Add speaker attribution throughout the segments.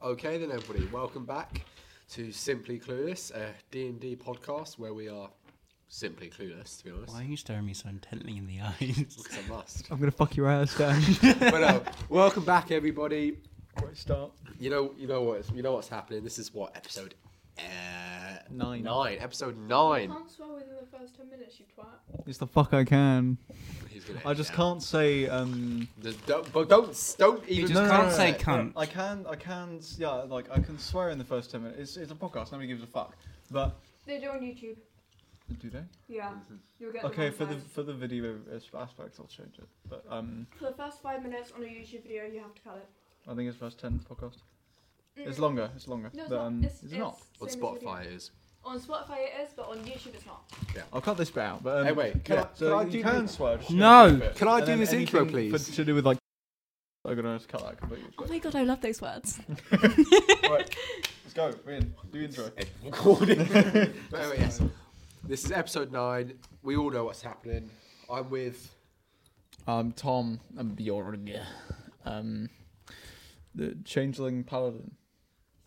Speaker 1: Okay then, everybody, welcome back to Simply Clueless, a D&D podcast where we are simply clueless, to be honest.
Speaker 2: Why are you staring me so intently in the eyes?
Speaker 1: Because I must.
Speaker 3: I'm gonna fuck your ass down.
Speaker 1: but uh, welcome back, everybody.
Speaker 3: Great start.
Speaker 1: You know, you know what's you know what's happening. This is what episode uh,
Speaker 3: Nine.
Speaker 1: Nine, episode nine.
Speaker 4: Can't swear within the first ten minutes, you twat.
Speaker 3: It's the fuck I can.
Speaker 1: He's gonna
Speaker 3: I just
Speaker 1: yeah.
Speaker 3: can't say. um...
Speaker 1: Just don't, but don't, don't even.
Speaker 2: just No, no, can't no, no, say no. cunt.
Speaker 3: I can. I can. s- Yeah, like I can swear in the first ten minutes. It's, it's a podcast. Nobody gives a fuck. But
Speaker 4: They do on YouTube.
Speaker 3: do they?
Speaker 4: Yeah, you'll get.
Speaker 3: Okay, for the
Speaker 4: one
Speaker 3: for the video as- aspects, I'll change it. But um,
Speaker 4: time. for the first five minutes on a YouTube video, you have to cut it.
Speaker 3: I think it's first ten podcast. It's
Speaker 4: Mm.
Speaker 3: longer. It's longer.
Speaker 4: No, it's
Speaker 3: but,
Speaker 4: not.
Speaker 3: um,
Speaker 4: it's,
Speaker 3: is it not?
Speaker 4: it's
Speaker 1: On
Speaker 4: same as video.
Speaker 1: Spotify it is.
Speaker 4: On Spotify it is, but on YouTube it's not.
Speaker 3: I'll cut this bit out. But um,
Speaker 1: Hey, wait, can
Speaker 3: yeah,
Speaker 1: I-
Speaker 3: so
Speaker 1: can I
Speaker 3: you
Speaker 1: do
Speaker 3: can
Speaker 1: the-
Speaker 3: swear. just
Speaker 2: No!
Speaker 3: a bit.
Speaker 1: Can I
Speaker 3: And
Speaker 1: do
Speaker 3: then
Speaker 1: this intro,
Speaker 3: anything for-
Speaker 1: please?
Speaker 3: to do with like, I'm gonna just cut that completely.
Speaker 4: Oh my god, I love those words.
Speaker 3: Alright, let's go. We're in. Do intro.
Speaker 1: Recording. but anyway, yes. This is episode nine. We all know what's happening. I'm with.
Speaker 3: Um, Tom and Bjorg. Um, the Changeling Paladin.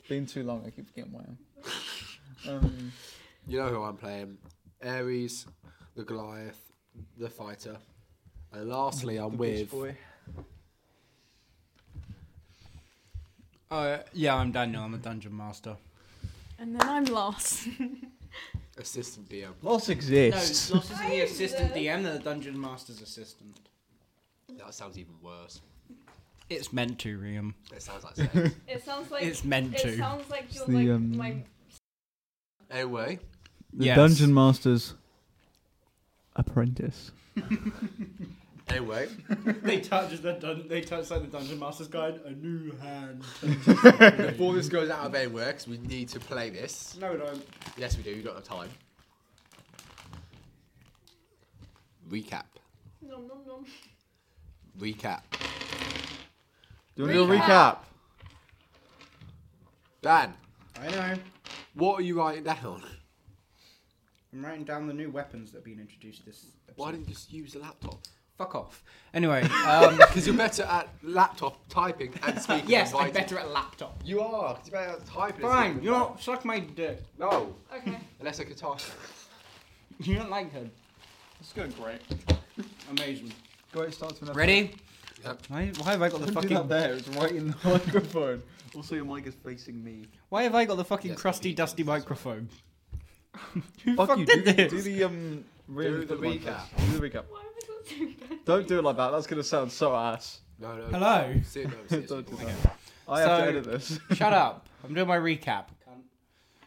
Speaker 3: Been too long, I keep forgetting my own. Um,
Speaker 1: You know who I'm playing. Ares, the Goliath, the fighter. And lastly, I'm
Speaker 3: the Beast
Speaker 1: with.
Speaker 3: Boy.
Speaker 2: Uh, yeah, I'm Daniel. I'm a dungeon master.
Speaker 4: And then I'm lost.
Speaker 1: Assistant DM.
Speaker 3: Loss
Speaker 2: No,
Speaker 3: exists.
Speaker 2: Sloss is the assistant DM, they're the dungeon master's assistant.
Speaker 1: That sounds even worse.
Speaker 2: It's meant to, Riam.
Speaker 1: It sounds like sex.
Speaker 4: it sounds like
Speaker 2: it's meant
Speaker 4: it
Speaker 2: to.
Speaker 4: sounds like you're
Speaker 3: the,
Speaker 4: like
Speaker 3: um,
Speaker 4: my.
Speaker 1: anyway,
Speaker 3: The
Speaker 2: Yes.
Speaker 3: Dungeon Master's apprentice.
Speaker 1: anyway,
Speaker 2: they touch the dun- they touch like the dungeon master's guide. A new hand.
Speaker 1: before this goes out of anywhere, because we need to play this.
Speaker 2: No, don't.
Speaker 1: Yes, we do. You don't have time. Recap.
Speaker 4: Nom, nom, nom.
Speaker 1: Recap.
Speaker 3: Do you want to do a recap?
Speaker 4: Recap.
Speaker 1: Dan,
Speaker 2: I know.
Speaker 1: what are you writing down?
Speaker 2: I'm writing down the new weapons that have been introduced this. Episode.
Speaker 1: Why didn't you just use a laptop?
Speaker 2: Fuck off. Anyway, um,
Speaker 1: Because you're better at laptop typing and speaking.
Speaker 2: yes,
Speaker 1: than
Speaker 2: I'm
Speaker 1: writing.
Speaker 2: better at laptop.
Speaker 1: You are. 'cause You're better at typing.
Speaker 2: Fine, you're not suck my dick.
Speaker 1: No,
Speaker 4: Okay.
Speaker 1: unless I could type.
Speaker 2: You don't like her.
Speaker 3: It's going great.
Speaker 2: Amazing.
Speaker 3: Great start to an episode.
Speaker 2: Ready?
Speaker 1: Yep.
Speaker 2: Why, why have I got the
Speaker 3: Don't do that
Speaker 2: fucking
Speaker 3: there, it's right in the microphone. Also, your mic is facing me.
Speaker 2: Why have I got the fucking
Speaker 1: Yes,
Speaker 2: crusty,
Speaker 1: indeed.
Speaker 2: dusty microphone? Who
Speaker 3: Fuck
Speaker 2: fuck
Speaker 3: you,
Speaker 2: did
Speaker 3: do,
Speaker 2: this?
Speaker 3: do the um. really
Speaker 1: Do the
Speaker 3: good one first. Do the recap.
Speaker 4: Why am I not doing that?
Speaker 3: Don't do it like that. That's gonna sound so ass.
Speaker 1: No, no.
Speaker 2: Hello.
Speaker 1: Sit, no, sit,
Speaker 3: Don't do
Speaker 1: sit.
Speaker 3: that. I have
Speaker 2: So-
Speaker 3: to edit this.
Speaker 2: Shut up. I'm doing my recap.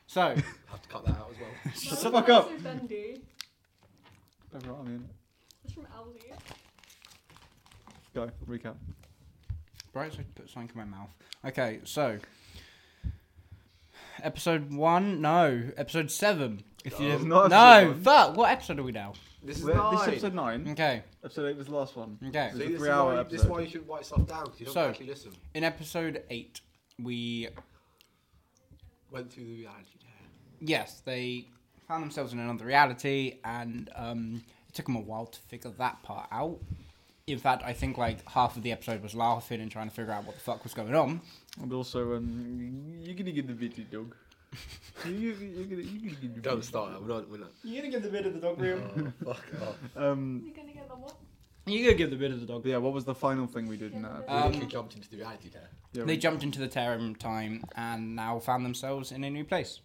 Speaker 2: So,
Speaker 1: Have to cut that out as well.
Speaker 4: Why
Speaker 3: Shut
Speaker 4: was
Speaker 3: the fuck
Speaker 4: that
Speaker 3: up.
Speaker 4: So bendy.
Speaker 3: Everyone, I mean,
Speaker 4: That's from Aldi.
Speaker 3: go recap.
Speaker 2: right, so I put something in my mouth. Okay, so episode one, no, episode seven. If you
Speaker 1: No,
Speaker 2: didn't-
Speaker 3: not
Speaker 2: no,
Speaker 3: episode
Speaker 2: fuck. What episode are we now?
Speaker 1: This is
Speaker 3: We're-
Speaker 1: nine.
Speaker 3: This is episode nine.
Speaker 2: Okay,
Speaker 3: Episode eight was the last one.
Speaker 1: See,
Speaker 2: okay.
Speaker 3: It's a
Speaker 1: this, is
Speaker 3: three-hour
Speaker 1: why, this is
Speaker 3: episode.
Speaker 1: why you should write stuff down because you don't
Speaker 2: So-
Speaker 1: actually listen.
Speaker 2: In episode eight, we
Speaker 1: Went through the reality. check.
Speaker 2: yes, they found themselves in another reality, and um, it took them a while to figure that part out. In fact, I think like half of the episode was laughing and trying to figure out what the fuck was going on.
Speaker 3: And also, um, you're gonna get the video, dog. you, you, you're gonna, you're gonna get the
Speaker 1: Don't
Speaker 3: video.
Speaker 1: start. We're not. We're not.
Speaker 2: You're gonna give the bit of the dog room.
Speaker 1: Oh, fuck off.
Speaker 3: Um,
Speaker 4: You're gonna get the what?
Speaker 2: You're gonna give the bit of the dog.
Speaker 3: but yeah, what was the final thing we did in that?
Speaker 1: We
Speaker 2: Um,
Speaker 1: literally jumped into the reality there.
Speaker 3: yeah,
Speaker 2: They
Speaker 3: we-
Speaker 2: jumped into the Terran time and now found themselves in a new place.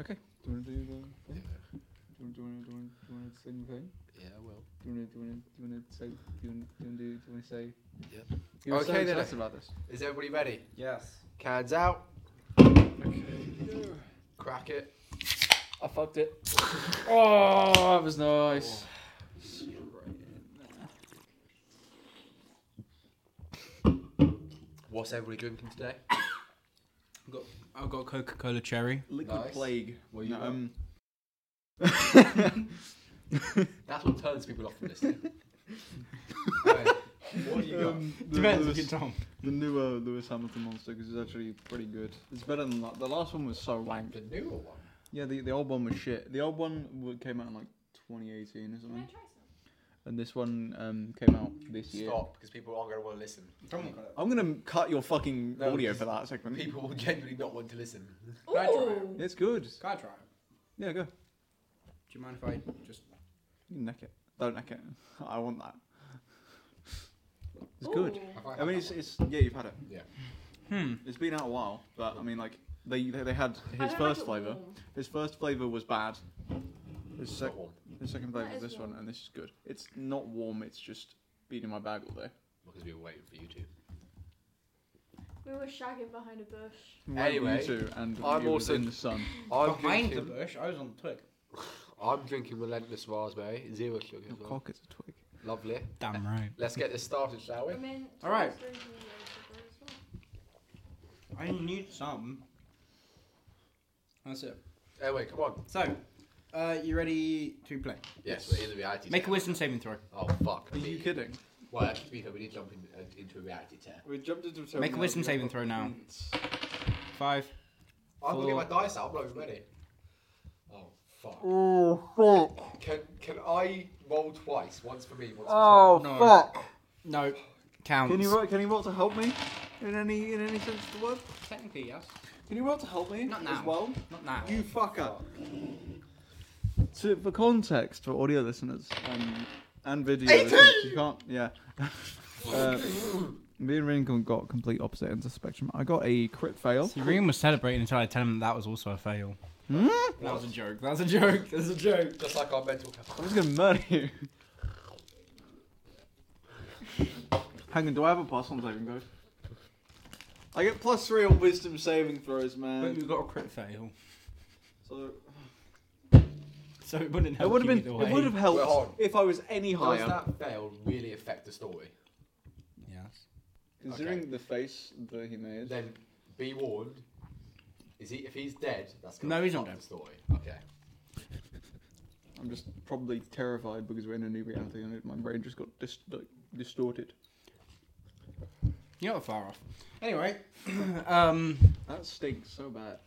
Speaker 3: Okay. Do you wanna do the? thing? Do you wanna- do you wanna- do you wanna- do you wanna sing the thing?
Speaker 1: Yeah, well.
Speaker 3: Do you wanna do you wanna do you wanna say do you wanna do you wanna, do, do you wanna say?
Speaker 1: Yeah.
Speaker 3: You were so
Speaker 1: Okay, then.
Speaker 3: excited about this.
Speaker 1: Is everybody ready?
Speaker 2: Yes.
Speaker 1: Cans out. Crack it.
Speaker 3: I fucked it. Oh, that was nice.
Speaker 1: Oh. What's everybody drinking today?
Speaker 2: I've got Coca Cola Cherry.
Speaker 3: Oh. Liquid
Speaker 1: Nice.
Speaker 3: plague.
Speaker 1: Well, you
Speaker 3: No,
Speaker 1: got-
Speaker 3: um,
Speaker 1: That's what turns people off from listening. Alright, what have you got?
Speaker 3: um, the-
Speaker 2: Depends.
Speaker 3: the-
Speaker 2: Look at Tom.
Speaker 3: The newer Lewis Hamilton monster because it's actually pretty good. It's better than that. The last one was so wank.
Speaker 1: the newer one.
Speaker 3: Yeah, the, the old one was shit. The old one w- came out in like 2018 or
Speaker 4: Can I
Speaker 3: something.
Speaker 4: try some?
Speaker 3: and this one um, came out this year.
Speaker 1: Stop, because people aren't going to want to listen.
Speaker 3: I'm gonna cut your fucking
Speaker 1: No,
Speaker 3: audio
Speaker 1: just-
Speaker 3: for that segment.
Speaker 1: People will genuinely not want to listen.
Speaker 2: Can I try it?
Speaker 4: Ooh.
Speaker 3: It's good.
Speaker 2: Can I try it?
Speaker 3: Yeah, go.
Speaker 2: Do you mind if I just.
Speaker 3: You neck it. Don't neck it. I want that. It's good.
Speaker 4: Ooh.
Speaker 1: Have
Speaker 3: I
Speaker 1: had
Speaker 3: mean,
Speaker 1: that
Speaker 3: it's,
Speaker 1: one?
Speaker 3: it's yeah, you've had it.
Speaker 1: Yeah.
Speaker 2: Hmm.
Speaker 3: It's been out a while, but I mean, like they they, they had
Speaker 4: I
Speaker 3: his
Speaker 4: don't
Speaker 3: first
Speaker 4: like it
Speaker 3: flavor.
Speaker 4: warm.
Speaker 3: His first flavor was bad. His,
Speaker 1: It's
Speaker 3: sec-
Speaker 1: not warm,
Speaker 3: his second flavor
Speaker 4: That
Speaker 3: was
Speaker 4: is
Speaker 3: this one,
Speaker 4: warm.
Speaker 3: and this is good. It's not warm. It's just been in my bag all day.
Speaker 1: because we were waiting for you to.
Speaker 4: We were shagging behind a bush.
Speaker 3: Right, you
Speaker 1: Anyway,
Speaker 3: two, and
Speaker 1: I'm
Speaker 3: it was
Speaker 1: also-
Speaker 3: in the sun.
Speaker 1: I'm
Speaker 2: Behind the
Speaker 1: drinking,
Speaker 2: bush, I was on the twig.
Speaker 1: I'm drinking relentless raspberry, zero sugar.
Speaker 3: Your
Speaker 1: as well.
Speaker 3: cock is a twig.
Speaker 1: Lovely.
Speaker 2: Damn right.
Speaker 1: Let's get this started, shall we?
Speaker 4: I mean,
Speaker 2: All right.
Speaker 4: Tom's drinking the other as well.
Speaker 2: I need some. That's it.
Speaker 1: Anyway, come on.
Speaker 2: So, uh, you ready to play?
Speaker 1: Yes, we're in the reality.
Speaker 2: Make a
Speaker 1: check.
Speaker 2: wisdom saving throw.
Speaker 1: Oh fuck.
Speaker 3: Are you kidding?
Speaker 1: Well, actually, to be fair, we did jump in, uh, into a reality tear.
Speaker 3: We jumped into
Speaker 2: Make a wisdom saving throw now. Five.
Speaker 1: I'm gonna get my
Speaker 2: Four.
Speaker 1: dice out. I'm not even ready. Oh fuck. Can can I roll twice? Once for me,
Speaker 2: Oh.
Speaker 1: once for Tom?
Speaker 2: No. fuck. No. Counts.
Speaker 3: Can you roll, can you roll to help me? In any in any sense of the word?
Speaker 2: Technically, yes.
Speaker 3: Can you roll to help me
Speaker 2: Not now.
Speaker 3: as well?
Speaker 2: Not now.
Speaker 3: You fucker. So for context, for audio listeners um, and video listeners, you can't. Yeah. uh, me and Ringo got complete opposite ends of the spectrum. I got a crit fail.
Speaker 2: Serene was celebrating until I tell him that was also a fail.
Speaker 3: Hmm?
Speaker 2: That was a joke. That was a joke. That was a joke.
Speaker 1: Just like our mental health.
Speaker 3: I'm just gonna murder you. Hang on, do I have a plus on saving throws? I get plus three on wisdom saving throws,
Speaker 2: But
Speaker 3: man.
Speaker 2: you got a crit fail,
Speaker 3: So
Speaker 2: so it wouldn't
Speaker 3: it
Speaker 2: help.
Speaker 3: would have
Speaker 2: you
Speaker 3: been,
Speaker 2: either
Speaker 3: it
Speaker 2: way.
Speaker 3: would have
Speaker 1: We're on.
Speaker 3: helped if I was any higher.
Speaker 1: Does that fail really affect the story?
Speaker 2: Yes.
Speaker 3: Considering
Speaker 1: Okay.
Speaker 3: the face that he made,
Speaker 1: Then be warned. Is he? If he's dead, that's gonna
Speaker 2: No, he's
Speaker 1: fuck
Speaker 2: not dead.
Speaker 1: The story. Okay.
Speaker 3: I'm just probably terrified because we're in a new reality and it- my brain just got dis- like, distorted.
Speaker 2: You're not far off. Anyway, um,
Speaker 3: That stinks so bad.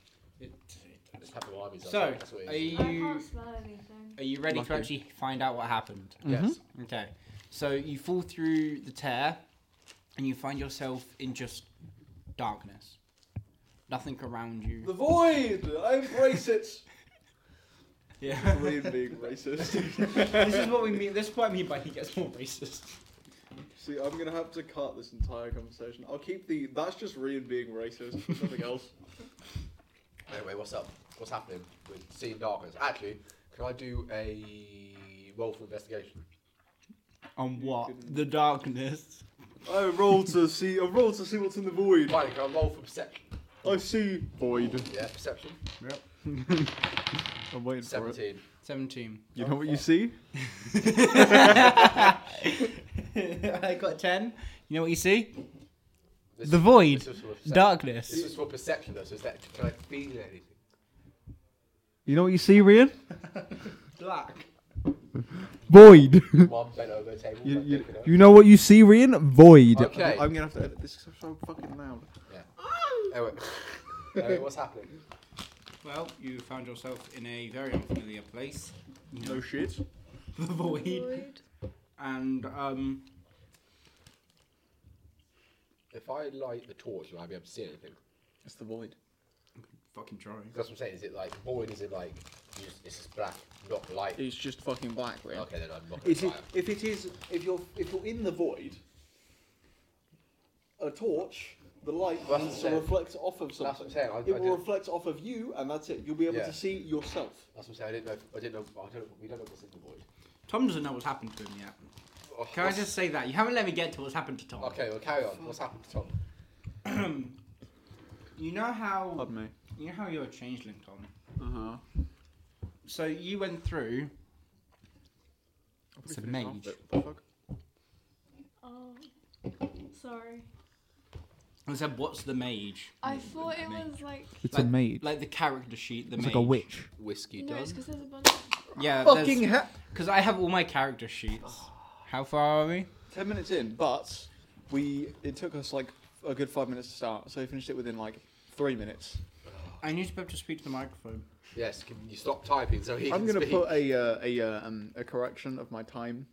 Speaker 1: Just have the armies up.
Speaker 2: so
Speaker 1: That's what it
Speaker 2: are
Speaker 1: is.
Speaker 4: I can't
Speaker 2: you
Speaker 4: smell anything.
Speaker 2: are you ready
Speaker 3: Lucky.
Speaker 2: to actually find out what happened?
Speaker 1: Yes.
Speaker 2: Okay, so you fall through the tear, and you find yourself in just darkness. Nothing around you.
Speaker 3: The void! I embrace it!
Speaker 2: Yeah.
Speaker 3: Brain being racist.
Speaker 2: this is what we mean. This is what I mean by he gets more racist.
Speaker 3: See, I'm gonna have to cut this entire conversation. I'll keep the. That's just Ryan being racist. Nothing else.
Speaker 1: Anyway, what's up? What's happening? We're seeing darkness. Actually, can I do a roll for investigation?
Speaker 2: On what?
Speaker 3: couldn't-
Speaker 2: The darkness.
Speaker 3: I roll to see. I roll to see what's in the void.
Speaker 1: Finally, can I roll for perception?
Speaker 3: I see void.
Speaker 1: Yeah, perception.
Speaker 2: Yep.
Speaker 3: I'm waiting
Speaker 1: Seventeen.
Speaker 2: Seventeen.
Speaker 3: You know what you see?
Speaker 2: I got ten. You know what you see?
Speaker 1: This
Speaker 2: The
Speaker 1: is-
Speaker 2: void.
Speaker 1: This is for perception. This
Speaker 2: Darkness.
Speaker 1: is for perception, though. So is that can I feel anything?
Speaker 3: You know what you see, Ryan?
Speaker 2: Black.
Speaker 3: Void.
Speaker 1: Mom bent over the table.
Speaker 3: You,
Speaker 1: like,
Speaker 3: you,
Speaker 1: looking up.
Speaker 3: you know what you see, Rian? Void.
Speaker 1: Okay.
Speaker 3: I'm gonna have to edit this 'cause I'm so fucking loud.
Speaker 1: Anyway, anyway, what's happening?
Speaker 2: Well, you found yourself in a very unfamiliar place.
Speaker 3: No shit.
Speaker 2: The void. And um,
Speaker 1: If I light the torch, will I be able to see anything?
Speaker 3: It's the void.
Speaker 2: fucking try.
Speaker 1: That's what I'm saying. Is it like void? Is it like you just, it's just black, not light?
Speaker 3: It's just fucking black, Rian.
Speaker 1: Okay, then I'm not gonna
Speaker 3: Is
Speaker 1: try
Speaker 3: it,
Speaker 1: it.
Speaker 3: if it is, if you're if you're in the void, a torch, the light
Speaker 1: That's
Speaker 3: needs
Speaker 1: what
Speaker 3: to
Speaker 1: I'm saying.
Speaker 3: reflect off of
Speaker 1: That's what
Speaker 3: something.
Speaker 1: I'm saying. I, I
Speaker 3: It will
Speaker 1: didn't,
Speaker 3: reflect off of you, and that's it. You'll be able
Speaker 1: Yeah.
Speaker 3: to see yourself.
Speaker 1: that's what I'm saying. I didn't know. if- I didn't know. I don't. know- We don't know what's in the void.
Speaker 2: Tom doesn't know what's happened to him yet.
Speaker 1: Oh,
Speaker 2: Can I
Speaker 1: what's-
Speaker 2: just say that you haven't let me get to what's happened to Tom?
Speaker 1: Okay, well carry on. What's happened to Tom?
Speaker 2: You know how
Speaker 3: me.
Speaker 2: you know how you're a changeling, Tom.
Speaker 3: Uh huh.
Speaker 2: So you went through. It's a mage.
Speaker 4: Oh, sorry.
Speaker 2: I said, "What's the mage?"
Speaker 4: I
Speaker 2: Mm,
Speaker 4: thought it
Speaker 2: mage.
Speaker 4: was like.
Speaker 3: It's
Speaker 2: a Like-
Speaker 3: mage.
Speaker 2: like the character sheet. The mage.
Speaker 1: Whiskey
Speaker 4: no, it's because there's a bunch. Of...
Speaker 2: Yeah,
Speaker 3: Fucking
Speaker 2: there's-
Speaker 3: ha-
Speaker 2: Because I have all my character sheets. How far are we?
Speaker 3: Ten minutes in, but we it took us like a good five minutes to start, so we finished it within like three minutes.
Speaker 2: I need to be able to speak to the microphone.
Speaker 1: Yes. Can you stop typing so he
Speaker 3: I'm
Speaker 1: can
Speaker 3: gonna
Speaker 1: speak?
Speaker 3: put a uh, a uh, um, a correction of my time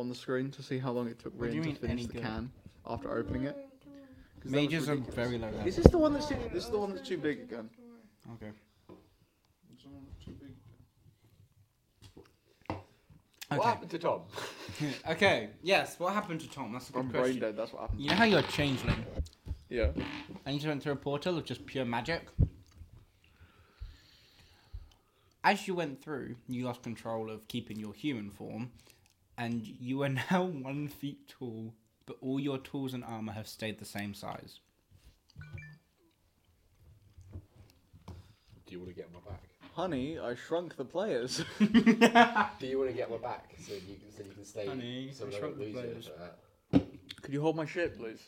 Speaker 3: on the screen to see how long it took
Speaker 2: What do
Speaker 3: Rain
Speaker 2: you
Speaker 3: to
Speaker 2: mean,
Speaker 3: finish
Speaker 2: any
Speaker 3: the
Speaker 2: good?
Speaker 3: can after opening it. 'cause that was
Speaker 2: Mages are
Speaker 3: ridiculous.
Speaker 2: very low level.
Speaker 3: Is this the one that's too? This is the one that's too
Speaker 4: Oh,
Speaker 3: big again.
Speaker 2: Okay.
Speaker 1: What
Speaker 2: Okay.
Speaker 1: happened to Tom?
Speaker 2: okay. Yes. What happened to Tom? That's a
Speaker 3: I'm
Speaker 2: good
Speaker 3: brain
Speaker 2: question.
Speaker 3: dead. That's what happened.
Speaker 2: You know how you're a changeling,
Speaker 3: Yeah.
Speaker 2: and you just went through a portal of just pure magic. As you went through, you lost control of keeping your human form, and you are now one feet tall, but all your tools and armor have stayed the same size.
Speaker 1: Do you want to get my back?
Speaker 3: Honey, I shrunk the players.
Speaker 1: Do you want to get my back so you can so you can stay
Speaker 2: Honey,
Speaker 1: so
Speaker 2: I
Speaker 1: I don't
Speaker 2: shrunk the
Speaker 1: lose it?
Speaker 2: players.
Speaker 1: like that?
Speaker 3: Could you hold my shit, please?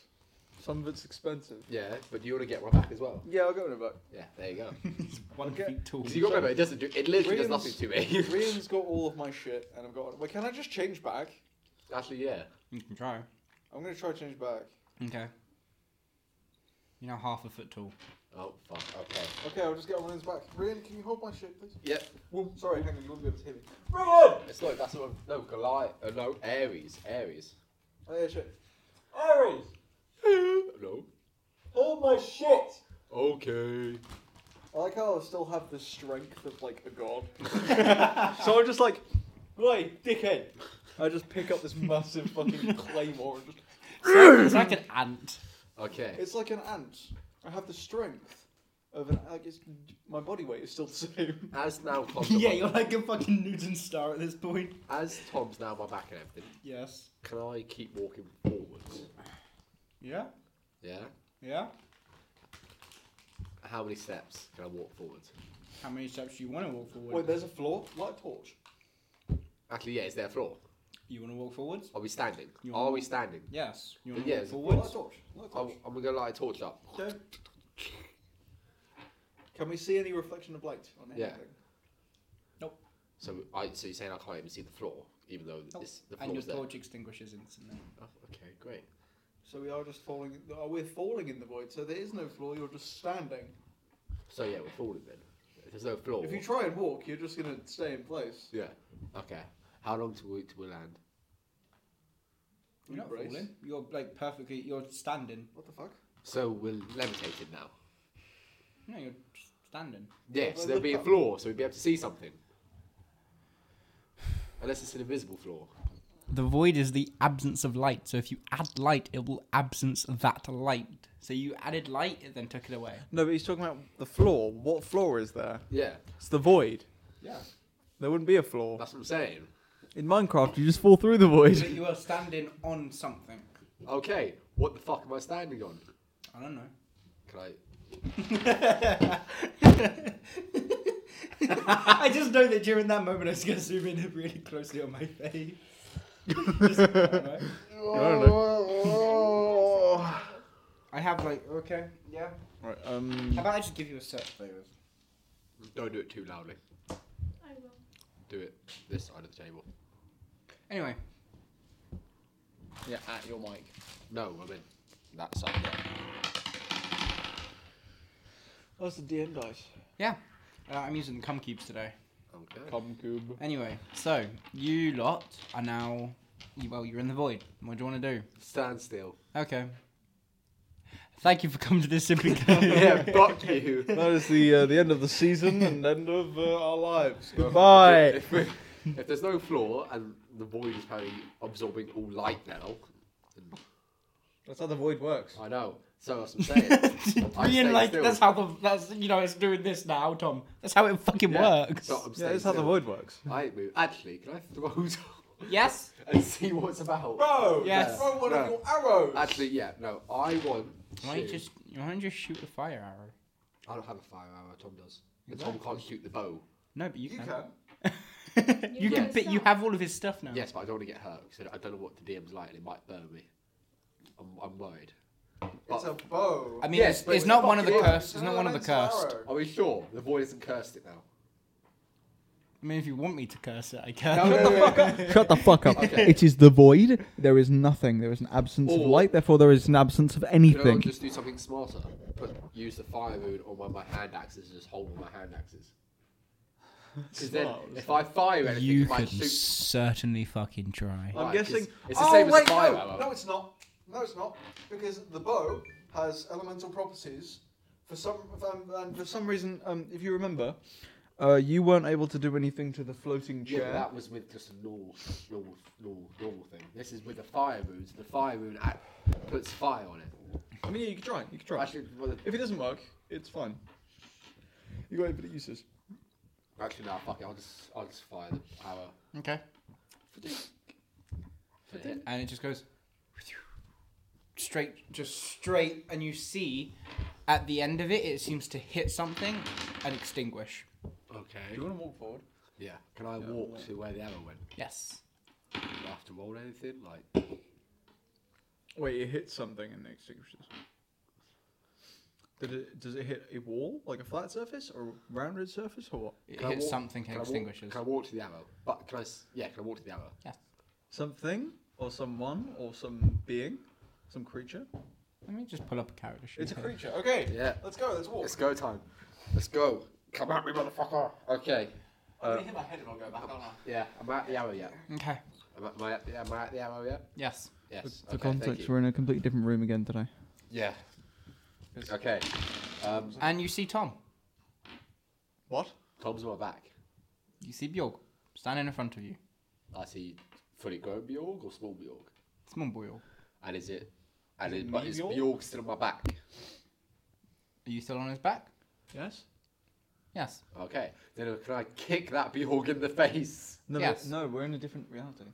Speaker 3: Some of it's expensive.
Speaker 1: Yeah, but do you want to get my back as well?
Speaker 3: Yeah, I'll go in a bit.
Speaker 1: Yeah, there you go.
Speaker 2: One
Speaker 3: Okay.
Speaker 2: feet tall.
Speaker 1: So you got to remember, it doesn't do it literally does nothing
Speaker 3: Williams-
Speaker 1: to me.
Speaker 3: Rian's got all of my shit, and I've got. Wait, can I just change back?
Speaker 1: Actually, yeah.
Speaker 2: You can try.
Speaker 3: I'm gonna try to change back.
Speaker 2: Okay. You're now half a foot tall.
Speaker 1: Oh fuck. Okay.
Speaker 3: Okay, I'll just get on Rian's back. Rian, can you hold my shit, please?
Speaker 1: Yep.
Speaker 3: Well, sorry, hang on, you won't be able to hear me.
Speaker 1: It's like that's what no Goliath. Uh, no Aries. Aries.
Speaker 3: Oh yeah, shit.
Speaker 5: Aries,
Speaker 1: No.
Speaker 5: hold my shit.
Speaker 1: Okay.
Speaker 3: I like how I still have the strength of like a god. so I'm just like,
Speaker 5: Why, dickhead?
Speaker 3: I just pick up this massive fucking claymore. And just,
Speaker 2: it's like an ant.
Speaker 1: Okay.
Speaker 3: it's like an ant. I have the strength of an. Like it's, my body weight is still the same.
Speaker 1: As now Tom's
Speaker 2: yeah, you're like a fucking Newton star at this point.
Speaker 1: as Tom's now my back and everything.
Speaker 2: Yes.
Speaker 1: Can I keep walking forwards?
Speaker 2: Yeah.
Speaker 1: Yeah.
Speaker 2: Yeah.
Speaker 1: How many steps can I walk forwards?
Speaker 2: How many steps do you want to walk forward?
Speaker 3: Wait, there's a floor. Light a torch.
Speaker 1: Actually, yeah. It's their floor.
Speaker 2: you want to walk forwards?
Speaker 1: Are we standing?
Speaker 2: You
Speaker 1: Are
Speaker 2: want-
Speaker 1: we standing?
Speaker 2: Yes. You want to
Speaker 1: Yeah,
Speaker 2: walk
Speaker 1: it's-
Speaker 3: Light
Speaker 2: forwards?
Speaker 3: a torch. Light a
Speaker 1: I'm,
Speaker 3: torch.
Speaker 1: I'm gonna light a torch up.
Speaker 3: Don't. Can we see any reflection of light on
Speaker 1: Yeah.
Speaker 3: anything?
Speaker 1: So I so you're saying I can't even see the floor, even though
Speaker 2: Nope.
Speaker 1: it's, the
Speaker 2: Oh, And your
Speaker 1: floor's there.
Speaker 2: torch extinguishes instantly.
Speaker 1: Oh, okay, great.
Speaker 3: So we are just falling. Oh, we're falling in the void. So there is no floor. You're just standing.
Speaker 1: So yeah, we're falling then. If There's no floor.
Speaker 3: If you try and walk, you're just gonna stay in place.
Speaker 1: yeah. Okay. How long till we till we land?
Speaker 2: You're not
Speaker 3: Embrace.
Speaker 2: falling. You're like perfectly. You're standing.
Speaker 3: What the fuck?
Speaker 1: So we're levitated now.
Speaker 2: No, you're standing.
Speaker 1: Yeah.
Speaker 3: Well,
Speaker 1: So there'll be a
Speaker 3: look up.
Speaker 1: floor, so we'd be able to see something. Unless it's an invisible floor.
Speaker 2: The void is the absence of light. So if you add light, it will absence that light. So you added light, it then took it away.
Speaker 3: No, but he's talking about the floor. What floor is there?
Speaker 1: Yeah.
Speaker 3: It's the void.
Speaker 2: Yeah.
Speaker 3: There wouldn't be a floor.
Speaker 1: That's what I'm saying.
Speaker 3: In Minecraft, you just fall through the
Speaker 2: But
Speaker 3: void.
Speaker 2: you are standing on something.
Speaker 1: Okay. What the fuck am I standing on?
Speaker 2: I don't know.
Speaker 1: Can I?
Speaker 2: I just know that during that moment, I was going to zoom in really closely on my face. Just- alright.
Speaker 3: Oh.
Speaker 2: I have like okay, yeah.
Speaker 3: Right.
Speaker 2: How
Speaker 3: Um.
Speaker 2: about I just give you a search flavor?
Speaker 1: Don't do it too loudly.
Speaker 4: I will.
Speaker 1: Do it this side of the table.
Speaker 2: Anyway,
Speaker 3: Yeah, at your mic.
Speaker 1: No, I mean that side. There.
Speaker 3: Oh, it's the DM dice.
Speaker 2: yeah, uh, I'm using the cum cubes today.
Speaker 1: Okay.
Speaker 3: Come cube.
Speaker 2: Anyway, so you lot are now, you, well, you're in the void. What do you want to do?
Speaker 1: Stand still.
Speaker 2: Okay. Thank you for coming to this simply. Club.
Speaker 1: yeah, fuck you.
Speaker 3: That is the uh, the end of the season and end of uh, our lives. Goodbye.
Speaker 1: If, we- if there's no floor and the void is probably absorbing all light now,
Speaker 3: That's how the void works.
Speaker 1: I know. So that's what I'm saying. I
Speaker 2: Ian,
Speaker 1: stay
Speaker 2: like
Speaker 1: still.
Speaker 2: that's how the that's you know it's doing this now, Tom. That's how it fucking
Speaker 1: Yeah,
Speaker 2: works.
Speaker 1: So I'm
Speaker 3: Yeah, that's
Speaker 1: staying
Speaker 3: how the
Speaker 1: still.
Speaker 3: void works.
Speaker 1: I ain't move. Actually, can I throw it
Speaker 2: Yes.
Speaker 1: and see what's about?
Speaker 5: Bro,
Speaker 2: Yes.
Speaker 5: throw one of
Speaker 1: No.
Speaker 5: your arrows.
Speaker 1: Actually, yeah. No, I want.
Speaker 2: Why don't
Speaker 1: to-
Speaker 2: you just why don't you just shoot a fire arrow?
Speaker 1: I don't have a fire arrow. Tom does. And Tom can't shoot the bow.
Speaker 2: No, but you,
Speaker 5: you
Speaker 2: can.
Speaker 5: can.
Speaker 2: you
Speaker 4: Yeah.
Speaker 2: can. But you have all of his stuff now.
Speaker 1: Yes, but I don't want to get hurt because I don't know what the DM's like and it might burn me. I'm, I'm worried.
Speaker 5: It's a bow.
Speaker 2: I mean,
Speaker 1: Yes,
Speaker 2: it's,
Speaker 1: but
Speaker 2: it's
Speaker 1: it's
Speaker 2: not one of the
Speaker 1: fucking-
Speaker 2: cursed. It's not one of the
Speaker 5: an arrow.
Speaker 2: cursed.
Speaker 1: Are we sure the void isn't cursed it now?
Speaker 2: I mean, if you want me to curse it, I can.
Speaker 5: Oh,
Speaker 1: No, no, no, no.
Speaker 3: Shut the fuck up.
Speaker 1: Okay.
Speaker 3: It is the void. There is nothing. There is an absence of
Speaker 1: Or-
Speaker 3: light. Therefore, there is an absence of
Speaker 1: Can I
Speaker 3: anything.
Speaker 1: not just do something smarter? Put, use the fire moon on my, my hand axes and just hold on my hand axes. Because then,
Speaker 6: Wow,
Speaker 1: if I fire anything,
Speaker 2: You
Speaker 1: it might
Speaker 2: could
Speaker 1: shoot.
Speaker 2: certainly fucking try.
Speaker 1: Right,
Speaker 6: I'm
Speaker 1: 'cause
Speaker 6: guessing-
Speaker 1: it's the same as a fire
Speaker 3: no.
Speaker 1: arrow.
Speaker 3: no, it's not. No, it's not. Because the bow has elemental properties.
Speaker 6: For some, um, and for some reason, um, if you remember, uh, you weren't able to do anything to the floating
Speaker 1: Yeah,
Speaker 6: chair.
Speaker 1: but that was with just a normal, normal, normal, normal thing. This is with the fire rune. So the fire rune act puts fire on it.
Speaker 6: I mean, yeah, you could try. You could try.
Speaker 1: Actually, well, the-
Speaker 6: if it doesn't work, it's fine. You got infinite uses.
Speaker 1: actually, no, fuck it. I'll just, I'll just fire the arrow.
Speaker 2: Okay.
Speaker 1: for the hit.
Speaker 2: and it just goes straight, just straight, and you see at the end of it, it seems to hit something and extinguish.
Speaker 1: Okay.
Speaker 6: want to walk forward?
Speaker 1: Yeah. Can I walk to where the arrow went?
Speaker 2: Yes.
Speaker 1: Do I have to roll anything? Like,
Speaker 6: Wait, it hits something and it extinguishes. Did it, does it hit a wall, like a flat surface, or a rounded surface, or what?
Speaker 2: It
Speaker 1: can I
Speaker 2: hits
Speaker 1: walk-
Speaker 2: something
Speaker 1: can I
Speaker 2: and
Speaker 1: walk-
Speaker 2: extinguishes.
Speaker 1: Can I walk to the arrow? But can I? s- Yeah, can I walk to the arrow?
Speaker 2: Yes.
Speaker 6: Something, or someone, or some being, some creature.
Speaker 2: Let me just pull up a character sheet.
Speaker 6: It's a
Speaker 2: here.
Speaker 6: creature. Okay.
Speaker 1: Yeah.
Speaker 3: Let's go, let's walk.
Speaker 1: Let's go time. Let's go. Come at me, motherfucker. Okay.
Speaker 3: I'm gonna hit my head and I'll go back on.
Speaker 1: Yeah. Am I at the arrow yet?
Speaker 2: Okay.
Speaker 1: Am I, am I, at, the, am I at the arrow yet?
Speaker 2: Yes.
Speaker 1: Yes.
Speaker 6: For
Speaker 1: okay, thank
Speaker 6: context,
Speaker 1: you.
Speaker 6: we're in a completely different room again today.
Speaker 1: Yeah. Okay. Um,
Speaker 2: And you see Tom.
Speaker 6: What?
Speaker 1: Tom's on my back.
Speaker 2: You see Bjorg standing in front of you.
Speaker 1: I see fully grown Bjorg or small Bjorg.
Speaker 2: Small Bjorg.
Speaker 1: And is it? And
Speaker 6: Is
Speaker 1: is
Speaker 6: it
Speaker 1: but
Speaker 6: me
Speaker 1: is
Speaker 6: Bjorg?
Speaker 1: Bjorg still on my back?
Speaker 2: Are you still on his back?
Speaker 6: Yes.
Speaker 2: Yes.
Speaker 1: Okay. Then can I kick that Bjorg in the face?
Speaker 6: No,
Speaker 2: Yes.
Speaker 6: but- no, we're in a different reality.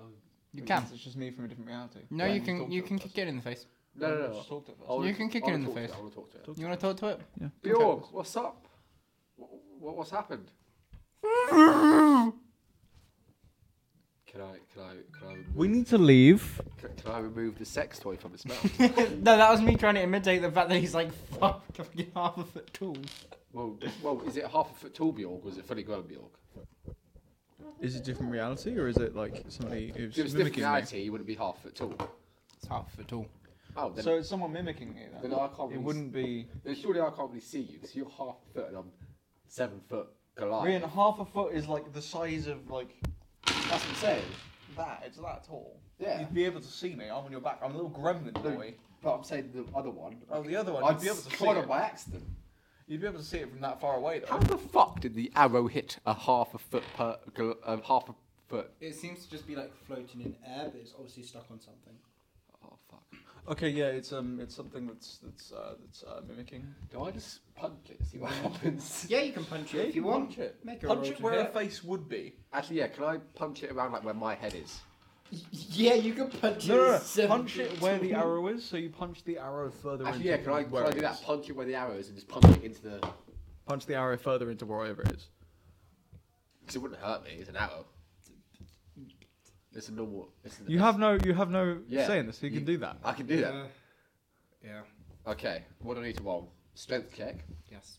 Speaker 1: Oh.
Speaker 2: You
Speaker 6: It
Speaker 2: can.
Speaker 6: means It's just me from a different reality.
Speaker 2: No,
Speaker 6: Yeah,
Speaker 2: you
Speaker 6: just
Speaker 2: can.
Speaker 6: talk
Speaker 2: You
Speaker 6: to
Speaker 2: can
Speaker 6: it
Speaker 2: kick
Speaker 6: first.
Speaker 2: it in the face.
Speaker 1: No, no,
Speaker 6: Just
Speaker 1: no.
Speaker 6: talk to it first.
Speaker 1: I wanna-
Speaker 2: You can kick
Speaker 1: I
Speaker 2: it
Speaker 1: wanna
Speaker 2: in the
Speaker 1: talk to
Speaker 2: face.
Speaker 1: her, I want to talk to her.
Speaker 2: You want to talk to it?
Speaker 6: Yeah.
Speaker 1: Bjorg, what's up? What, what's happened? can I? Can I? Can I? Remove,
Speaker 6: We need to leave.
Speaker 1: can, can I remove the sex toy from its mouth?
Speaker 2: no, that was me trying to imitate the fact that he's like fuck, fucking half a foot tall.
Speaker 1: Well, well, is it half a foot tall Bjorg or is it fully grown Bjorg?
Speaker 6: Is it different reality, or is it like somebody who's
Speaker 1: If it was different
Speaker 6: mimicking me?
Speaker 1: reality, you wouldn't be half a foot tall.
Speaker 2: It's half a foot tall.
Speaker 1: Oh, then,
Speaker 6: So it's someone mimicking me. Then,
Speaker 1: then I can't.
Speaker 6: it
Speaker 1: Really,
Speaker 6: wouldn't be.
Speaker 1: Then surely I can't really see you because you're half a foot and I'm seven foot Goliath.
Speaker 6: Rian, half a foot is like the size of like
Speaker 1: That's what I'm saying.
Speaker 6: that. It's that tall.
Speaker 1: Yeah.
Speaker 6: You'd be able to see me. I'm on your back. I'm a little gremlin boy.
Speaker 1: But I'm saying the other one.
Speaker 6: Oh, the other one.
Speaker 1: I'd
Speaker 6: you'd be able to see
Speaker 1: caught
Speaker 6: it.
Speaker 1: it by accident.
Speaker 6: You'd be able to see it from that far away,
Speaker 1: How
Speaker 6: though.
Speaker 1: the fuck did the arrow hit a half a foot per gl- uh, half a foot?
Speaker 7: It seems to just be like floating in air, but it's obviously stuck on something.
Speaker 1: Oh fuck!
Speaker 6: Okay, yeah, it's um, it's something that's that's uh, that's uh, mimicking.
Speaker 1: Do I just punch it? See what happens?
Speaker 7: Yeah, you can punch it if you want.
Speaker 6: punch it.
Speaker 7: Make a
Speaker 6: punch
Speaker 7: roll
Speaker 6: it
Speaker 7: to
Speaker 6: where a
Speaker 7: hit.
Speaker 6: face would be.
Speaker 1: Actually, yeah. Can I punch it around like where my head is?
Speaker 7: Yeah, you can punch
Speaker 6: No, no,
Speaker 7: it.
Speaker 6: no. punch it where the arrow is. So you punch the arrow further.
Speaker 1: Actually,
Speaker 6: into
Speaker 1: yeah. Can I, can
Speaker 6: where
Speaker 1: I
Speaker 6: it
Speaker 1: do that?
Speaker 6: is.
Speaker 1: Punch it where the arrow is and just punch it into the.
Speaker 6: Punch the arrow further into wherever it is.
Speaker 1: Because it wouldn't hurt me. It's an arrow. It's a normal. It's an,
Speaker 6: You have no, you have no
Speaker 1: Yeah,
Speaker 6: saying this. You,
Speaker 1: you-
Speaker 6: can do that.
Speaker 1: I can do that.
Speaker 7: yeah.
Speaker 1: Okay. What do I need to roll? Strength check.
Speaker 7: Yes.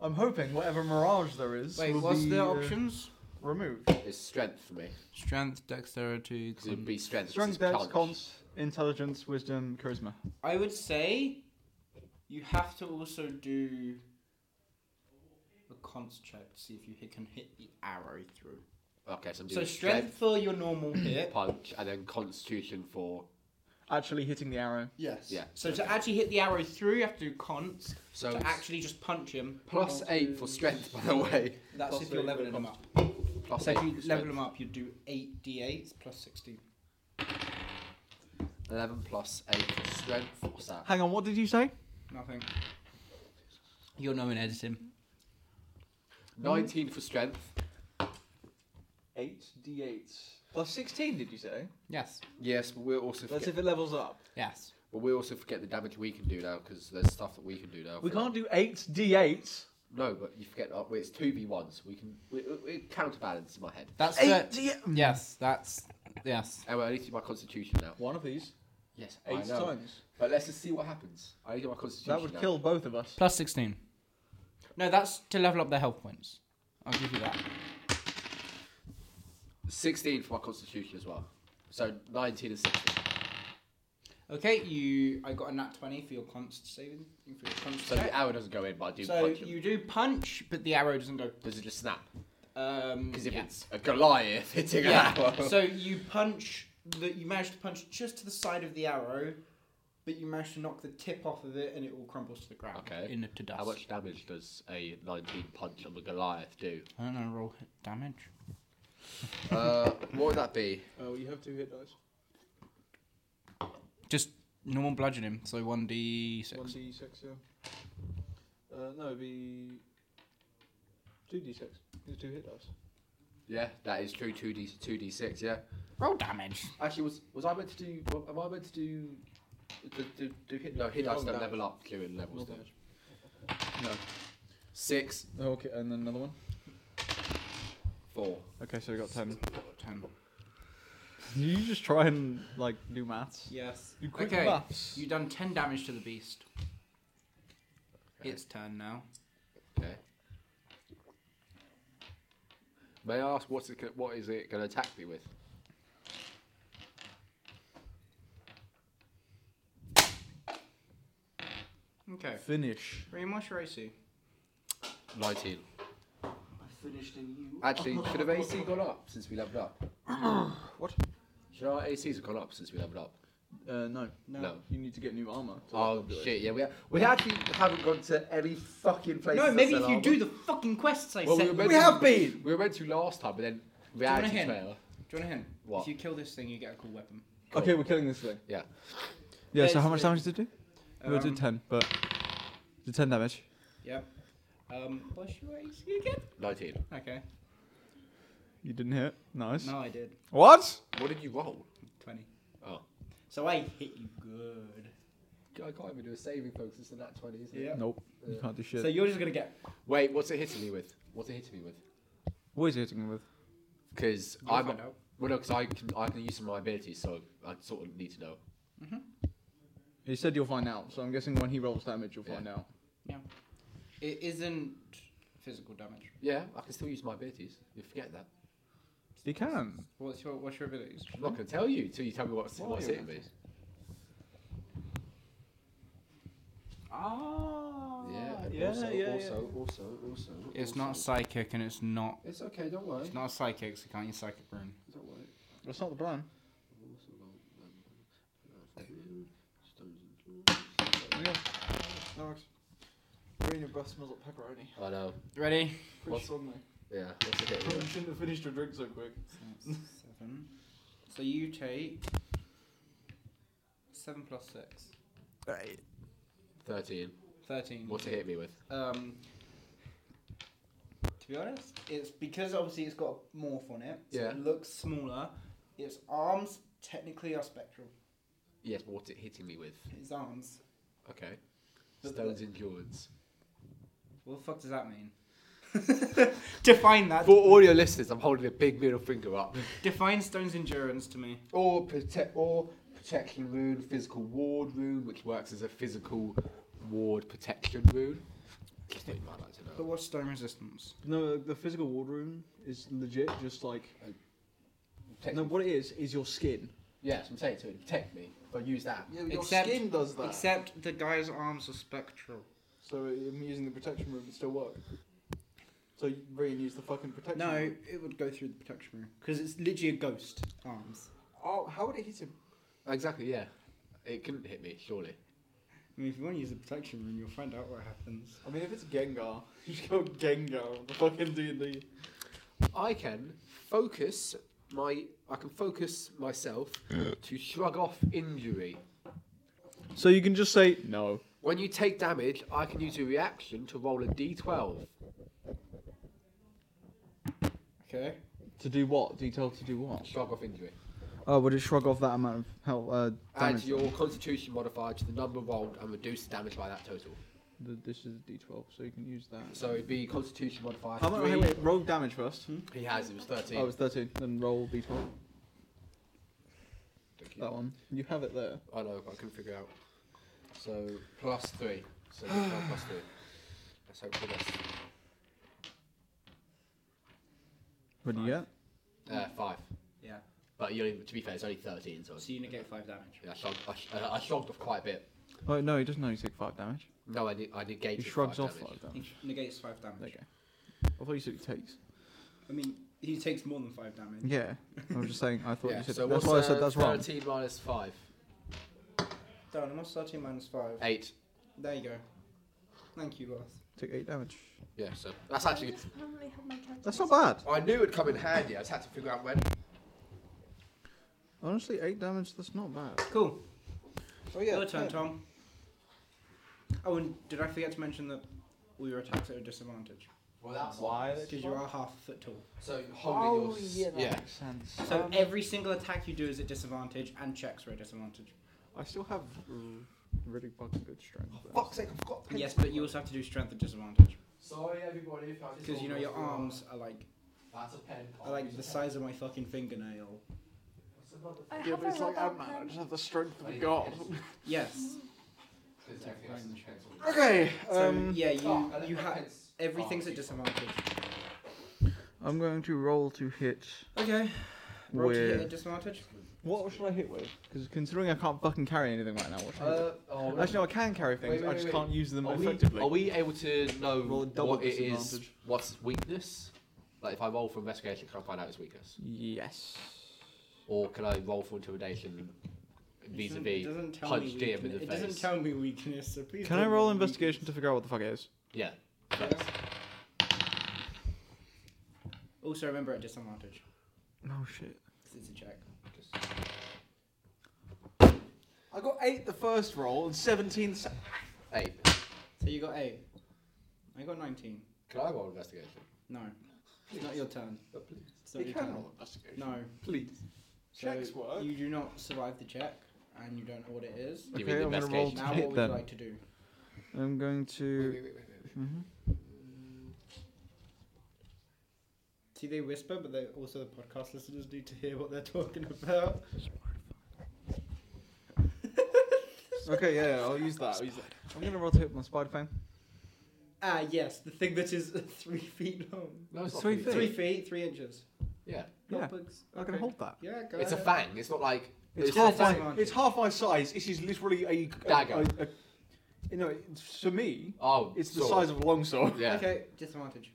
Speaker 6: I'm hoping whatever mirage there is.
Speaker 2: Wait,
Speaker 6: will
Speaker 2: what's
Speaker 6: be,
Speaker 2: the
Speaker 6: uh,
Speaker 2: options?
Speaker 6: Removed.
Speaker 1: It's strength for me.
Speaker 2: Strength, dexterity.
Speaker 1: Because it'd be strength.
Speaker 6: Strength,
Speaker 1: it's
Speaker 6: dex,
Speaker 1: punch.
Speaker 6: cons, intelligence, wisdom, charisma.
Speaker 2: I would say you have to also do a cons check to see if you hit, can hit the arrow through.
Speaker 1: Okay. So, I'm
Speaker 2: So
Speaker 1: doing
Speaker 2: strength for your normal hit.
Speaker 1: punch, and then constitution for.
Speaker 6: Actually hitting the arrow.
Speaker 7: Yes.
Speaker 1: Yeah.
Speaker 2: So to actually hit the arrow through, you have to do cons.
Speaker 1: So
Speaker 2: to
Speaker 1: it's
Speaker 2: actually just punch him,
Speaker 1: plus eight for strength, by the way.
Speaker 2: that's
Speaker 6: plus
Speaker 2: if you're
Speaker 6: eight
Speaker 2: leveling
Speaker 6: for
Speaker 2: him up.
Speaker 1: Plus
Speaker 2: So
Speaker 1: eight.
Speaker 2: if you
Speaker 1: for
Speaker 2: level
Speaker 1: strength.
Speaker 2: him up, you do eight d8s plus sixteen.
Speaker 1: Eleven plus eight for strength. What's that?
Speaker 6: Hang on, what did you say?
Speaker 2: Nothing. You're no one editing.
Speaker 6: mm-hmm.
Speaker 1: Nineteen for strength.
Speaker 6: Eight d8s plus sixteen. Did you say?
Speaker 2: Yes.
Speaker 1: Yes, but we're also
Speaker 6: That's
Speaker 1: forget,
Speaker 6: if it levels up.
Speaker 2: Yes.
Speaker 1: but we also forget the damage we can do now because there's stuff that we can do now.
Speaker 6: We
Speaker 1: for-
Speaker 6: can't do eight d8s.
Speaker 1: No, but you forget. Uh, well, it's two v ones. We can we, we it counterbalance in my head.
Speaker 2: That's
Speaker 6: Eight
Speaker 2: it.
Speaker 6: d.
Speaker 2: Yes, that's yes.
Speaker 1: Oh, well, I need to do my constitution now.
Speaker 6: One of these.
Speaker 1: Yes, I
Speaker 6: Eight
Speaker 1: know.
Speaker 6: times.
Speaker 1: But let's just see what happens. I need to do my constitution.
Speaker 6: That would
Speaker 1: now.
Speaker 6: kill both of us.
Speaker 2: Plus sixteen. No, that's to level up their health points. I'll give you that.
Speaker 1: Sixteen for my constitution as well. So nineteen and sixteen.
Speaker 2: Okay, you. I got a nat twenty for your const saving. For your const
Speaker 1: So
Speaker 2: check.
Speaker 1: the arrow doesn't go in, but I do
Speaker 2: so
Speaker 1: punch him.
Speaker 2: you do punch, but the arrow doesn't go.
Speaker 1: Does it just snap?
Speaker 2: Um,
Speaker 1: Because if
Speaker 2: yeah.
Speaker 1: it's a Goliath hitting
Speaker 2: Yeah.
Speaker 1: an arrow.
Speaker 2: So
Speaker 8: So you punch that you manage to punch just to the side of the arrow, but you manage to knock the tip off of it and it all crumbles to the ground.
Speaker 1: Okay.
Speaker 2: in to dust.
Speaker 1: How much damage does a 19 punch on the Goliath do?
Speaker 2: I don't know. Roll hit damage.
Speaker 1: Uh, what would that be?
Speaker 3: Oh, you have two hit dice.
Speaker 2: Just normal bludgeoning. So one d
Speaker 3: One
Speaker 2: six.
Speaker 3: d six, yeah. Uh, no, it'd be two d six. It's two hit dice.
Speaker 1: Yeah, that is true. 2d, 2d6, yeah.
Speaker 2: Roll damage.
Speaker 1: Actually, was was I meant to do? wa- Am I meant to do? Do, do, do hit, no, hit
Speaker 3: Yeah,
Speaker 1: dice
Speaker 3: roll
Speaker 1: don't
Speaker 3: damage.
Speaker 1: level up during levels.
Speaker 3: Roll
Speaker 1: do they? No. Six,
Speaker 6: Oh, Okay, and then another one.
Speaker 1: four.
Speaker 6: Okay, so we got ten.
Speaker 2: Ten.
Speaker 6: You just try and like do maths.
Speaker 8: Yes.
Speaker 6: You quick
Speaker 2: Okay.
Speaker 6: maths.
Speaker 2: You done ten damage to the beast.
Speaker 1: Okay.
Speaker 2: Its turn now.
Speaker 1: Okay. May I ask what's it, go- what is it going to attack me with?
Speaker 2: Okay.
Speaker 6: Finish.
Speaker 2: Remush or AC?
Speaker 1: 19.
Speaker 8: I finished in you.
Speaker 1: Actually, should have AC gone up since we leveled up?
Speaker 6: What?
Speaker 1: Should our ACs have gone up since we leveled up?
Speaker 6: Uh, no.
Speaker 8: No.
Speaker 1: No.
Speaker 6: You need to get new armor. to
Speaker 1: Oh
Speaker 6: do it.
Speaker 1: shit! Yeah, we ha- we actually haven't gone to any fucking place.
Speaker 2: No, maybe if you do the fucking quests I
Speaker 1: Well, we
Speaker 2: said.
Speaker 1: were
Speaker 2: you
Speaker 1: meant
Speaker 2: would.
Speaker 1: to-
Speaker 8: been.
Speaker 1: We were meant to last time, but then
Speaker 2: you want a
Speaker 1: reality
Speaker 2: hint?
Speaker 1: fail.
Speaker 2: Do you want a hint?
Speaker 1: What?
Speaker 2: If you kill this thing, you get a cool weapon.
Speaker 6: Okay, we're killing this thing.
Speaker 1: Yeah.
Speaker 6: Yeah.
Speaker 8: There's
Speaker 6: So how much
Speaker 8: the-
Speaker 6: damage did it do? we
Speaker 2: Um,
Speaker 6: did ten, but did ten damage.
Speaker 2: Yep. Um, what's your AC again?
Speaker 1: Nineteen.
Speaker 2: Okay.
Speaker 6: You didn't hit. Nice.
Speaker 8: No, I did.
Speaker 6: What?
Speaker 1: What did you roll?
Speaker 8: Twenty.
Speaker 1: Oh.
Speaker 8: So I hit you good.
Speaker 1: I can't even do a saving folks. It's in that twenty, isn't
Speaker 8: it? Yeah.
Speaker 6: Nope. You can't do shit.
Speaker 8: So you're just gonna get
Speaker 1: Wait, what's it hitting me with? What's it hitting me with?
Speaker 6: what is he hitting him with?
Speaker 1: Because
Speaker 2: You'll
Speaker 1: I'm
Speaker 2: find out.
Speaker 1: well, no, because I can I can use some of my abilities, so I sort of need to know.
Speaker 6: He said you'll find out. So I'm guessing when he rolls damage, you'll
Speaker 1: Yeah.
Speaker 6: find out.
Speaker 2: It isn't physical damage.
Speaker 1: Yeah, I can still use my abilities. You forget that.
Speaker 6: He can.
Speaker 2: What's your what's your abilities?
Speaker 1: I'm not going to tell you until you tell me what's,
Speaker 8: Why?
Speaker 1: what's hitting me.
Speaker 8: ah.
Speaker 1: Yeah. and
Speaker 8: Yeah.
Speaker 1: also,
Speaker 8: yeah,
Speaker 1: also, also, also,
Speaker 2: It's not psychic and it's not
Speaker 1: It's okay. Don't worry.
Speaker 2: it's not psychic, so you can't use psychic rune.
Speaker 1: Don't worry.
Speaker 6: That's not the plan.
Speaker 3: No worries. Brain of breath smells like pepperoni.
Speaker 1: I know.
Speaker 2: Ready?
Speaker 3: Pretty
Speaker 1: What's-
Speaker 3: strongly.
Speaker 1: Yeah. What's it hitting me
Speaker 3: Probably
Speaker 1: with?
Speaker 3: shouldn't have finished your drink so quick.
Speaker 2: Seven. So you take seven plus six.
Speaker 1: Thirteen.
Speaker 2: Thirteen.
Speaker 1: What's it hit me with?
Speaker 2: Um
Speaker 8: To be honest, it's because obviously it's got a morph on it. So
Speaker 1: Yeah.
Speaker 8: It looks smaller. Its arms technically are spectral.
Speaker 1: Yes, but what's it hitting me with?
Speaker 8: Its arms.
Speaker 1: Okay.
Speaker 8: But-
Speaker 1: Stone's endurance.
Speaker 8: What the fuck does that mean? Define that.
Speaker 1: For audio listeners, I'm holding a big middle finger up.
Speaker 2: define stone's endurance to me.
Speaker 1: Or protect, or protection rune, physical ward rune, which works as a physical ward protection rune. Just thought you might like to know.
Speaker 2: But what's stone resistance?
Speaker 6: No, the physical ward room is legit. Just like
Speaker 1: Protect-
Speaker 6: no, what it is is your skin.
Speaker 1: Yes, I'm saying to it, protect me. But use that.
Speaker 3: Yeah, but your
Speaker 2: Except-
Speaker 3: skin does that.
Speaker 2: Except the guy's arms are spectral.
Speaker 3: so I'm using the protection room, it still works. So Brain used the fucking protection
Speaker 8: No,
Speaker 3: room.
Speaker 8: it would go through the protection room because it's literally a ghost arms.
Speaker 3: Oh, how would it hit him?
Speaker 1: Exactly, yeah. It couldn't hit me, surely.
Speaker 8: I mean, if you want to use the protection room, you'll find out what happens.
Speaker 3: I mean, if it's Gengar, you just go Gengar on the fucking D&D.
Speaker 1: I can focus my I can focus myself to shrug off injury.
Speaker 6: So you can just say no.
Speaker 1: When you take damage, I can use a reaction to roll a d12.
Speaker 8: Okay.
Speaker 6: To do what? Detail to do what?
Speaker 1: Shrug off injury.
Speaker 6: Oh, would it shrug off that amount of health uh,
Speaker 1: Add
Speaker 6: damage?
Speaker 1: your constitution modifier to the number rolled and reduce the damage by that total.
Speaker 6: The, this is a D12, so you can use that.
Speaker 1: So it'd be constitution modifier
Speaker 6: How about, hey,
Speaker 1: 3.
Speaker 6: wait, roll damage first.
Speaker 3: Hmm?
Speaker 1: He has, it was 13.
Speaker 6: Oh, it's 13. Then roll D12.
Speaker 1: Thank you.
Speaker 6: That one. You have it there.
Speaker 1: I know, I couldn't figure out. So plus 3. So D12 plus 3. Let's hope for this.
Speaker 6: What do you get?
Speaker 1: Uh, 5.
Speaker 8: Yeah.
Speaker 1: But you only, to be fair, it's only 13, so,
Speaker 2: So you negate five damage.
Speaker 1: I, shrugged, I, sh- uh, I shrugged off quite a bit.
Speaker 6: Oh no, he doesn't know you take five damage.
Speaker 1: No, I, did, I negated
Speaker 6: He shrugs
Speaker 1: five
Speaker 6: off
Speaker 1: damage.
Speaker 6: five
Speaker 2: He
Speaker 6: damage.
Speaker 2: negates five damage.
Speaker 6: Okay. I thought you said he takes.
Speaker 2: I mean, he takes more than five damage.
Speaker 6: Yeah. I was just saying. I thought
Speaker 1: Yeah,
Speaker 6: you said.
Speaker 1: so what's
Speaker 6: that's why I said
Speaker 1: uh,
Speaker 6: that's wrong.
Speaker 1: 13 minus 5.
Speaker 2: Darren, what's 13 minus 5?
Speaker 1: 8.
Speaker 2: There you go. Thank you, Ross.
Speaker 6: Took eight damage.
Speaker 1: Yeah, so that's actually.
Speaker 4: just permanently have my calculator.
Speaker 6: That's not bad.
Speaker 1: I knew it'd come in handy, I just had to figure out when.
Speaker 6: Honestly, eight damage. That's not bad.
Speaker 2: Cool.
Speaker 3: Oh yeah.
Speaker 2: Your turn,
Speaker 3: ten.
Speaker 2: Tom. Oh, and did I forget to mention that all your attacks are at a disadvantage?
Speaker 1: Well, that's
Speaker 2: Because you are half a foot tall.
Speaker 1: So holding your. s- yeah.
Speaker 6: Makes sense.
Speaker 2: So
Speaker 3: Um,
Speaker 2: every single attack you do is at disadvantage, and checks are at disadvantage.
Speaker 6: I still have really fucking good strength.
Speaker 1: Fuck's sake, I've got.
Speaker 2: Yes, but you also have to do strength at disadvantage.
Speaker 1: Sorry, everybody, if I just.
Speaker 2: Because, you know, your arms are like
Speaker 1: That's a pen.
Speaker 2: are like the size of my fucking fingernail.
Speaker 4: I have a rubber pen.
Speaker 3: have the
Speaker 2: Oh
Speaker 3: strength
Speaker 1: of a
Speaker 3: god.
Speaker 1: god.
Speaker 2: Yes.
Speaker 3: Okay.
Speaker 2: So,
Speaker 3: Um,
Speaker 2: yeah, you, you have... Everything's at disadvantage.
Speaker 6: I'm going to roll to hit.
Speaker 2: Okay. Roll to hit
Speaker 6: With-
Speaker 2: at disadvantage.
Speaker 6: What should I hit with? Because considering I can't fucking carry anything right now, what should I hit?
Speaker 1: Uh, oh,
Speaker 6: Actually, no, I can carry things.
Speaker 1: wait,
Speaker 6: I just
Speaker 1: wait.
Speaker 6: can't use them
Speaker 1: are, we,
Speaker 6: effectively.
Speaker 1: are we able to know
Speaker 6: Roll a double
Speaker 1: what it is?
Speaker 6: disadvantage.
Speaker 1: What's weakness? Like, if I roll for investigation, can I find out its weakness?
Speaker 6: Yes.
Speaker 1: Or can I roll for intimidation vis a
Speaker 2: It
Speaker 1: vis?
Speaker 2: doesn't tell
Speaker 1: punch DM
Speaker 2: me
Speaker 1: in
Speaker 2: weakness-
Speaker 1: the
Speaker 2: It doesn't
Speaker 1: face.
Speaker 2: tell me weakness, so please
Speaker 6: Can
Speaker 2: don't
Speaker 6: I roll
Speaker 2: roll weakness.
Speaker 6: investigation to figure out what the fuck it is?
Speaker 1: Yeah.
Speaker 2: Also Oh, remember at disadvantage.
Speaker 6: Oh shit.
Speaker 2: 'cause It's a check.
Speaker 3: I got eight the first roll and seventeen. Se-
Speaker 1: Eight.
Speaker 2: So you got eight. I got nineteen.
Speaker 1: Can I roll investigation?
Speaker 2: No. It's not your turn.
Speaker 1: But Oh, please.
Speaker 2: It's not
Speaker 3: You
Speaker 2: your
Speaker 3: can
Speaker 2: turn.
Speaker 3: roll investigation.
Speaker 2: No.
Speaker 3: Please.
Speaker 2: So
Speaker 3: Checks work.
Speaker 2: You do not survive the check and you don't know what it is.
Speaker 1: Give
Speaker 6: Okay,
Speaker 1: me the
Speaker 6: I'm gonna roll
Speaker 1: investigation.
Speaker 6: to
Speaker 2: Now
Speaker 6: hit
Speaker 2: what would
Speaker 6: then.
Speaker 2: you like to do?
Speaker 6: I'm going to. Mhm.
Speaker 2: See they whisper, but they also the podcast listeners need to hear what they're talking about.
Speaker 6: Okay, yeah, yeah, I'll use that. I'll use that. I'm gonna roll to hit my spider fang.
Speaker 2: Ah yes, the thing that is three feet long.
Speaker 1: No, it's not
Speaker 6: Three
Speaker 1: really
Speaker 6: feet.
Speaker 2: Three feet, three inches.
Speaker 1: Yeah.
Speaker 6: Yeah,
Speaker 2: Not bugs.
Speaker 6: I can
Speaker 2: Okay.
Speaker 6: hold that.
Speaker 2: Yeah, go
Speaker 1: It's a
Speaker 2: ahead.
Speaker 1: fang. It's not like.
Speaker 3: It's,
Speaker 1: It's
Speaker 3: half
Speaker 2: a
Speaker 3: my.
Speaker 2: disadvantage.
Speaker 3: It's half my size. It is literally a
Speaker 1: Dagger.
Speaker 3: a- a- you know, it's- to me,
Speaker 1: Oh,
Speaker 3: it's the
Speaker 1: sword.
Speaker 3: size of a longsword.
Speaker 1: Yeah.
Speaker 2: Okay, disadvantage.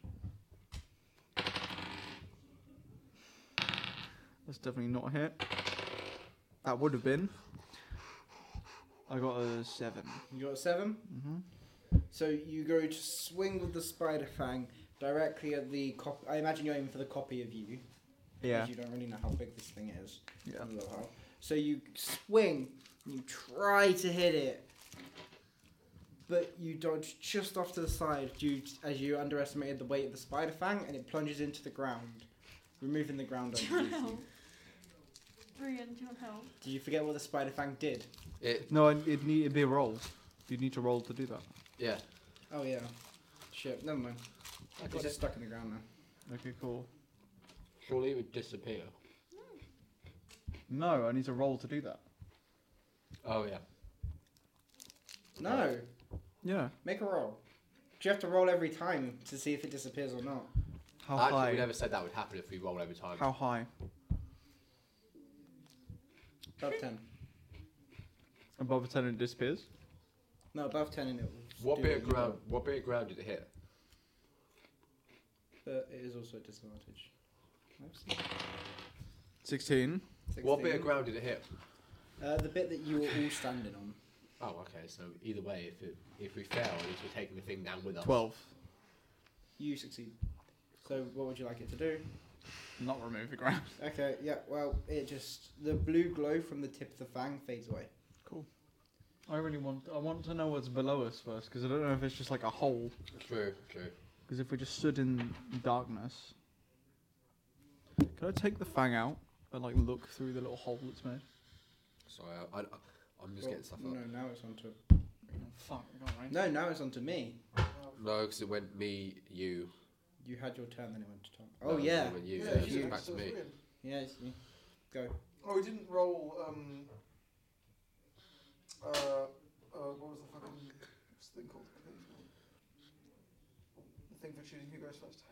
Speaker 6: That's definitely not a hit. That would have been. I got a seven.
Speaker 2: You got a seven?
Speaker 6: Mhm.
Speaker 2: So you go to swing with the spider fang directly at the copy. I imagine you're aiming for the copy of you. 'cause
Speaker 6: Yeah.
Speaker 2: You don't really know how big this thing is.
Speaker 6: Yeah.
Speaker 2: You don't know how. So you swing, you try to hit it, but you dodge just off to the side due t- as you underestimated the weight of the spider fang and it plunges into the ground, removing the ground
Speaker 4: Do you want
Speaker 2: underneath
Speaker 4: help?
Speaker 2: you.
Speaker 4: Brian, do you want help?
Speaker 2: Do you forget what the spider fang did?
Speaker 1: It,
Speaker 6: No, it- it'd need it'd be a roll. You'd need to roll to do that.
Speaker 1: yeah.
Speaker 2: Oh yeah. Shit, never mind.
Speaker 1: I got
Speaker 2: It's
Speaker 1: it.
Speaker 2: just stuck in the ground now.
Speaker 6: Okay, cool.
Speaker 1: Surely it would disappear.
Speaker 6: No, I need to roll to do that.
Speaker 1: Oh, yeah.
Speaker 2: No!
Speaker 6: Yeah.
Speaker 2: Make a roll. Do you have to roll every time to see if it disappears or not?
Speaker 6: How
Speaker 1: Actually,
Speaker 6: high?
Speaker 1: we never said that would happen if we rolled over time.
Speaker 6: How high?
Speaker 2: Above ten.
Speaker 6: Above a ten, it disappears.
Speaker 2: No, above ten, and it will.
Speaker 1: What
Speaker 2: do
Speaker 1: bit
Speaker 2: it
Speaker 1: of ground? What bit of ground did it hit?
Speaker 2: But it is also a disadvantage.
Speaker 6: Sixteen.
Speaker 1: What bit of
Speaker 2: 16.
Speaker 1: ground did it hit?
Speaker 2: Uh, the bit that you were all standing on.
Speaker 1: Oh, okay. So either way, if it, if we fail, at least we're taking the thing down with us.
Speaker 6: Twelve.
Speaker 2: You succeed. So what would you like it to do?
Speaker 6: Not remove the ground.
Speaker 2: Okay, yeah. Well, it just the blue glow from the tip of the fang fades away.
Speaker 6: I really want. I want to know what's below us first, because I don't know if it's just like a hole.
Speaker 1: True. True.
Speaker 6: Because if we just stood in darkness, can I take the fang out and like look through the little hole it's made?
Speaker 1: Sorry, I, I, I'm just
Speaker 2: Well,
Speaker 1: getting stuff up.
Speaker 2: No, now it's onto.
Speaker 6: Fuck.
Speaker 2: No, now it's onto me.
Speaker 1: No, because it went me, you.
Speaker 2: You had your turn, then it went to Tom.
Speaker 1: no,
Speaker 2: Oh
Speaker 1: it
Speaker 2: yeah.
Speaker 1: went you.
Speaker 2: Yeah,
Speaker 1: so it's
Speaker 2: you.
Speaker 1: back to me.
Speaker 2: Yeah, it's you. Go.
Speaker 3: Oh, we didn't roll. Um, uh, uh, what was the fucking what's the thing called? The thing for choosing who goes first.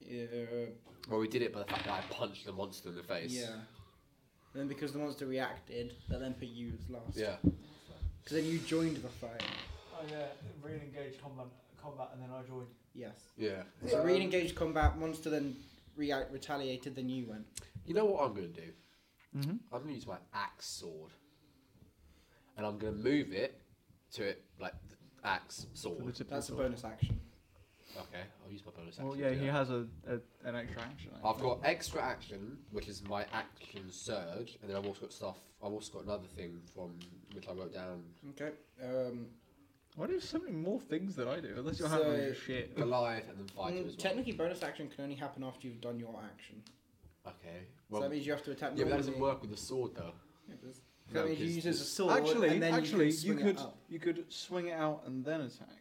Speaker 2: Yeah.
Speaker 1: Well, we did it by the fact that I punched the monster in the face.
Speaker 2: Yeah. And then because the monster reacted, they then put you as last.
Speaker 1: Yeah.
Speaker 2: Because then you joined the fight.
Speaker 9: Oh yeah, really engaged combat, combat, and then I joined.
Speaker 2: Yes.
Speaker 1: Yeah.
Speaker 2: So re-engaged combat, monster then react, retaliated, then you went.
Speaker 1: You know what I'm going to do?
Speaker 6: Mm-hmm.
Speaker 1: I'm going to use my axe sword. And I'm going to move it to it, like, the axe sword.
Speaker 2: That's a bonus action.
Speaker 1: Okay, I'll use my bonus action.
Speaker 6: Well, yeah,
Speaker 1: to do
Speaker 6: he
Speaker 1: that.
Speaker 6: has a, a an extra action. I
Speaker 1: I've
Speaker 6: think.
Speaker 1: got extra action, which is my action surge, and then I've also got stuff. I've also got another thing from which I wrote down.
Speaker 2: Okay. Um,
Speaker 6: Why do you have so many more things than I do? Unless you're having
Speaker 2: So-
Speaker 6: your shit.
Speaker 1: Goliath and then fighter as
Speaker 2: mm,
Speaker 1: well.
Speaker 2: technically, bonus action can only happen after you've done your action.
Speaker 1: Okay.
Speaker 2: so
Speaker 1: Well,
Speaker 2: that means you have to attack.
Speaker 1: yeah, but that doesn't
Speaker 2: normally.
Speaker 1: work with the sword though.
Speaker 2: Yeah, it does. So
Speaker 1: No,
Speaker 2: that means you
Speaker 1: 'cause
Speaker 2: use it as a
Speaker 1: it's-
Speaker 2: sword.
Speaker 6: Actually,
Speaker 2: and then
Speaker 6: actually,
Speaker 2: you,
Speaker 6: you
Speaker 2: can swing it
Speaker 6: could
Speaker 2: up.
Speaker 6: you could swing it out and then attack.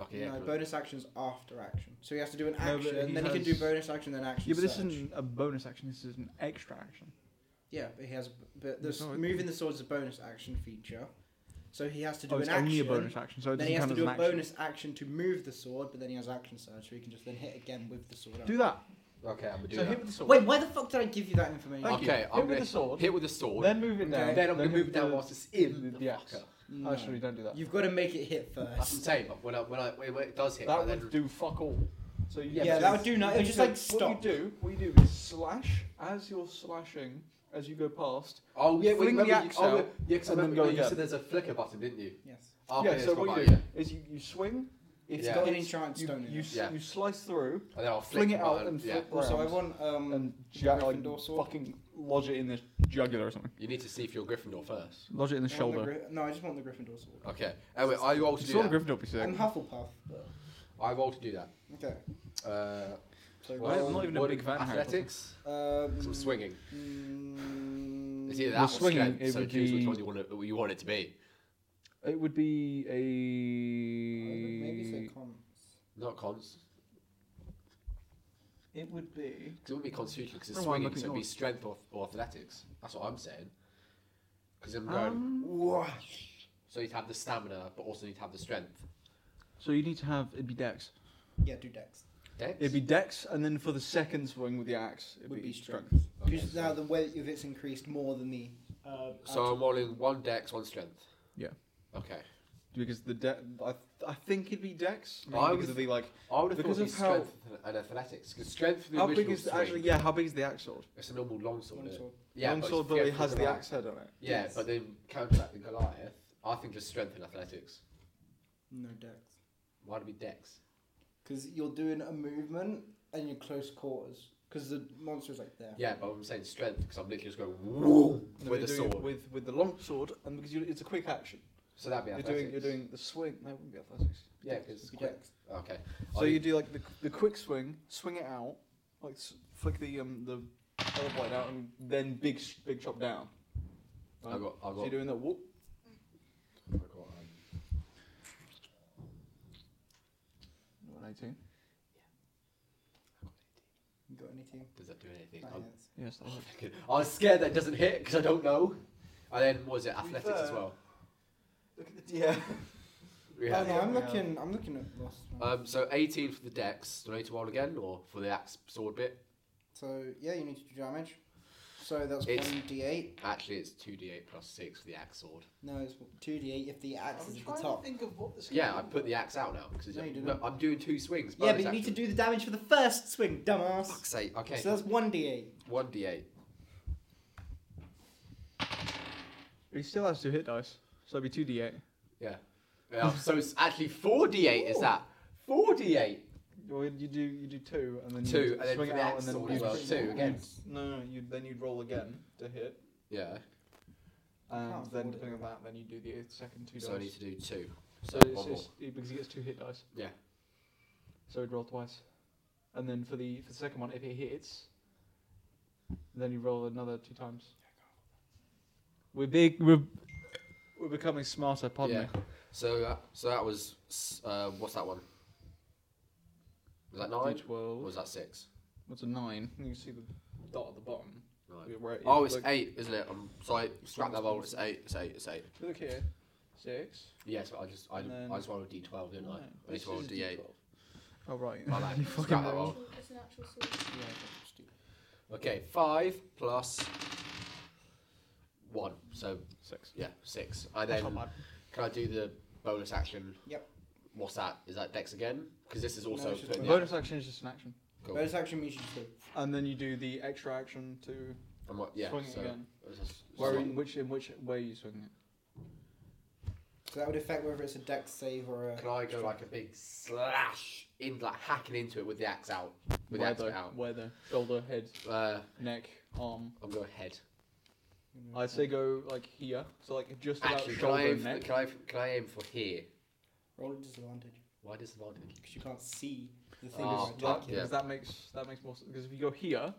Speaker 1: Okay. Yeah,
Speaker 2: no,
Speaker 1: but-
Speaker 2: bonus action's after action. So you have to do an
Speaker 6: No,
Speaker 2: action,
Speaker 6: but he
Speaker 2: then you can do
Speaker 6: has-
Speaker 2: bonus action, then action.
Speaker 6: Yeah, but this
Speaker 2: surge.
Speaker 6: isn't a bonus action. This is an extra action.
Speaker 2: Yeah, but he has. But the
Speaker 6: It's not-
Speaker 2: moving the sword is a bonus action feature, so he has to do
Speaker 6: Oh,
Speaker 2: an
Speaker 6: it's
Speaker 2: action.
Speaker 6: only a bonus action, so it
Speaker 2: Then
Speaker 6: doesn't
Speaker 2: he has
Speaker 6: count
Speaker 2: to
Speaker 6: as
Speaker 2: do
Speaker 6: an
Speaker 2: a
Speaker 6: action.
Speaker 2: bonus action to move the sword, but then he has action surge, so he can just then hit again with the sword. up.
Speaker 6: Do that.
Speaker 1: okay, I'm gonna do
Speaker 6: so
Speaker 1: that.
Speaker 6: hit with the sword.
Speaker 2: Wait, why the fuck did I give you that information?
Speaker 6: Thank you.
Speaker 1: okay,
Speaker 6: Hit
Speaker 1: I'm
Speaker 6: with
Speaker 1: gonna
Speaker 6: the sword.
Speaker 1: Hit with the sword.
Speaker 6: Then move it down.
Speaker 1: then, I'm gonna
Speaker 6: hit
Speaker 1: move it
Speaker 6: with
Speaker 1: down
Speaker 6: the-
Speaker 1: whilst it's in the,
Speaker 6: the axe.
Speaker 1: fucker.
Speaker 2: No.
Speaker 6: Actually, don't do that.
Speaker 2: You've got to make it hit
Speaker 1: That's
Speaker 2: first.
Speaker 1: insane. But when I when I when it does hit, I
Speaker 6: That
Speaker 1: then-
Speaker 6: would do fuck all. So you
Speaker 2: Yeah,
Speaker 6: just-
Speaker 2: that would do nothing. It would just like
Speaker 6: So What
Speaker 2: stop.
Speaker 6: you do, what you do is slash as you're slashing as you go past.
Speaker 1: Oh yeah, wait,
Speaker 6: Fling the
Speaker 1: remember you,
Speaker 6: axe
Speaker 1: oh,
Speaker 6: out
Speaker 1: yeah, because I
Speaker 6: and then
Speaker 1: remember
Speaker 6: go
Speaker 1: you
Speaker 6: again.
Speaker 1: said there's a flicker button, didn't you?
Speaker 2: Yes.
Speaker 1: Oh,
Speaker 6: yeah,
Speaker 1: okay,
Speaker 6: so
Speaker 1: it's got
Speaker 6: what you
Speaker 1: that,
Speaker 6: do is you, you swing.
Speaker 2: It's
Speaker 1: Yeah.
Speaker 2: got an enchanted
Speaker 6: You,
Speaker 2: stone in
Speaker 6: you,
Speaker 2: it.
Speaker 6: s-
Speaker 1: Yeah.
Speaker 6: you slice through
Speaker 1: And then I'll
Speaker 6: Fling
Speaker 1: flick
Speaker 6: it out
Speaker 1: button,
Speaker 6: and
Speaker 1: yeah.
Speaker 6: flip
Speaker 2: Also, I
Speaker 6: round.
Speaker 2: want um.
Speaker 6: and ja- like,
Speaker 2: Gryffindor sword?
Speaker 6: fucking lodge it in the jugular or something.
Speaker 1: You need to see if you're Gryffindor first.
Speaker 6: Lodge it in the
Speaker 2: I want the
Speaker 6: shoulder.
Speaker 2: Gry- no, I just want the Gryffindor sword.
Speaker 1: Okay. Anyway, I roll to
Speaker 6: You
Speaker 1: do
Speaker 6: saw the
Speaker 1: that.
Speaker 6: Gryffindor be sick.
Speaker 2: I'm Hufflepuff. But...
Speaker 1: I roll to do that.
Speaker 2: Okay.
Speaker 1: Uh,
Speaker 2: So
Speaker 6: Well,
Speaker 1: roll-
Speaker 6: I'm not even a
Speaker 1: what-
Speaker 6: big fan of Harry
Speaker 1: Athletics.
Speaker 2: Um,
Speaker 1: Some swinging.
Speaker 2: Mm,
Speaker 1: It's either
Speaker 6: Well,
Speaker 1: that or
Speaker 6: swinging,
Speaker 1: strength.
Speaker 6: it
Speaker 1: So
Speaker 6: would
Speaker 1: choose which
Speaker 6: be-
Speaker 1: one you want it, you want it to be.
Speaker 6: It would be
Speaker 2: I would Maybe say
Speaker 6: a.
Speaker 2: cons.
Speaker 1: Not cons.
Speaker 6: It would be.
Speaker 1: 'Cause it wouldn't be constitution because it's
Speaker 6: Oh, I'm
Speaker 1: swinging,
Speaker 6: looking
Speaker 1: so it'd be
Speaker 6: yours.
Speaker 1: strength or, or athletics. That's what I'm saying. Because I'm going.
Speaker 6: Um,
Speaker 1: so you'd have the stamina, but also you'd have the strength.
Speaker 6: so you need to have it'd be Dex.
Speaker 2: Yeah, do dex.
Speaker 1: Dex?
Speaker 6: It'd be Dex, and then for the second swing with the axe, it'd
Speaker 2: Would
Speaker 6: be
Speaker 2: be
Speaker 6: strength.
Speaker 2: strength.
Speaker 1: Okay,
Speaker 2: Because
Speaker 1: so-
Speaker 2: now the weight of it's increased more than the.
Speaker 9: Uh,
Speaker 1: So I'm rolling one dex, one strength.
Speaker 6: Yeah.
Speaker 1: Okay.
Speaker 6: Because the de- I, I think it'd be Dex. maybe
Speaker 1: I
Speaker 6: because
Speaker 1: was-
Speaker 6: of the like.
Speaker 1: I would have
Speaker 6: Because
Speaker 1: thought
Speaker 6: of
Speaker 1: it'd be
Speaker 6: how-
Speaker 1: strength and athletics. Because strength for the
Speaker 6: How
Speaker 1: original
Speaker 6: big is the,
Speaker 1: swing,
Speaker 6: actually? Yeah, how big is the axe sword?
Speaker 1: It's a normal longsword. isn't it?
Speaker 2: Longsword.
Speaker 1: Yeah,
Speaker 6: Long
Speaker 1: but
Speaker 6: sword,
Speaker 1: it's-
Speaker 6: but
Speaker 1: yeah,
Speaker 6: it has the
Speaker 1: Goliath.
Speaker 6: axe head on it.
Speaker 1: Yeah,
Speaker 2: Yes.
Speaker 1: but then counteract the Goliath. I think just strength and athletics.
Speaker 2: No dex.
Speaker 1: Why'd it be dex?
Speaker 2: Because you're doing a movement and you're close quarters. Because the monster is like there.
Speaker 1: Yeah, but I'm saying strength because I'm literally just going woo
Speaker 6: No,
Speaker 1: with
Speaker 6: you're
Speaker 1: the
Speaker 6: doing it
Speaker 1: sword.
Speaker 6: With with the long sword, and because you, it's a quick action,
Speaker 1: So that'd be
Speaker 6: you're
Speaker 1: athletics.
Speaker 6: doing you're doing the swing. No, it wouldn't be athletics.
Speaker 1: Yeah, because
Speaker 2: It'd be dex.
Speaker 1: okay.
Speaker 6: So you do like the, the quick swing, swing it out, like s- flick the um the other blade out, and then big sh- big chop down.
Speaker 1: I got. I
Speaker 6: So
Speaker 1: got.
Speaker 6: you're doing that. Whoop.
Speaker 1: I got um,
Speaker 6: You got an 18.
Speaker 2: You got anything?
Speaker 1: does that do anything?
Speaker 2: That
Speaker 1: I'm-
Speaker 2: hits.
Speaker 6: Yes.
Speaker 1: oh, thank God. I was scared that it doesn't hit because I don't know. And then what was it athletics as
Speaker 9: fair-
Speaker 1: well?
Speaker 9: look at the yeah.
Speaker 1: Yeah.
Speaker 2: Oh, no, I'm
Speaker 9: Yeah.
Speaker 2: looking. I'm looking at lost.
Speaker 1: Um, so 18 for the dex. Do I need to roll again or for the axe sword bit?
Speaker 2: so yeah, you need to do damage. So that's
Speaker 1: It's-
Speaker 2: one d8.
Speaker 1: Actually, it's 2d8 plus 6 for the axe sword.
Speaker 2: No, it's two d8 if the axe
Speaker 9: I'm
Speaker 2: is at
Speaker 9: trying
Speaker 2: the
Speaker 9: to
Speaker 2: top.
Speaker 9: think of what this.
Speaker 1: Yeah, I put the axe out now because
Speaker 2: No, you didn't.
Speaker 1: I'm doing two swings.
Speaker 2: Yeah, but
Speaker 1: bonus
Speaker 2: you need to
Speaker 1: action.
Speaker 2: do the damage for the first swing, dumbass.
Speaker 1: Fuck's sake. Okay,
Speaker 2: So that's one d8.
Speaker 1: one d8.
Speaker 6: He still has two hit dice, so it'd be two d8.
Speaker 1: Yeah, so it's actually 4d8 is that? 4d8.
Speaker 6: Well, you do you do two, and then
Speaker 1: Two,
Speaker 6: you
Speaker 1: and then
Speaker 6: swing
Speaker 1: for
Speaker 6: it
Speaker 1: the
Speaker 6: out,
Speaker 1: axe
Speaker 6: and then
Speaker 1: sword
Speaker 6: you
Speaker 1: as well,
Speaker 6: just-
Speaker 1: two again.
Speaker 6: No, no, you then you'd roll again to hit,
Speaker 1: Yeah,
Speaker 2: can't
Speaker 6: and then
Speaker 2: afford it.
Speaker 6: depending on that, then you do the second two
Speaker 1: so I
Speaker 6: dice.
Speaker 1: need to do two.
Speaker 6: So
Speaker 1: One
Speaker 6: it's,
Speaker 1: more.
Speaker 6: it's, it, because he gets two hit dice.
Speaker 1: Yeah.
Speaker 6: So he'd roll twice, and then for the for the second one, if it hits, then you roll another two times. We're big. We're we're becoming smarter. Pardon
Speaker 1: yeah.
Speaker 6: me.
Speaker 1: So, that, so that was. s- Uh, what's that one? Was that 9? Or
Speaker 6: D12.
Speaker 1: was that 6?
Speaker 6: What's a nine? You see the dot at the bottom.
Speaker 1: Right.
Speaker 6: Where it is.
Speaker 1: Oh, it's
Speaker 6: Look-
Speaker 1: 8, isn't it? I'm sorry, scrap that roll. It's 8, it's 8, it's 8.
Speaker 6: Look here. Six.
Speaker 1: Yes, but I just I,
Speaker 6: And then-
Speaker 1: I just rolled a d12, didn't I?
Speaker 6: Nine.
Speaker 1: I
Speaker 6: This
Speaker 1: just rolled a
Speaker 6: is
Speaker 1: d8.
Speaker 6: Oh right.
Speaker 1: My bad.
Speaker 6: You
Speaker 1: Scrap
Speaker 6: fucking
Speaker 1: that
Speaker 6: rolled.
Speaker 1: roll.
Speaker 4: It's an actual sword.
Speaker 2: Yeah, that's stupid.
Speaker 1: Okay, five plus one, so
Speaker 10: Six.
Speaker 1: yeah, six. I then can I do the bonus action?
Speaker 2: Yep.
Speaker 1: What's that? Is that Dex again? Because this is also
Speaker 2: it's just
Speaker 1: put-
Speaker 2: bonus.
Speaker 1: yeah,
Speaker 6: Bonus action is just an action,
Speaker 1: cool.
Speaker 2: Bonus action means you just go.
Speaker 6: and then you do the extra action to
Speaker 1: I'm like, yeah,
Speaker 6: swing
Speaker 1: so
Speaker 6: it again.
Speaker 1: it's just-
Speaker 6: Where,
Speaker 1: so-
Speaker 6: in which in which way are you swinging it?
Speaker 2: So that would affect whether it's a dex save or a.
Speaker 1: Can I go like a big slash in, like hacking into it with the axe out? With the
Speaker 6: where
Speaker 1: axe
Speaker 6: though?
Speaker 1: bit out.
Speaker 6: Where though? Shoulder, head,
Speaker 1: Uh,
Speaker 6: neck, arm.
Speaker 1: I'm going head.
Speaker 6: I say go like here, so like just about
Speaker 1: Actually, can I,
Speaker 6: shoulder,
Speaker 1: aim for,
Speaker 6: neck.
Speaker 1: can, I, can I aim for here?
Speaker 2: Roll a disadvantage
Speaker 1: Why disadvantage?
Speaker 2: because you can't see the thing
Speaker 1: Oh,
Speaker 2: you're
Speaker 6: Ah, That,
Speaker 2: attacking.
Speaker 1: yeah.
Speaker 6: Because that makes that makes more sense. Because if you go here,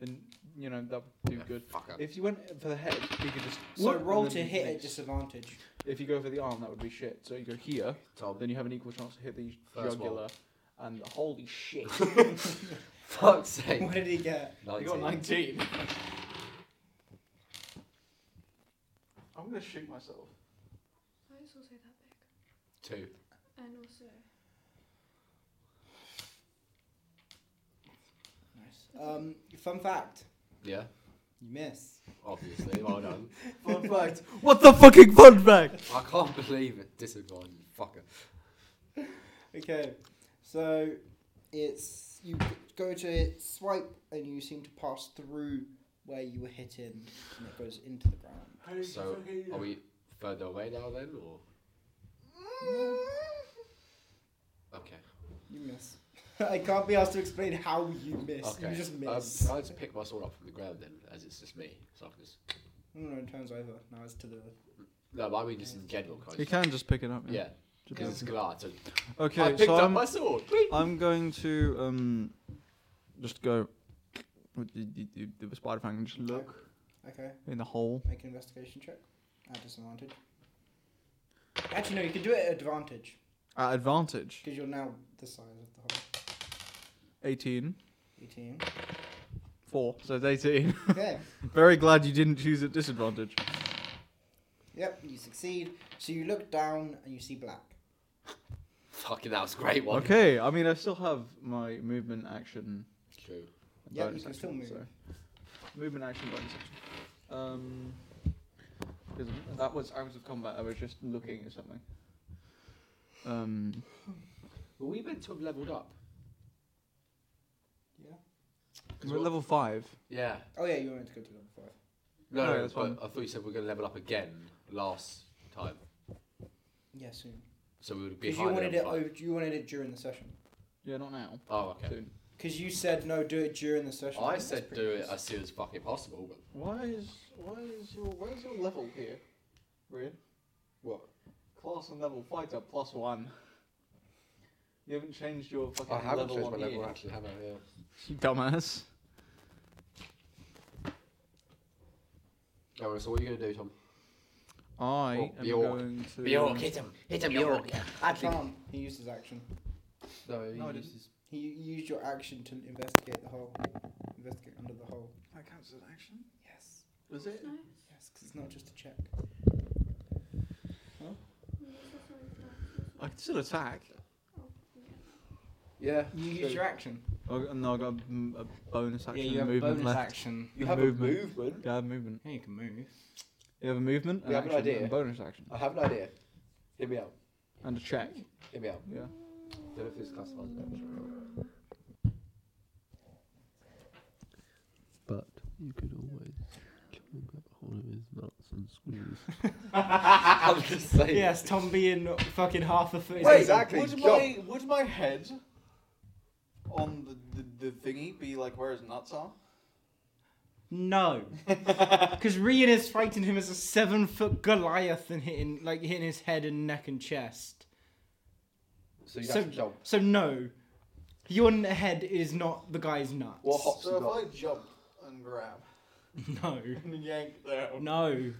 Speaker 6: then you know that would do
Speaker 1: Yeah,
Speaker 6: good.
Speaker 1: Fuck up.
Speaker 6: If you went for the head, you could just
Speaker 2: So
Speaker 6: whoop,
Speaker 2: roll
Speaker 6: and
Speaker 2: to
Speaker 6: then
Speaker 2: hit at
Speaker 6: miss.
Speaker 2: disadvantage.
Speaker 6: If you go for the arm, that would be shit. So you go here,
Speaker 1: Tom.
Speaker 6: then you have an equal chance to hit the
Speaker 1: First one.
Speaker 6: jugular. And holy shit,
Speaker 1: Fuck's sake.
Speaker 2: What did he get?
Speaker 6: you got
Speaker 1: 19.
Speaker 6: 19.
Speaker 3: I'm gonna shoot myself.
Speaker 4: Why is also that big?
Speaker 1: Two.
Speaker 4: And also,
Speaker 2: Um, fun fact.
Speaker 1: Yeah,
Speaker 2: You miss.
Speaker 1: obviously. Well done.
Speaker 3: Fun fact.
Speaker 6: what the fucking fun fact?
Speaker 1: I can't believe it. Disadvantage. Fucker.
Speaker 2: Okay, so it's you go to it, swipe, and you seem to pass through where you were hitting, and it goes into the ground.
Speaker 1: So, are we further away now then, or? Okay.
Speaker 2: You miss. I can't be asked to explain how you miss.
Speaker 1: Okay.
Speaker 2: You just
Speaker 1: Um,
Speaker 2: miss.
Speaker 1: can I just pick my sword up from the ground then, as it's just me? So I can just.
Speaker 2: no, no, it turns over. Now it's to the.
Speaker 1: No, but I mean just in general. Can I
Speaker 6: You
Speaker 1: just,
Speaker 6: can just pick it up.
Speaker 1: yeah, because
Speaker 6: Just-
Speaker 1: it's glad. So
Speaker 6: Okay,
Speaker 1: I picked
Speaker 6: so
Speaker 1: up
Speaker 6: I'm,
Speaker 1: my sword.
Speaker 6: I'm going to um, just go with the, the, the, the spider fang and just look
Speaker 2: Okay,
Speaker 6: in the hole.
Speaker 2: make an investigation check. At disadvantage. Actually, no, you can do it at advantage
Speaker 6: At advantage,
Speaker 2: because you're now the size of the E hole.
Speaker 6: 18.
Speaker 2: 18.
Speaker 6: 4. So it's 18.
Speaker 2: Okay.
Speaker 6: Very glad you didn't choose at disadvantage.
Speaker 2: yep, you succeed. So you look down and you see black.
Speaker 1: Fucking, that was a great one.
Speaker 6: Okay, I mean, I still have my movement action.
Speaker 1: True.
Speaker 6: and
Speaker 2: Yeah, you
Speaker 6: bonus
Speaker 2: can still
Speaker 6: action,
Speaker 2: move.
Speaker 6: so. Movement action, bonus action. Um, 'cause that was hours of combat. I was just looking at something. Um,
Speaker 1: Were we meant to have leveled up?
Speaker 2: Yeah.
Speaker 1: 'Cause
Speaker 6: we're at
Speaker 1: what-
Speaker 6: level 5.
Speaker 1: Yeah.
Speaker 2: Oh yeah, you wanted to go to level five.
Speaker 1: No,
Speaker 6: No,
Speaker 1: no,
Speaker 6: that's
Speaker 1: but I thought you said we are going to level up again last time,
Speaker 2: Yeah, soon.
Speaker 1: so we would be.
Speaker 2: Because you
Speaker 1: higher
Speaker 2: wanted it.
Speaker 1: level
Speaker 2: Over, you wanted it during the session.
Speaker 6: Yeah, not now.
Speaker 1: five. Oh, okay.
Speaker 6: Soon.
Speaker 2: Because you said no, do it during the session.
Speaker 1: I
Speaker 2: That's
Speaker 1: said
Speaker 2: pretty
Speaker 1: do
Speaker 2: nice.
Speaker 1: it as soon as fucking possible, but
Speaker 6: Why is why is your where is your level here? Rian?
Speaker 1: What?
Speaker 6: Class and level fighter plus one. You haven't changed your fucking
Speaker 1: I haven't
Speaker 6: level
Speaker 1: changed my
Speaker 6: on
Speaker 1: level
Speaker 6: here.
Speaker 1: actually, have I? Yeah.
Speaker 6: You dumbass.
Speaker 1: Alright, so what are you gonna do, Tom?
Speaker 6: I
Speaker 1: Oh,
Speaker 6: am
Speaker 1: Bjork.
Speaker 6: going to.
Speaker 1: him, hit him, Bjork.
Speaker 2: He can't. He used his action.
Speaker 1: No,
Speaker 6: No, I
Speaker 1: you-
Speaker 6: didn't.
Speaker 2: He you used your action to investigate the hole. Investigate under the hole.
Speaker 6: That counts as action.
Speaker 2: Yes.
Speaker 6: Was it?
Speaker 4: no?
Speaker 2: Yes, because it's not just a check.
Speaker 4: No, it's not sorry, no, it's not
Speaker 6: I can still attack.
Speaker 1: yeah.
Speaker 2: You used your action.
Speaker 6: Oh, no, I got a, m- a bonus action.
Speaker 2: yeah, you have
Speaker 6: movement
Speaker 2: bonus
Speaker 6: left.
Speaker 2: action.
Speaker 1: You
Speaker 6: And
Speaker 1: have
Speaker 6: movement.
Speaker 1: a movement.
Speaker 6: Yeah, I have movement.
Speaker 2: Yeah, you can move.
Speaker 6: You have a movement.
Speaker 1: We have an
Speaker 6: action,
Speaker 1: idea.
Speaker 6: and a bonus action.
Speaker 1: I have an idea. Hit me out.
Speaker 6: And a check.
Speaker 1: Hit me out.
Speaker 6: Yeah.
Speaker 1: Don't know if it's classified as an action.
Speaker 11: But you could always try and grab hold of his nuts and squeeze.
Speaker 1: I'm just saying.
Speaker 2: Yes, Tom being fucking half a foot.
Speaker 3: Wait,
Speaker 1: Exactly,
Speaker 3: Would
Speaker 1: go.
Speaker 3: my would my head on the, the, the thingy be like where his nuts are?
Speaker 12: No, because Rian is fighting him as a seven foot Goliath and hitting like hitting his head and neck and chest.
Speaker 1: So you
Speaker 12: So-
Speaker 1: have to jump.
Speaker 12: So no, your n- head is not the guy's nuts.
Speaker 1: What hops
Speaker 3: So
Speaker 1: you
Speaker 3: if
Speaker 1: got?
Speaker 3: I jump and grab
Speaker 12: No,
Speaker 3: and yank down.
Speaker 12: no,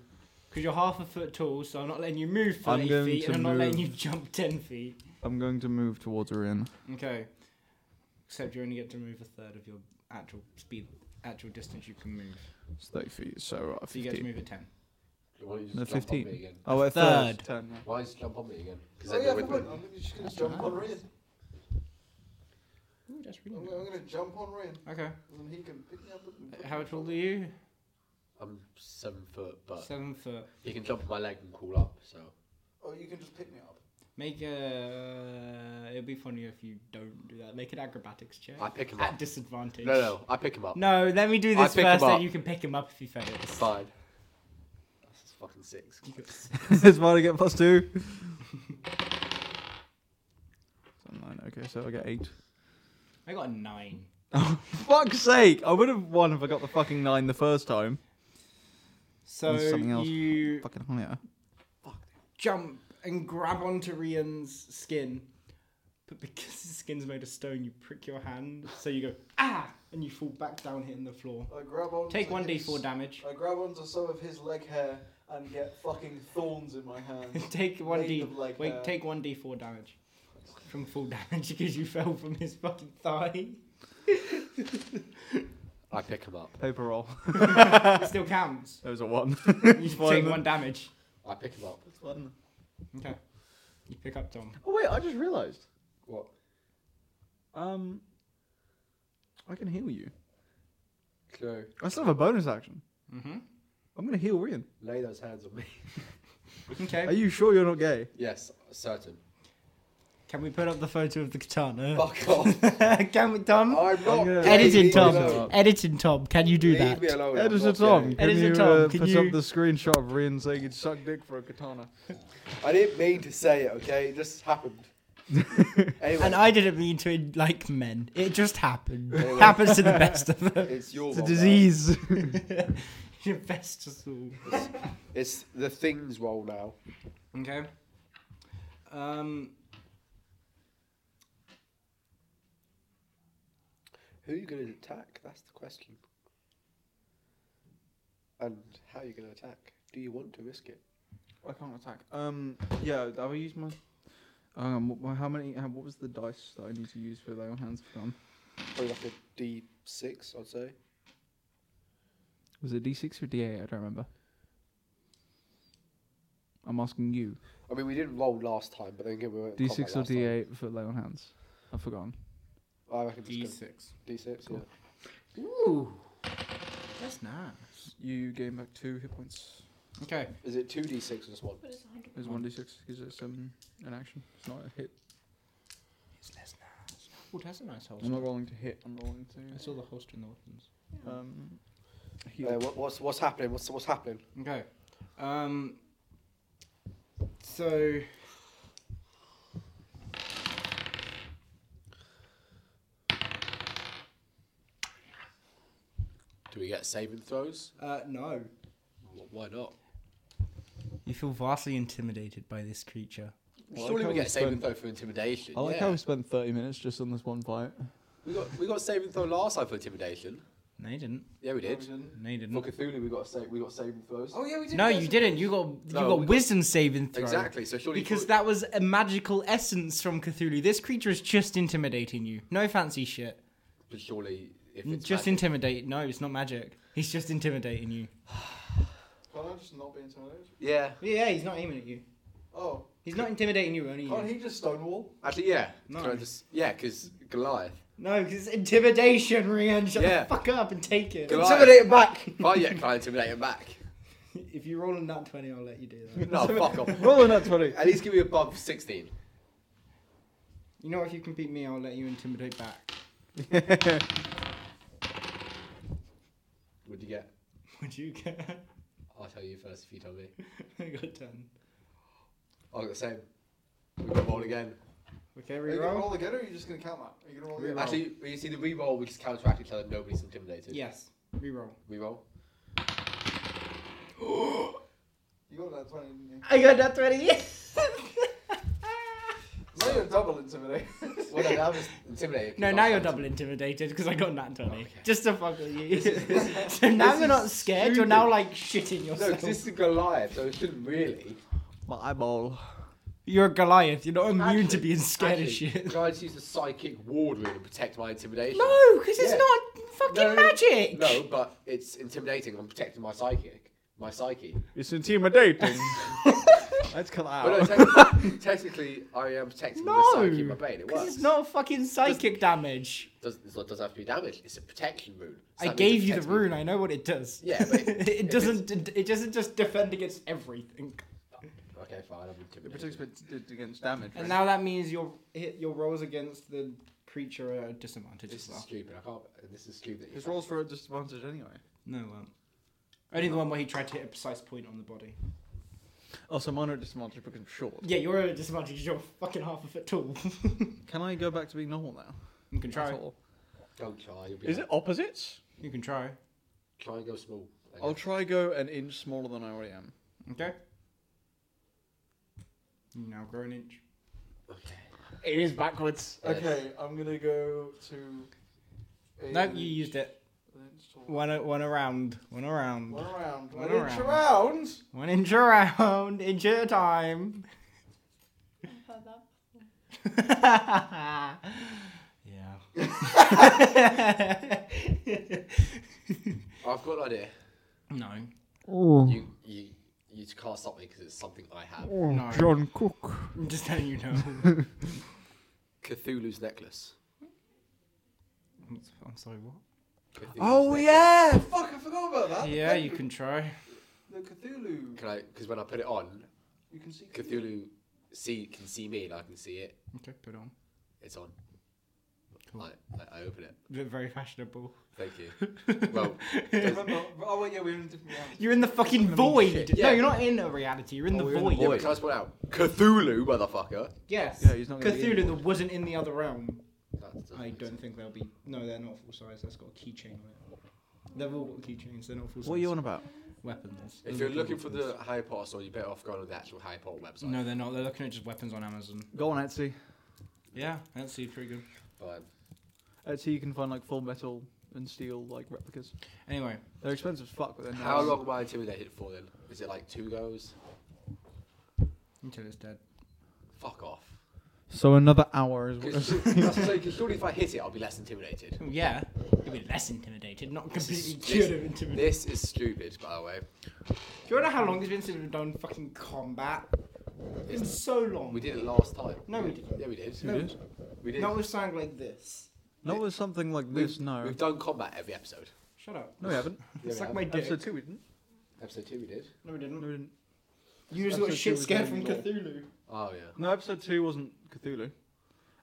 Speaker 12: because you're half a foot tall, so I'm not letting you move
Speaker 6: I'm
Speaker 12: 30
Speaker 6: going
Speaker 12: feet,
Speaker 6: to
Speaker 12: and I'm not letting you
Speaker 6: move.
Speaker 12: jump ten feet.
Speaker 6: I'm going to move towards Orion.
Speaker 12: Okay, except you only get to move a third of your actual speed, actual distance you can move.
Speaker 6: It's 30 feet, so uh,
Speaker 12: So you get to
Speaker 6: 15.
Speaker 12: move at ten.
Speaker 1: Why don't you
Speaker 6: No,
Speaker 1: just jump on
Speaker 6: 15.
Speaker 1: me again?
Speaker 6: Oh, a
Speaker 12: Third.
Speaker 6: third. Ten, yeah.
Speaker 1: Why don't you just jump on me again? Because
Speaker 3: Oh,
Speaker 1: then
Speaker 3: yeah,
Speaker 1: you're with
Speaker 3: fuck
Speaker 1: me.
Speaker 3: it, I'm just gonna jump on Rian.
Speaker 2: just
Speaker 3: I'm,
Speaker 2: reading.
Speaker 3: gonna- I'm gonna jump on Rin,
Speaker 2: Okay. Uh,
Speaker 3: and then he can pick me up. And put me
Speaker 2: How
Speaker 3: in the
Speaker 2: tall
Speaker 3: shoulder.
Speaker 2: are you?
Speaker 1: I'm seven foot, but
Speaker 2: Seven foot.
Speaker 1: he can jump on my leg and crawl up. So
Speaker 3: Oh, you can just pick me up.
Speaker 2: Make a. It'd be funnier if you don't do that. Make an acrobatics check.
Speaker 1: I pick him
Speaker 2: At
Speaker 1: up.
Speaker 2: disadvantage.
Speaker 1: No, no, I pick him up.
Speaker 2: No, let me do
Speaker 1: I
Speaker 2: this
Speaker 1: pick him
Speaker 2: first, then
Speaker 1: up.
Speaker 2: you can pick him up if he fails.
Speaker 1: Fine. That's fucking six.
Speaker 6: it's why I get plus two. So nine. Okay, so I get eight.
Speaker 2: I got a nine.
Speaker 6: Fuck's sake! I would have won if I got the fucking nine the first time.
Speaker 2: So
Speaker 6: There's something else.
Speaker 2: you
Speaker 6: Fucking hell, yeah.
Speaker 13: Jump and grab onto Rian.
Speaker 2: Rian's skin, but because his skin's made of stone, you prick your hand, so you go ah, and you fall back down hitting the floor.
Speaker 3: I grab on.
Speaker 2: Take one d4 damage.
Speaker 3: I grab onto some of his leg hair and get fucking thorns in my hand.
Speaker 2: take one
Speaker 3: Made
Speaker 2: d.
Speaker 3: of leg
Speaker 2: Wait,
Speaker 3: hair.
Speaker 2: take one d4 damage from full damage because you fell from his fucking thigh.
Speaker 1: I pick him up.
Speaker 6: Paper roll.
Speaker 2: It still counts.
Speaker 6: That was a one.
Speaker 2: You
Speaker 6: Fine.
Speaker 2: take one damage.
Speaker 1: I pick him up.
Speaker 2: Okay. You pick up Tom.
Speaker 6: Oh wait, I just realised.
Speaker 1: What?
Speaker 6: Um, I can heal you.
Speaker 1: So
Speaker 6: I still have a bonus action.
Speaker 2: Mm-hmm.
Speaker 6: I'm gonna heal Rian.
Speaker 1: lay those hands on me.
Speaker 6: Are
Speaker 2: Okay.
Speaker 6: you sure you're not gay?
Speaker 1: Yes, certain.
Speaker 2: Can we put up the photo of the katana?
Speaker 1: Fuck off.
Speaker 2: can we, Tom?
Speaker 14: I'm not.
Speaker 6: I'm gonna-
Speaker 2: Editing
Speaker 14: leave me
Speaker 2: Tom.
Speaker 14: alone.
Speaker 2: Editing Tom. Can you do
Speaker 14: Leave
Speaker 2: that?
Speaker 14: me
Speaker 3: Oh,
Speaker 14: alone. I'm
Speaker 6: Editor
Speaker 14: not
Speaker 6: Tom,
Speaker 14: gay.
Speaker 6: can
Speaker 2: Editor
Speaker 6: you
Speaker 2: Tom,
Speaker 6: uh,
Speaker 2: can
Speaker 6: put
Speaker 2: you-
Speaker 6: up the screenshot of Rian saying he'd suck dick for a katana?
Speaker 14: I didn't mean to say it. Okay, it just happened. anyway,
Speaker 2: And I didn't mean to like men. It just happened.
Speaker 14: Anyway.
Speaker 2: Happens to the best of us.
Speaker 14: it's your
Speaker 6: It's a
Speaker 14: Robert.
Speaker 6: disease.
Speaker 2: Your best us all.
Speaker 14: It's the things roll now.
Speaker 2: Okay. Um.
Speaker 14: Who are you going to attack? That's the question. And how are you going to attack? Do you want to risk it?
Speaker 6: I can't attack. Um, yeah, I will use my. Hang on, wh- how many? How, what was the dice that I need to use for lay on hands for gun?
Speaker 14: Probably like a D6, I'd say.
Speaker 6: Was it D6 or D8? I don't remember. I'm asking you.
Speaker 14: I mean, we didn't roll last time, but then again, we were at combat
Speaker 6: D6 or
Speaker 14: last time.
Speaker 6: D8 for lay on hands? I've forgotten.
Speaker 14: I reckon it's
Speaker 2: D6.
Speaker 14: gonna- D6.
Speaker 6: Cool.
Speaker 14: Yeah.
Speaker 2: Ooh. That's nice.
Speaker 6: You gain back two hit points.
Speaker 2: Okay.
Speaker 14: Is it two D6 or just one?
Speaker 4: But it's a hundred.
Speaker 6: There's one D6 because it's um, an action. It's not a hit.
Speaker 2: It's less nice. Oh, that's a nice
Speaker 6: I'm
Speaker 2: holster.
Speaker 6: not rolling to hit. I'm rolling
Speaker 2: I
Speaker 6: to.
Speaker 2: saw the holster in the weapons.
Speaker 4: Oh,
Speaker 6: Um, heal.
Speaker 14: Uh, what, what's what's happening? What's what's happening?
Speaker 2: Okay. Um. So.
Speaker 1: Do we get saving throws?
Speaker 2: Uh, no.
Speaker 1: Wh- Why not?
Speaker 2: You feel vastly intimidated by this creature.
Speaker 1: Surely
Speaker 6: how
Speaker 1: we
Speaker 6: we
Speaker 1: get a saving
Speaker 6: spend-
Speaker 1: throw for intimidation.
Speaker 6: I like
Speaker 1: yeah.
Speaker 6: how we spent 30 minutes just on this one fight.
Speaker 1: we got we got saving throw last time for intimidation.
Speaker 2: No, you didn't.
Speaker 1: Yeah, we did.
Speaker 2: No, you
Speaker 14: For
Speaker 2: didn't.
Speaker 14: Cthulhu, we got sa- we got saving throws.
Speaker 3: Oh yeah, we did.
Speaker 2: No,
Speaker 3: get
Speaker 2: you
Speaker 3: some-
Speaker 2: didn't. You got you
Speaker 1: No,
Speaker 2: got
Speaker 1: we got-
Speaker 2: wisdom saving throw.
Speaker 1: Exactly. So surely
Speaker 2: Because that was a magical essence from Cthulhu. This creature is just intimidating you. No fancy shit.
Speaker 1: But surely if it's
Speaker 2: just
Speaker 1: magic-
Speaker 2: intimidate. No, it's not magic. He's just intimidating you.
Speaker 3: Can I just not be intimidated?
Speaker 1: yeah.
Speaker 2: Yeah, he's not aiming at you.
Speaker 3: Oh,
Speaker 2: He's not intimidating you, only
Speaker 3: can't Oh, he just stonewall?
Speaker 1: Actually, yeah.
Speaker 2: No.
Speaker 1: Can I just- yeah, because Goliath.
Speaker 2: No, because it's intimidation, Rian. Shut
Speaker 1: Yeah.
Speaker 2: the fuck up and take it.
Speaker 1: Go Intimidate
Speaker 2: it back.
Speaker 1: Oh yeah, can I intimidate him back?
Speaker 2: if you roll a nat 20, I'll let you do that.
Speaker 1: No, fuck off.
Speaker 6: Rolling at 20.
Speaker 1: At least give me above sixteen.
Speaker 2: You know, if you can beat me, I'll let you intimidate back.
Speaker 1: What'd you get?
Speaker 2: Would you get?
Speaker 1: I'll tell you first if you tell me.
Speaker 2: I got 10.
Speaker 1: I got the same. We got roll again.
Speaker 2: Okay,
Speaker 3: Are you gonna
Speaker 2: reroll.
Speaker 3: roll again, or are you just gonna count that? Are you gonna roll again?
Speaker 1: Actually, you see the re-roll, we just counteract each other. Nobody's intimidated.
Speaker 2: Yes, reroll.
Speaker 1: Re-roll.
Speaker 3: You got that twenty. Didn't you?
Speaker 2: I got that 20. Yes.
Speaker 3: Now you're double intimidated.
Speaker 1: Well, no, now I'm just intimidated.
Speaker 2: no, now you're double intimidated because I got nat 20. Just to fuck with you. so now you're not scared. You're now like shitting
Speaker 1: No,
Speaker 2: yourself.
Speaker 1: 'cause this is Goliath, so it shouldn't really.
Speaker 6: My eyeball.
Speaker 2: You're a Goliath. You're not immune to
Speaker 1: Actually-
Speaker 2: being scared
Speaker 1: Actually,
Speaker 2: of shit.
Speaker 1: Can I just use the psychic ward room to protect my intimidation?
Speaker 2: No, because it's
Speaker 1: Yeah.
Speaker 2: not fucking
Speaker 1: No,
Speaker 2: magic.
Speaker 1: No, but it's intimidating. I'm protecting my psychic. My psyche.
Speaker 6: It's intimidating. Let's
Speaker 1: Oh, no,
Speaker 6: collapse.
Speaker 1: technically, technically, I am protecting
Speaker 2: No,
Speaker 1: the psyche in my blade. It works.
Speaker 2: It's not fucking psychic damage.
Speaker 1: Does, it's not, doesn't have to be damaged. It's a protection rune. So
Speaker 2: I
Speaker 1: that means
Speaker 2: gave you the
Speaker 1: protecting-
Speaker 2: rune. I know what it does.
Speaker 1: Yeah, but if
Speaker 2: it,
Speaker 1: it's-
Speaker 2: doesn't. It, doesn't just defend against everything.
Speaker 1: Okay, fine. I'm intimidated.
Speaker 6: protects against damage.
Speaker 2: And
Speaker 6: right?
Speaker 2: now that means your hit your rolls against the creature are at disadvantage
Speaker 1: This
Speaker 2: as
Speaker 1: is
Speaker 2: well.
Speaker 1: stupid. I can't. This is stupid.
Speaker 6: His rolls were at disadvantage anyway.
Speaker 2: No, well, only the one where he tried to hit a precise point on the body.
Speaker 6: Oh, so mine are at disadvantage because I'm short.
Speaker 2: Yeah, you're at a disadvantage. 'cause You're fucking half a foot tall.
Speaker 6: Can I go back to being normal now?
Speaker 2: you can
Speaker 6: At
Speaker 2: try.
Speaker 6: all?
Speaker 1: Don't try. You'll be
Speaker 6: Is it opposites?
Speaker 2: You can try.
Speaker 1: Try and go small. Okay.
Speaker 6: I'll try go an inch smaller than I already am.
Speaker 2: Okay. You now grow an inch.
Speaker 1: It is backwards.
Speaker 3: Okay, I'm gonna go to. A
Speaker 2: No, you used it. One a- one around. One around.
Speaker 3: One around.
Speaker 2: One
Speaker 3: One,
Speaker 2: around.
Speaker 3: inch around.
Speaker 2: One inch around. Inch at a time.
Speaker 4: I've heard that.
Speaker 2: yeah.
Speaker 1: I've got an idea.
Speaker 2: no.
Speaker 1: You you you can't stop me because it's something I have.
Speaker 2: No.
Speaker 6: John Cook.
Speaker 2: I'm just telling you no.
Speaker 1: Cthulhu's necklace.
Speaker 2: I'm sorry, what?
Speaker 1: Cthulhu's
Speaker 6: Oh
Speaker 1: necklace.
Speaker 6: yeah.
Speaker 3: Fuck, I forgot about that.
Speaker 2: Yeah, you can try.
Speaker 3: The Cthulhu.
Speaker 1: Can I? Because when I put it on,
Speaker 3: You can see.
Speaker 1: Cthulhu see can see me and I can see it.
Speaker 2: Okay, put on.
Speaker 1: It's on. Like, like, I open it.
Speaker 2: You're very fashionable.
Speaker 1: Thank you. well,
Speaker 3: Remember? Oh wait, yeah, we're in a different round.
Speaker 2: You're in the fucking void.
Speaker 1: shit.
Speaker 2: No,
Speaker 1: Yeah. Oh,
Speaker 2: you're not in a reality. You're in the void.
Speaker 1: yeah, but can I spell it out? Cthulhu, motherfucker.
Speaker 2: Yes.
Speaker 6: Yeah, he's not gonna be in
Speaker 2: Cthulhu that wasn't in the other realm.
Speaker 1: That doesn't
Speaker 2: I
Speaker 1: make
Speaker 2: don't think they'll be. No, they're not full size. That's got a keychain on it. They've all got keychains. They're not full size.
Speaker 6: What are you on about?
Speaker 2: Weapons.
Speaker 1: If you're looking for the Harry Potter store, you're better off going on the actual Harry Potter website.
Speaker 2: No, they're not. They're looking at just weapons on Amazon.
Speaker 6: Go on Etsy.
Speaker 2: Yeah, that's pretty good.
Speaker 1: But
Speaker 6: Etsy, you can find like full metal and steel like replicas.
Speaker 2: Anyway,
Speaker 6: They're expensive as fuck, but they're
Speaker 1: how
Speaker 6: nice.
Speaker 1: long am I intimidated for then? Is it like two goes?
Speaker 2: until it's dead.
Speaker 1: Fuck off.
Speaker 6: So another hour is what.
Speaker 1: Because surely if I hit it, I'll be less intimidated.
Speaker 2: Yeah, you'll be less intimidated, not completely
Speaker 1: This-
Speaker 2: cured of intimidation.
Speaker 1: This is stupid, by the way.
Speaker 2: Do you know how long it's been since we've done fucking combat? It's been so long.
Speaker 1: We did it last time.
Speaker 2: No, we didn't.
Speaker 1: Yeah, we did.
Speaker 6: We did.
Speaker 1: We did.
Speaker 2: Not with something like this.
Speaker 6: Not with something like this. No.
Speaker 1: We've done combat every episode.
Speaker 2: Shut up.
Speaker 6: No, we haven't.
Speaker 1: Yeah, we
Speaker 2: Suck
Speaker 1: have.
Speaker 2: my dick.
Speaker 6: Episode two, we didn't.
Speaker 1: Episode two, we did.
Speaker 2: No, we
Speaker 6: No,
Speaker 2: didn't.
Speaker 6: we didn't.
Speaker 2: You just got
Speaker 6: Episode two
Speaker 2: shit
Speaker 6: was
Speaker 2: scared from
Speaker 6: when we
Speaker 2: Cthulhu.
Speaker 1: Oh yeah.
Speaker 6: No, episode two wasn't Cthulhu.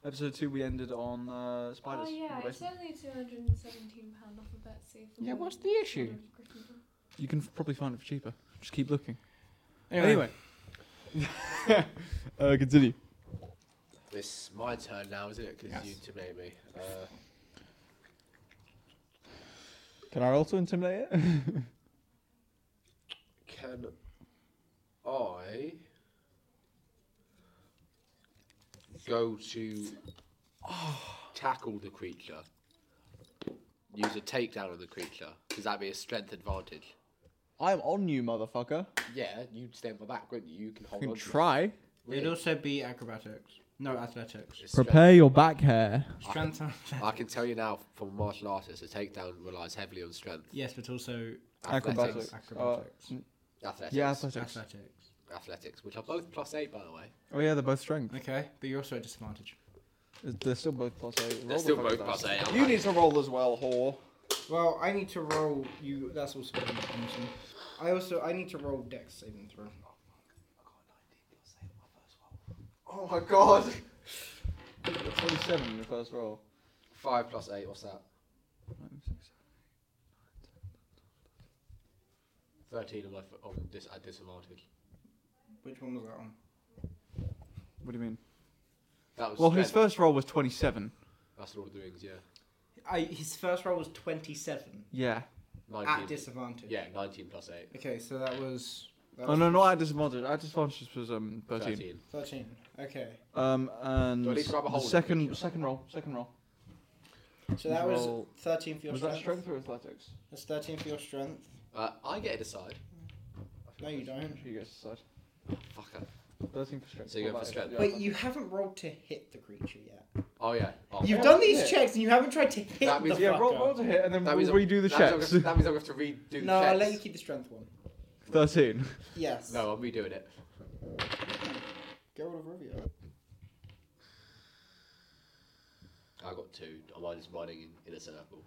Speaker 6: Episode two, we ended on uh, spiders.
Speaker 4: Oh yeah,
Speaker 6: anyway.
Speaker 4: it's only two hundred and seventeen pound off of Betsy. For
Speaker 2: Yeah,
Speaker 4: one
Speaker 2: what's the
Speaker 4: of
Speaker 2: issue?
Speaker 4: Gryffindor.
Speaker 6: You can f- probably find it for cheaper. Just keep looking.
Speaker 2: Anyway,
Speaker 6: uh, continue.
Speaker 1: It's my turn now, isn't it? Because
Speaker 2: Yes.
Speaker 1: you intimidate me. Uh,
Speaker 6: Can I also intimidate it?
Speaker 1: can I go to tackle the creature? Use a takedown on the creature. Does that be a strength advantage?
Speaker 6: I'm on you, motherfucker.
Speaker 1: Yeah, you'd stay on my back, wouldn't you? You can hold
Speaker 6: You
Speaker 1: on.
Speaker 6: can
Speaker 1: to it.
Speaker 6: try.
Speaker 2: it'd also be acrobatics. No, athletics.
Speaker 1: It's strength.
Speaker 6: Prepare your back hair.
Speaker 2: Strength. and
Speaker 1: I can tell you now, from a martial artist, a takedown relies heavily on strength.
Speaker 2: yes, but also
Speaker 1: Athletics.
Speaker 6: Acrobatics.
Speaker 2: Acrobatics.
Speaker 6: Uh,
Speaker 1: Athletics.
Speaker 6: yeah, athletics.
Speaker 2: athletics.
Speaker 1: Athletics, which are both plus eight, by the way.
Speaker 6: Oh yeah, they're both strength.
Speaker 2: Okay, but you're also at disadvantage.
Speaker 6: They're still both plus eight. Roll
Speaker 1: They're
Speaker 6: the
Speaker 1: still
Speaker 6: fucking
Speaker 1: both
Speaker 6: dice.
Speaker 1: plus eight. aren't
Speaker 6: You
Speaker 1: they?
Speaker 6: need to roll as well, whore.
Speaker 2: Well, I need to roll you. That's also. Awesome. I also I need to roll dex saving throw.
Speaker 3: Oh my god.
Speaker 6: Twenty-seven in your first roll.
Speaker 1: Five plus eight, what's that? Thirteen on my f- on dis- at disadvantage.
Speaker 2: Which one was that on?
Speaker 6: What do you mean?
Speaker 1: That was
Speaker 6: Well, his
Speaker 1: strength.
Speaker 6: first roll was twenty-seven.
Speaker 1: That's Lord of the Rings, yeah.
Speaker 2: I his first roll was twenty seven
Speaker 6: Yeah.
Speaker 2: at
Speaker 1: Nineteen.
Speaker 2: disadvantage.
Speaker 1: yeah, nineteen plus eight.
Speaker 2: Okay, so that was. That
Speaker 6: Oh
Speaker 2: was
Speaker 6: no, not at disadvantage. At disadvantage was um
Speaker 1: Thirteen.
Speaker 6: thirteen.
Speaker 2: Thirteen. Okay,
Speaker 6: Um and
Speaker 1: Do I need to grab a
Speaker 6: the
Speaker 1: hold of the
Speaker 6: second
Speaker 1: creature?
Speaker 6: second roll, second roll.
Speaker 2: so that was
Speaker 6: Roll-
Speaker 2: thirteen for your
Speaker 6: Was
Speaker 2: strength.
Speaker 6: that strength or athletics?
Speaker 2: That's thirteen for your strength.
Speaker 1: Uh, I get to decide.
Speaker 2: No, you don't.
Speaker 6: You guys decide.
Speaker 1: Fuck it.
Speaker 6: Thirteen for strength.
Speaker 1: So you go for
Speaker 6: What about-
Speaker 1: strength.
Speaker 6: yeah,
Speaker 2: Wait,
Speaker 6: fuck
Speaker 2: you haven't rolled to hit the creature yet.
Speaker 1: Oh yeah. Oh,
Speaker 2: You've
Speaker 6: yeah.
Speaker 2: done these
Speaker 6: Yeah.
Speaker 2: checks and you haven't tried to hit
Speaker 1: That
Speaker 2: the
Speaker 1: means-
Speaker 6: it. Yeah,
Speaker 2: fucker.
Speaker 6: roll, roll to hit and then
Speaker 1: That
Speaker 6: we'll
Speaker 1: I'm-
Speaker 6: redo the
Speaker 1: that means I'm
Speaker 6: checks.
Speaker 1: gonna- That means I'm going to redo the
Speaker 2: No, I'll let you
Speaker 1: checks.
Speaker 2: keep the strength one.
Speaker 6: Thirteen.
Speaker 2: Yes.
Speaker 1: No, I'm redoing it.
Speaker 2: Geralt of Rivia.
Speaker 1: I got two. Am I just riding in innocent apple?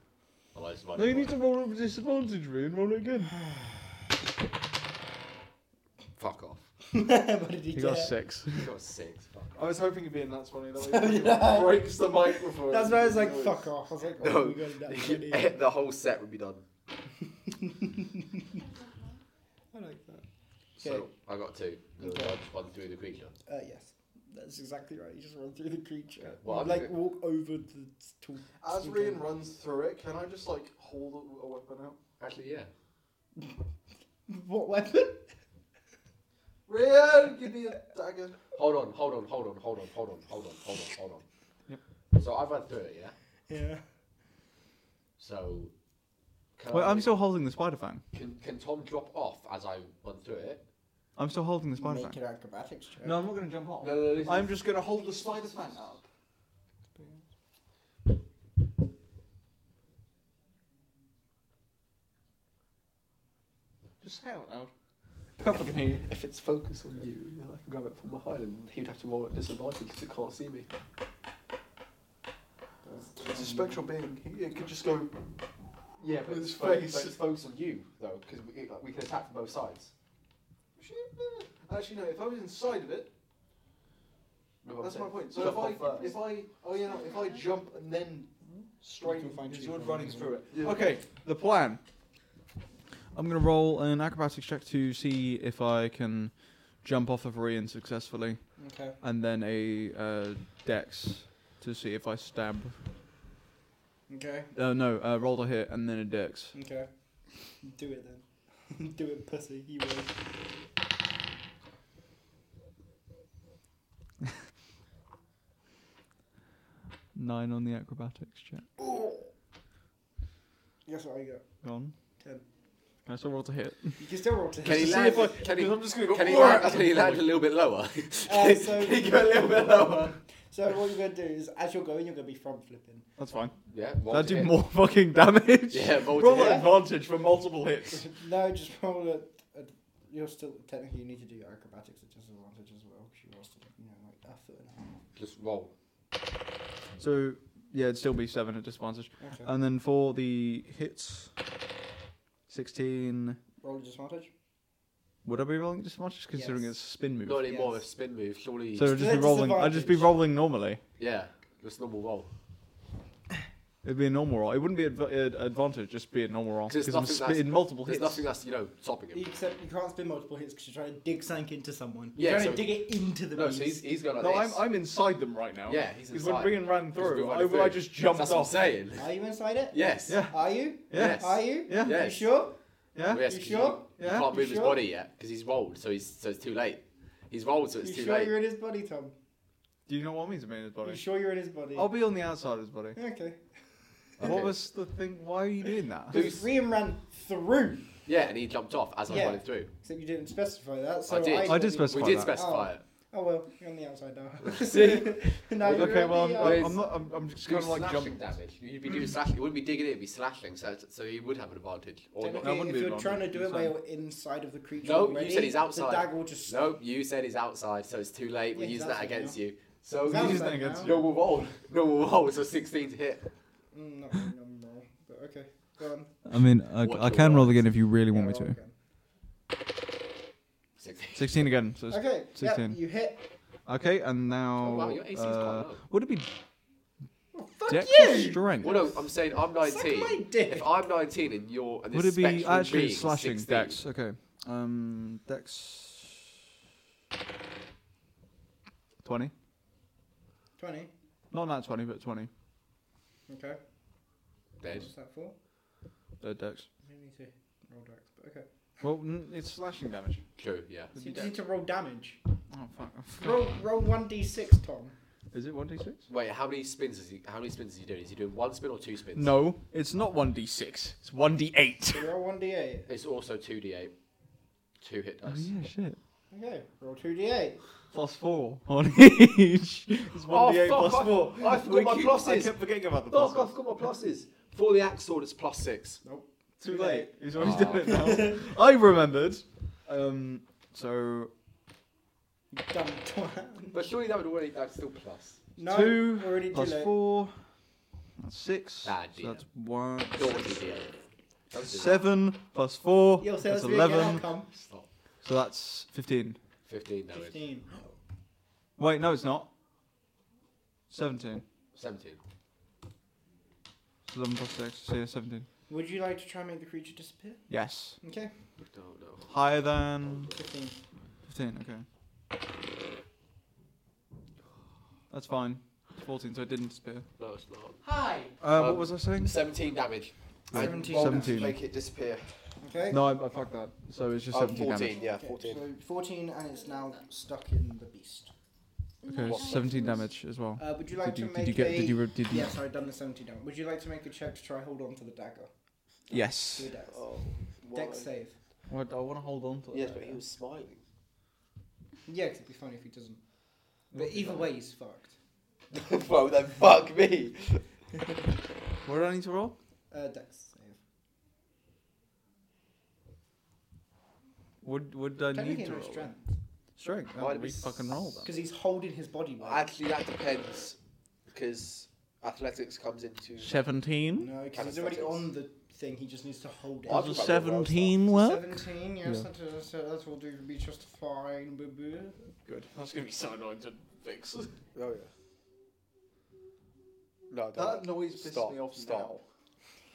Speaker 1: Am I just riding?
Speaker 6: No, you
Speaker 1: in
Speaker 6: need to roll it with disadvantage, Rune. Roll it again.
Speaker 1: Fuck off.
Speaker 2: what did he,
Speaker 6: He
Speaker 2: get?
Speaker 6: got six.
Speaker 1: You got six. Fuck
Speaker 3: I was hoping it'd be in that funny.
Speaker 2: So did I.
Speaker 3: That way breaks the microphone.
Speaker 2: That's why I was like,
Speaker 3: Noise.
Speaker 2: fuck off. I was like, oh,
Speaker 1: No,
Speaker 2: we got it down
Speaker 1: off.
Speaker 2: to eight.
Speaker 1: the whole set would be done.
Speaker 2: I like that.
Speaker 1: So
Speaker 2: Okay.
Speaker 1: I got two. And
Speaker 2: Okay.
Speaker 1: I just run through the creature.
Speaker 2: Uh, yes. That's exactly right. You just run through the creature.
Speaker 1: Well,
Speaker 2: you,
Speaker 1: I'm
Speaker 2: like
Speaker 1: gonna-
Speaker 2: walk over the tool.
Speaker 3: As
Speaker 2: tool
Speaker 3: Rian
Speaker 2: thing.
Speaker 3: runs through it, can I just like hold a, a weapon out?
Speaker 1: Actually, yeah.
Speaker 2: What weapon?
Speaker 3: Rian, give me a dagger.
Speaker 1: Hold on, hold on, hold on, hold on, hold on, hold on, hold on, hold on. So I've run through it, yeah.
Speaker 2: Yeah.
Speaker 1: So. Can
Speaker 6: Wait,
Speaker 1: I-
Speaker 6: I'm still holding the spider fang.
Speaker 1: Can, can Tom drop off as I run through it?
Speaker 6: I'm still holding the spider
Speaker 2: Make
Speaker 6: fang.
Speaker 2: an acrobatics check.
Speaker 3: No, I'm not gonna jump off.
Speaker 1: No, no, no.
Speaker 3: I'm just gonna hold the spider fan up.
Speaker 1: Just say out loud.
Speaker 3: Company.
Speaker 15: If it's focused on you, then I can grab it from behind and he'd have to roll at disadvantage because it can't see me.
Speaker 3: It's a spectral being. He- It could just go.
Speaker 1: Yeah, but
Speaker 3: With
Speaker 1: it's,
Speaker 3: his
Speaker 1: fo- but
Speaker 3: face.
Speaker 1: it's focused on you, though, because we, like, we can attack from both sides.
Speaker 3: Actually, no. If I was inside of it,
Speaker 1: You know what I'm
Speaker 3: that's my
Speaker 1: saying?
Speaker 3: point. So
Speaker 1: Jump
Speaker 3: if I,
Speaker 1: off first.
Speaker 3: if I, oh yeah, no, if I jump and then straight,
Speaker 2: You can find
Speaker 3: because
Speaker 2: two
Speaker 3: you're
Speaker 2: from
Speaker 3: running
Speaker 2: it as
Speaker 3: through it.
Speaker 6: Okay, the plan. I'm gonna roll an acrobatics check to see if I can jump off of Rian successfully,
Speaker 2: Okay.
Speaker 6: and then a uh, dex to see if I stab.
Speaker 2: Okay.
Speaker 6: Uh, no, uh, roll a hit and then a dex.
Speaker 2: Okay. Do it then. Do it, pussy. You will.
Speaker 6: Nine on the acrobatics check.
Speaker 2: Guess what I got?
Speaker 6: Gone.
Speaker 2: Ten.
Speaker 6: Can I still roll to hit?
Speaker 2: You can still roll to
Speaker 1: Can he
Speaker 2: hit.
Speaker 6: to see
Speaker 1: land?
Speaker 6: if I-
Speaker 1: can he,
Speaker 6: because I'm just gonna go, Oh,
Speaker 1: can he
Speaker 6: "Whoa!"
Speaker 1: land? Can he land a little bit lower?
Speaker 2: Uh,
Speaker 1: can
Speaker 2: so-
Speaker 1: he go a little bit lower?
Speaker 2: So what you're gonna do is, as you're going, you're gonna be front flipping.
Speaker 6: That's fine.
Speaker 1: Yeah. roll
Speaker 6: That
Speaker 1: to
Speaker 6: do
Speaker 1: hit.
Speaker 6: more fucking damage.
Speaker 1: Yeah, roll to
Speaker 6: roll
Speaker 1: hit.
Speaker 6: at advantage for multiple hits.
Speaker 2: no, just roll it. at- You're still technically you need to do your acrobatics at disadvantage as well because you are still, you know, like a foot and a
Speaker 1: Just roll.
Speaker 6: So yeah, it'd still be seven at disadvantage.
Speaker 2: half.
Speaker 1: Uh,
Speaker 2: Okay.
Speaker 6: And then for the hits, sixteen.
Speaker 2: roll a disadvantage.
Speaker 6: Would I be rolling disadvantage considering
Speaker 2: Yes.
Speaker 6: it's a spin move?
Speaker 1: Not anymore.
Speaker 2: Yes.
Speaker 1: A spin move. Surely.
Speaker 6: So it'd just be
Speaker 2: That's
Speaker 6: rolling. I'd just be
Speaker 2: disadvantage.
Speaker 6: rolling normally.
Speaker 1: yeah. Just normal roll.
Speaker 6: It'd be a normal roll. It wouldn't be an adv- uh, advantage. Just be a normal roll
Speaker 1: 'Cause it's
Speaker 6: because I'm
Speaker 1: nothing that's-
Speaker 6: spitting multiple
Speaker 1: There's
Speaker 6: hits.
Speaker 1: nothing that's you know stopping him.
Speaker 2: Except you can't spin multiple hits because you're trying to dig sank into someone.
Speaker 1: You're
Speaker 2: You're
Speaker 1: Yeah,
Speaker 2: trying
Speaker 1: trying to so-
Speaker 2: to
Speaker 1: dig
Speaker 2: dig it into the
Speaker 1: No, so he's, he's going like
Speaker 6: No, I'm,
Speaker 1: this.
Speaker 6: I'm inside them right now.
Speaker 1: yeah, he's
Speaker 6: Because
Speaker 1: inside.
Speaker 6: when Brian ran through,
Speaker 1: running
Speaker 6: I,
Speaker 1: through.
Speaker 6: I just jumped
Speaker 1: That's what I'm
Speaker 6: off.
Speaker 1: saying.
Speaker 2: Are you inside it?
Speaker 1: Yes.
Speaker 6: Yeah.
Speaker 2: Are you?
Speaker 6: Yeah.
Speaker 1: Yes.
Speaker 2: Are you?
Speaker 6: Yeah.
Speaker 1: Yeah.
Speaker 2: You
Speaker 1: Yes.
Speaker 2: sure?
Speaker 6: Yeah.
Speaker 1: Yes,
Speaker 2: You
Speaker 1: 'cause
Speaker 2: sure?
Speaker 1: You,
Speaker 6: Yeah.
Speaker 1: can't
Speaker 2: You
Speaker 1: move his
Speaker 2: sure?
Speaker 1: body yet because he's rolled, so he's so it's too late. He's rolled, so it's
Speaker 2: you
Speaker 1: too
Speaker 2: sure
Speaker 1: late.
Speaker 2: you're in his body, Tom?
Speaker 6: Do you not want me to be in his
Speaker 2: You
Speaker 6: body?
Speaker 2: sure you're in his body?
Speaker 6: I'll be on the outside of his body.
Speaker 2: Okay.
Speaker 1: Okay.
Speaker 6: What was the thing? Why are you doing that?
Speaker 1: Who's-
Speaker 2: Because Liam ran through.
Speaker 1: Yeah, and he jumped off as I was
Speaker 2: Yeah.
Speaker 1: running through.
Speaker 2: Except you didn't specify that. So
Speaker 1: I did. I
Speaker 6: did
Speaker 2: thought you-
Speaker 6: specify-
Speaker 1: We
Speaker 6: Specify
Speaker 1: did
Speaker 6: that.
Speaker 1: specify it.
Speaker 2: Oh well, you're on the outside now.
Speaker 6: See?
Speaker 2: now you're
Speaker 6: okay,
Speaker 2: on
Speaker 6: well, I'm,
Speaker 2: the uh,
Speaker 1: Wait.
Speaker 6: I'm, I'm not. I'm, I'm just
Speaker 1: Do
Speaker 6: kind of like
Speaker 1: slashing
Speaker 6: jumping.
Speaker 1: damage. You'd be doing slashing. It wouldn't be digging it. It'd be slashing. So so he would have an advantage. Or not.
Speaker 6: That
Speaker 2: Technically,
Speaker 6: wouldn't
Speaker 2: if
Speaker 6: be
Speaker 2: you're
Speaker 6: wrong,
Speaker 2: trying to do
Speaker 6: you're
Speaker 2: it while you're inside of the creature,
Speaker 1: No, you
Speaker 2: already,
Speaker 1: said he's outside.
Speaker 2: The dagger will just.
Speaker 1: No, you said he's outside, so it's too late. We're
Speaker 2: Yeah, he's
Speaker 1: using that
Speaker 2: outside
Speaker 1: against you.
Speaker 2: He's
Speaker 1: So
Speaker 6: Sounds-
Speaker 1: you
Speaker 6: using
Speaker 2: outside
Speaker 6: it against
Speaker 2: now.
Speaker 6: you.
Speaker 1: normal roll. Normal roll. So 16 to hit.
Speaker 2: Mm, not really normal, but okay, go on.
Speaker 6: I mean, I,
Speaker 1: Watch I your can roll words.
Speaker 6: again if you really
Speaker 2: Yeah, roll again.
Speaker 1: 16.
Speaker 6: 16 again. So it's-
Speaker 2: Okay,
Speaker 6: Sixteen.
Speaker 2: Yep, you hit.
Speaker 6: okay, and now.
Speaker 1: Oh, wow, your AC is quite
Speaker 6: uh,
Speaker 1: low.
Speaker 6: Would it be
Speaker 2: Oh, Fuck
Speaker 6: dex or
Speaker 2: you!
Speaker 6: strength?
Speaker 1: Well, no, I'm saying I'm
Speaker 2: Suck
Speaker 1: 19.
Speaker 2: my dick.
Speaker 1: If I'm 19 and you're and this
Speaker 6: Would it be
Speaker 1: spectral
Speaker 6: actually
Speaker 1: being
Speaker 6: it's slashing
Speaker 1: 16,
Speaker 6: dex? Okay. Um, dex. 20.
Speaker 2: Twenty.
Speaker 6: Not that 20, but 20.
Speaker 2: Okay.
Speaker 1: Dead.
Speaker 2: What's that for?
Speaker 6: Uh, dex.
Speaker 2: You need to roll dex, but okay.
Speaker 6: Well, n- it's slashing damage.
Speaker 1: True. Yeah.
Speaker 2: So you just need to roll damage.
Speaker 6: Oh, fuck.
Speaker 2: Roll, roll one d six, Tom.
Speaker 6: Is it 1d6?
Speaker 1: Wait, how many spins is he? How many spins is he doing? Is he doing one spin or two spins?
Speaker 6: No, it's not 1d6. It's 1d8.
Speaker 2: So roll one d eight.
Speaker 1: It's also two d8. Two hit
Speaker 6: Oh,
Speaker 1: dice.
Speaker 6: yeah, shit.
Speaker 2: Okay, roll two d eight.
Speaker 6: Plus 4 on each. It's 1d8
Speaker 1: Oh, fuck,
Speaker 6: plus
Speaker 1: I-
Speaker 6: 4.
Speaker 1: I forgot
Speaker 6: We
Speaker 1: my
Speaker 6: keep- I
Speaker 1: pluses.
Speaker 6: kept forgetting about the
Speaker 1: Fuck,
Speaker 6: pluses.
Speaker 1: I've got my pluses. For the axe sword, it's plus six.
Speaker 6: Too
Speaker 2: Too
Speaker 6: late.
Speaker 2: late.
Speaker 6: He's already
Speaker 1: Oh.
Speaker 6: done it now. I remembered. Um, so
Speaker 2: You dumb twat.
Speaker 1: But surely that would already that's still plus.
Speaker 2: No,
Speaker 6: Two
Speaker 2: we're already too
Speaker 6: Plus
Speaker 2: late.
Speaker 6: four. That's six.
Speaker 1: Ah,
Speaker 6: so
Speaker 1: dear.
Speaker 6: that's one.
Speaker 1: Naughty dear. That was design.
Speaker 6: Seven plus four.
Speaker 2: You'll say
Speaker 6: that's
Speaker 2: that's eleven. Again,
Speaker 6: eleven.
Speaker 2: outcome.
Speaker 1: Stop.
Speaker 6: So that's fifteen.
Speaker 1: Fifteen that is.
Speaker 2: Fifteen.
Speaker 6: Wait, no, it's not. Seventeen.
Speaker 1: Seventeen.
Speaker 6: So Eleven plus six. So yeah, seventeen.
Speaker 2: Would you like to try and make the creature disappear?
Speaker 6: Yes.
Speaker 2: Okay,
Speaker 1: No, no.
Speaker 6: Higher than
Speaker 2: fifteen.
Speaker 6: fifteen. Okay. That's fine. It's Fourteen. So it didn't disappear.
Speaker 1: No, it's not.
Speaker 2: Hi.
Speaker 6: Uh,
Speaker 1: Um,
Speaker 6: what was I saying?
Speaker 1: Seventeen damage.
Speaker 6: Right,
Speaker 2: Seventeen.
Speaker 6: rolled Seventeen.
Speaker 3: Make it disappear.
Speaker 2: Okay.
Speaker 6: No, I, I fucked that. So it's just
Speaker 1: Oh,
Speaker 6: seventeen
Speaker 1: 14,
Speaker 6: damage.
Speaker 1: yeah,
Speaker 2: Okay,
Speaker 1: 14.
Speaker 2: So fourteen, and it's now stuck in the beast.
Speaker 6: Okay,
Speaker 4: Nice.
Speaker 6: it's seventeen damage as well.
Speaker 2: Uh, would you like
Speaker 6: did you
Speaker 2: to make
Speaker 6: did you get
Speaker 2: a?
Speaker 6: did you re- did you?
Speaker 2: Yes, I've done the seventy damage. Would you like to make a check to try hold on to the dagger?
Speaker 6: Yes.
Speaker 2: Do a dex.
Speaker 3: Oh,
Speaker 2: dex save.
Speaker 6: What, I want to hold on to
Speaker 3: Yes, but he was smiling.
Speaker 2: Yeah, it it'd be funny if he doesn't. But either way, he's fucked.
Speaker 3: well, then fuck me.
Speaker 6: What did I need to roll?
Speaker 2: Uh, dex save.
Speaker 6: Would would I need
Speaker 2: Technically,
Speaker 6: to
Speaker 2: no
Speaker 6: roll?
Speaker 2: strength.
Speaker 6: Strength.
Speaker 3: Why
Speaker 6: Why
Speaker 3: do
Speaker 6: did
Speaker 3: we
Speaker 6: we fucking roll that?
Speaker 2: Because he's holding his body weight.
Speaker 3: Actually, that depends because athletics comes into.
Speaker 6: Seventeen.
Speaker 2: no, because he's already
Speaker 3: Calisthenics.
Speaker 2: on the thing. He just needs to hold it.
Speaker 3: Well,
Speaker 6: Does a
Speaker 3: I'll talk about the roll
Speaker 6: seventeen work?
Speaker 2: Seventeen. Yes,
Speaker 6: Yeah.
Speaker 2: that, is, uh, that will do. Be just fine. boo boo.
Speaker 1: Good. That's gonna be so annoying to fix.
Speaker 3: Oh yeah. No,
Speaker 6: That noise pissed
Speaker 3: Stop,
Speaker 6: me off
Speaker 3: stop.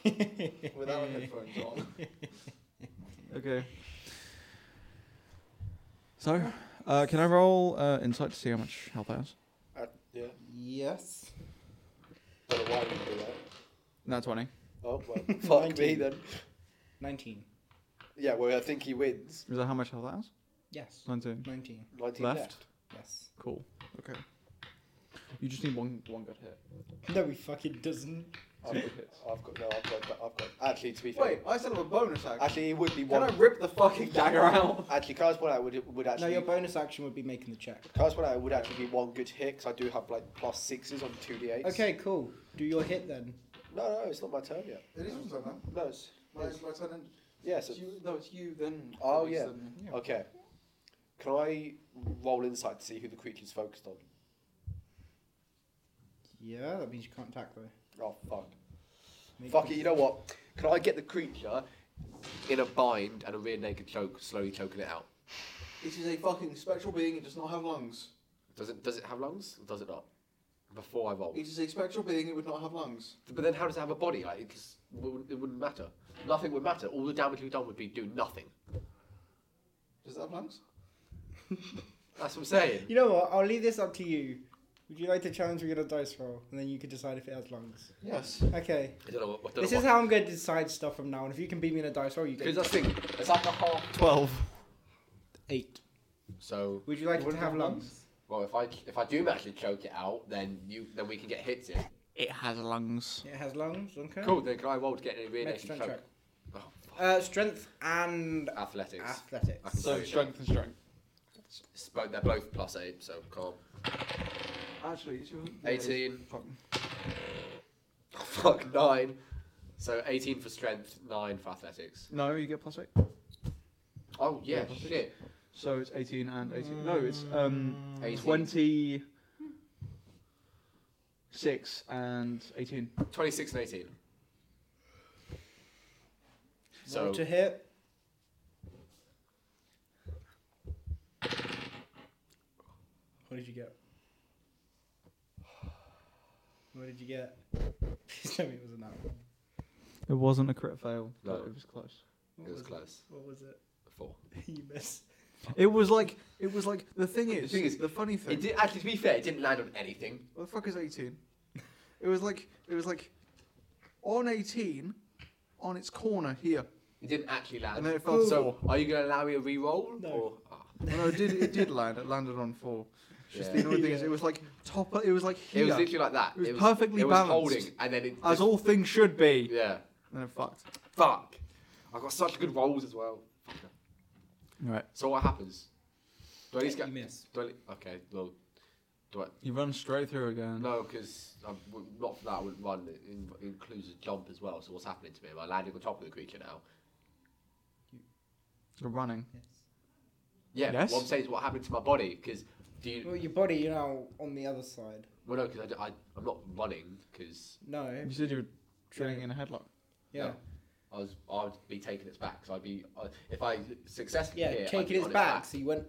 Speaker 6: Without headphones on. okay. So, uh, can I roll uh, insight to see how much health I have?
Speaker 3: Uh, yeah.
Speaker 2: Yes.
Speaker 3: Don't know why we do that.
Speaker 6: No, twenty.
Speaker 3: Oh well, fuck me
Speaker 2: Nineteen.
Speaker 3: then.
Speaker 2: Nineteen.
Speaker 3: Yeah, well I think he wins.
Speaker 6: Is that how much health I have?
Speaker 2: Yes.
Speaker 6: Nineteen.
Speaker 2: Nineteen.
Speaker 3: Nineteen
Speaker 6: Left.
Speaker 3: left.
Speaker 2: Yes.
Speaker 6: Cool. Okay. You just need one one good hit.
Speaker 2: No, he fucking doesn't.
Speaker 3: I've,
Speaker 6: Two hits.
Speaker 3: I've got no. I've got. I've got. Actually, to be fair,
Speaker 6: I still have a bonus action.
Speaker 3: actually it would be one.
Speaker 6: rip the fucking dagger out?
Speaker 3: Actually, can I just point out would it would
Speaker 2: No,
Speaker 3: actually.
Speaker 2: your bonus action would be making the check.
Speaker 3: can I just point out it would actually be one good hit because I do have like plus sixes on two d eight.
Speaker 2: Okay, cool. Do your hit then.
Speaker 3: No, no, it's not my turn yet.
Speaker 6: It is your turn
Speaker 3: No,
Speaker 6: now.
Speaker 3: it's. it's-
Speaker 6: turn. Then.
Speaker 3: yeah, so,
Speaker 6: no, it's you. Then.
Speaker 3: Oh, yeah. okay. Can I roll insight to see who the creature's focused on?
Speaker 2: Yeah, that means you can't attack though.
Speaker 3: Oh fuck.
Speaker 2: Make
Speaker 3: Fuck
Speaker 2: the-
Speaker 3: it. You know what?
Speaker 1: Can I get the creature in a bind and a rear naked choke, slowly choking it out?
Speaker 6: It is a fucking spectral being. It does not have lungs.
Speaker 1: Does it does it have lungs? Or does it not? Before I roll.
Speaker 6: It is a spectral being. It would not have lungs.
Speaker 1: But then how does it have a body? Like it just wou- it wouldn't matter. Nothing would matter. All the damage we've done would be do nothing.
Speaker 6: Does it have lungs?
Speaker 1: That's what I'm saying.
Speaker 2: You know what? I'll leave this up to you. Would you like to challenge me on a dice roll, and then you can decide if it has lungs?
Speaker 6: Yes.
Speaker 2: Okay.
Speaker 1: I don't know what. I don't
Speaker 2: This
Speaker 1: know
Speaker 2: is how I'm going to decide stuff from now on. If you can beat me in a dice roll, you
Speaker 1: Because
Speaker 2: get
Speaker 1: that's the thing. It's like a half.
Speaker 6: Twelve.
Speaker 2: eight.
Speaker 1: So
Speaker 2: Would you like it to have lungs?
Speaker 1: well, if I if I do actually choke it out, then you then we can get hits in.
Speaker 6: It has lungs.
Speaker 2: It has lungs. Okay.
Speaker 1: Cool. Then can I roll to get a rear
Speaker 2: Make a
Speaker 1: naked
Speaker 2: strength
Speaker 1: choke?
Speaker 2: check.
Speaker 1: Oh, fuck.
Speaker 2: Uh, strength and
Speaker 1: Oh, Athletics. I
Speaker 2: athletics.
Speaker 1: can
Speaker 6: So
Speaker 1: do it.
Speaker 6: strength and strength.
Speaker 1: It's bo- They're both plus eight, so calm.
Speaker 6: Actually, it's your.
Speaker 1: 18.
Speaker 6: Fuck.
Speaker 1: Fuck nine. So eighteen for strength, nine for athletics.
Speaker 6: No, you get plus eight.
Speaker 1: Oh yeah,
Speaker 6: plus
Speaker 1: shit.
Speaker 6: So it's eighteen and eighteen. No, it's um
Speaker 1: 18.
Speaker 6: twenty. Six and eighteen.
Speaker 1: Twenty-six and eighteen.
Speaker 2: So
Speaker 1: So
Speaker 2: to hit. What did you get? What did you get? Please tell me it wasn't that one.
Speaker 6: It wasn't a crit fail,
Speaker 1: but
Speaker 6: but
Speaker 1: No. it
Speaker 6: it was close.
Speaker 2: What
Speaker 1: it was close.
Speaker 2: What was it?
Speaker 1: Four.
Speaker 2: you missed.
Speaker 6: It was like it was like the thing is
Speaker 1: thing is,
Speaker 6: the funny thing.
Speaker 1: It did, actually, to be fair, it didn't land on anything.
Speaker 6: What the fuck is 18? It was like, it was like, on 18, on its corner here.
Speaker 1: It didn't actually land.
Speaker 6: And then it fell
Speaker 1: so, are you going to allow me a re-roll?
Speaker 2: No.
Speaker 1: Or, ah.
Speaker 6: Well, no, it did, it did land. It landed on four. It's Just the
Speaker 1: Yeah.
Speaker 6: annoying thing is, it was like top. It was like
Speaker 1: It
Speaker 6: here,
Speaker 1: was literally like that.
Speaker 6: It was perfectly
Speaker 1: it was
Speaker 6: balanced.
Speaker 1: holding, and then it.
Speaker 6: as
Speaker 1: just-
Speaker 6: all things should be.
Speaker 1: yeah.
Speaker 6: And then it fucked.
Speaker 1: Fuck. I got such good rolls as well. Fucker.
Speaker 6: Right.
Speaker 1: So what happens? Do I at least
Speaker 2: You
Speaker 1: get?
Speaker 2: miss.
Speaker 1: Do I, li- okay. Well, do I?
Speaker 6: You run straight through again.
Speaker 1: No, because not for that I wouldn't run. It in, includes a jump as well. So what's happening to me? Am I landing on top of the creature now?
Speaker 6: You're running.
Speaker 2: Yes.
Speaker 1: Yeah,
Speaker 6: Yes.
Speaker 1: what I'm saying is what happened to my body because do you?
Speaker 2: Well, your body, you know, on the other side.
Speaker 1: Well, no, because I, am not running because
Speaker 2: No.
Speaker 6: You said you were training in a headlock.
Speaker 2: Yeah.
Speaker 1: I was I'd be taking its back. So I'd be I, if I successfully
Speaker 2: Yeah,
Speaker 1: hit, I'd
Speaker 2: taking
Speaker 1: be
Speaker 2: its
Speaker 1: on
Speaker 2: back, so you went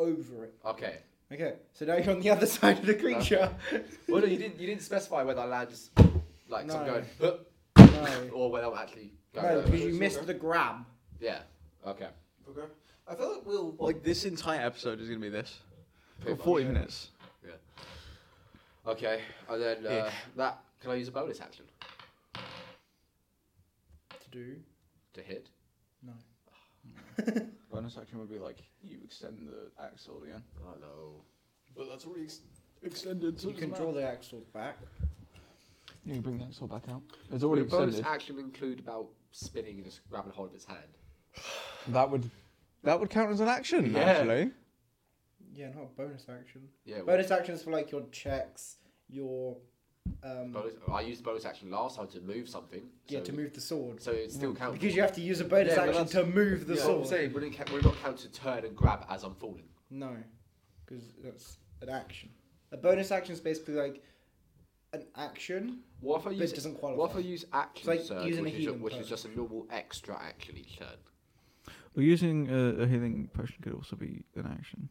Speaker 2: over it.
Speaker 1: Okay.
Speaker 2: Okay, so now you're on the other side of the creature.
Speaker 1: Well, no, you didn't you didn't specify whether I land just like some
Speaker 2: No.
Speaker 1: going "Huh,"
Speaker 2: no.
Speaker 1: or whether I'm actually going
Speaker 2: No,
Speaker 1: over.
Speaker 2: because you missed the grab.
Speaker 1: Yeah. Okay.
Speaker 3: Okay. I feel like we'll.
Speaker 6: Like this entire episode is gonna be this.
Speaker 1: Pretty much.
Speaker 6: forty minutes.
Speaker 1: Okay, and then uh, that can I use a bonus action
Speaker 2: To do.
Speaker 1: to hit?
Speaker 6: Bonus action would be like you extend the axle again.
Speaker 1: Oh no.
Speaker 6: Well, that's already ex- extended.
Speaker 2: You can draw the axle back.
Speaker 6: You can bring the axle back out. It's
Speaker 1: Would
Speaker 6: already
Speaker 1: a bonus
Speaker 6: extended.
Speaker 1: action include about spinning and just grabbing hold of its hand?
Speaker 6: That would that would count as an action
Speaker 1: Yeah.
Speaker 6: actually.
Speaker 2: Yeah, not a bonus action.
Speaker 1: Yeah. well,
Speaker 2: Bonus actions for like your checks, your um
Speaker 1: bonus- I used the bonus action last time to move something.
Speaker 2: yeah
Speaker 1: so-
Speaker 2: to move the sword
Speaker 1: So it still counts.
Speaker 2: because you have to use a bonus
Speaker 1: Yeah, but
Speaker 2: action
Speaker 1: that's-
Speaker 2: to move the
Speaker 1: yeah,
Speaker 2: sword.
Speaker 1: I'm saying we're not, we're not counted to turn and grab as I'm falling.
Speaker 2: No, because that's an action. A bonus action is basically like an action,
Speaker 1: What if I
Speaker 2: but it
Speaker 1: use?
Speaker 2: doesn't ququalify.
Speaker 1: What if I use action
Speaker 2: like
Speaker 1: surge,
Speaker 2: using a
Speaker 1: which, is, ju-
Speaker 2: healing
Speaker 1: which is
Speaker 2: potion.
Speaker 1: just a normal extra action each turn?
Speaker 6: Well, using uh, a, a healing potion could also be an action.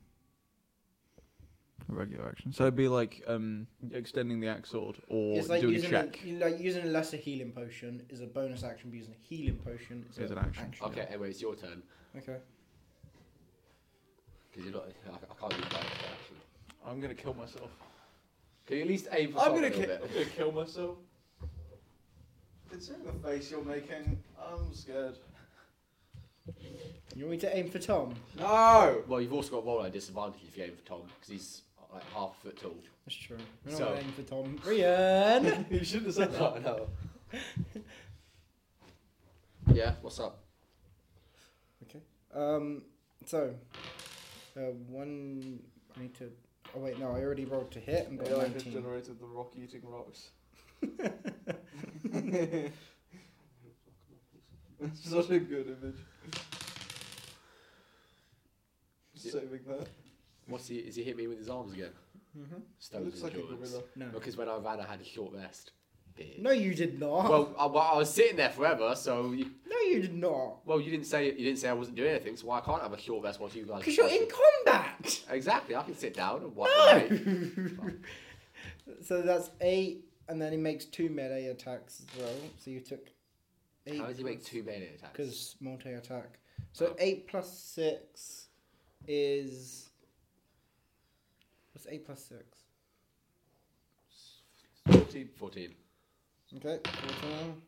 Speaker 6: A regular action. So it'd be like um, extending the axe sword or
Speaker 2: it's like
Speaker 6: doing a
Speaker 2: using
Speaker 6: check.
Speaker 2: A, you know, like using a lesser healing potion is a bonus action. But using a healing potion is
Speaker 6: Is
Speaker 2: a
Speaker 6: an action.
Speaker 1: Okay, anyway, it's your turn
Speaker 2: Okay.
Speaker 1: because you're not. I, I can't use bonus action.
Speaker 6: I'm gonna kill myself.
Speaker 1: Can you at least aim for
Speaker 6: I'm
Speaker 1: something
Speaker 6: gonna
Speaker 1: a
Speaker 6: ki-
Speaker 1: bit?
Speaker 3: I'm gonna kill myself. Considering the face you're making, I'm scared.
Speaker 2: You want me to aim for Tom?
Speaker 3: No!
Speaker 1: Well, you've also got to roll at a disadvantage if you aim for Tom because he's like half a foot tall.
Speaker 2: That's true. We're not
Speaker 1: So-
Speaker 2: gonna aim for Tom. Rian.
Speaker 3: you shouldn't have said that.
Speaker 1: Yeah, what's up?
Speaker 2: um. So, uh, one. I need to. Oh wait, no. I already rolled to hit and got
Speaker 3: AI has
Speaker 2: nineteen.
Speaker 3: generated the rock eating rocks. Such a good image. Saving that.
Speaker 1: What's he? Is he hit me with his arms again?
Speaker 2: Mhm.
Speaker 3: It
Speaker 1: Stones
Speaker 3: looks like a
Speaker 1: endurance.
Speaker 3: gorilla.
Speaker 2: No.
Speaker 1: because when I ran, I had a short rest. Bitch.
Speaker 2: No, you did not.
Speaker 1: Well, I, well, I was sitting there forever, so you,
Speaker 2: no, you did not.
Speaker 1: well, you didn't say you didn't say I wasn't doing anything, so why can't I have a short rest while you guys?
Speaker 2: Because you're in combat.
Speaker 1: Exactly, I can sit down and watch.
Speaker 2: No. so that's eight, and then he makes two melee attacks as well. So you took eight.
Speaker 1: How does he make two melee attacks?
Speaker 2: Because multi attack. So eight plus six is. What's eight plus six?
Speaker 1: 14.
Speaker 2: Okay. 14.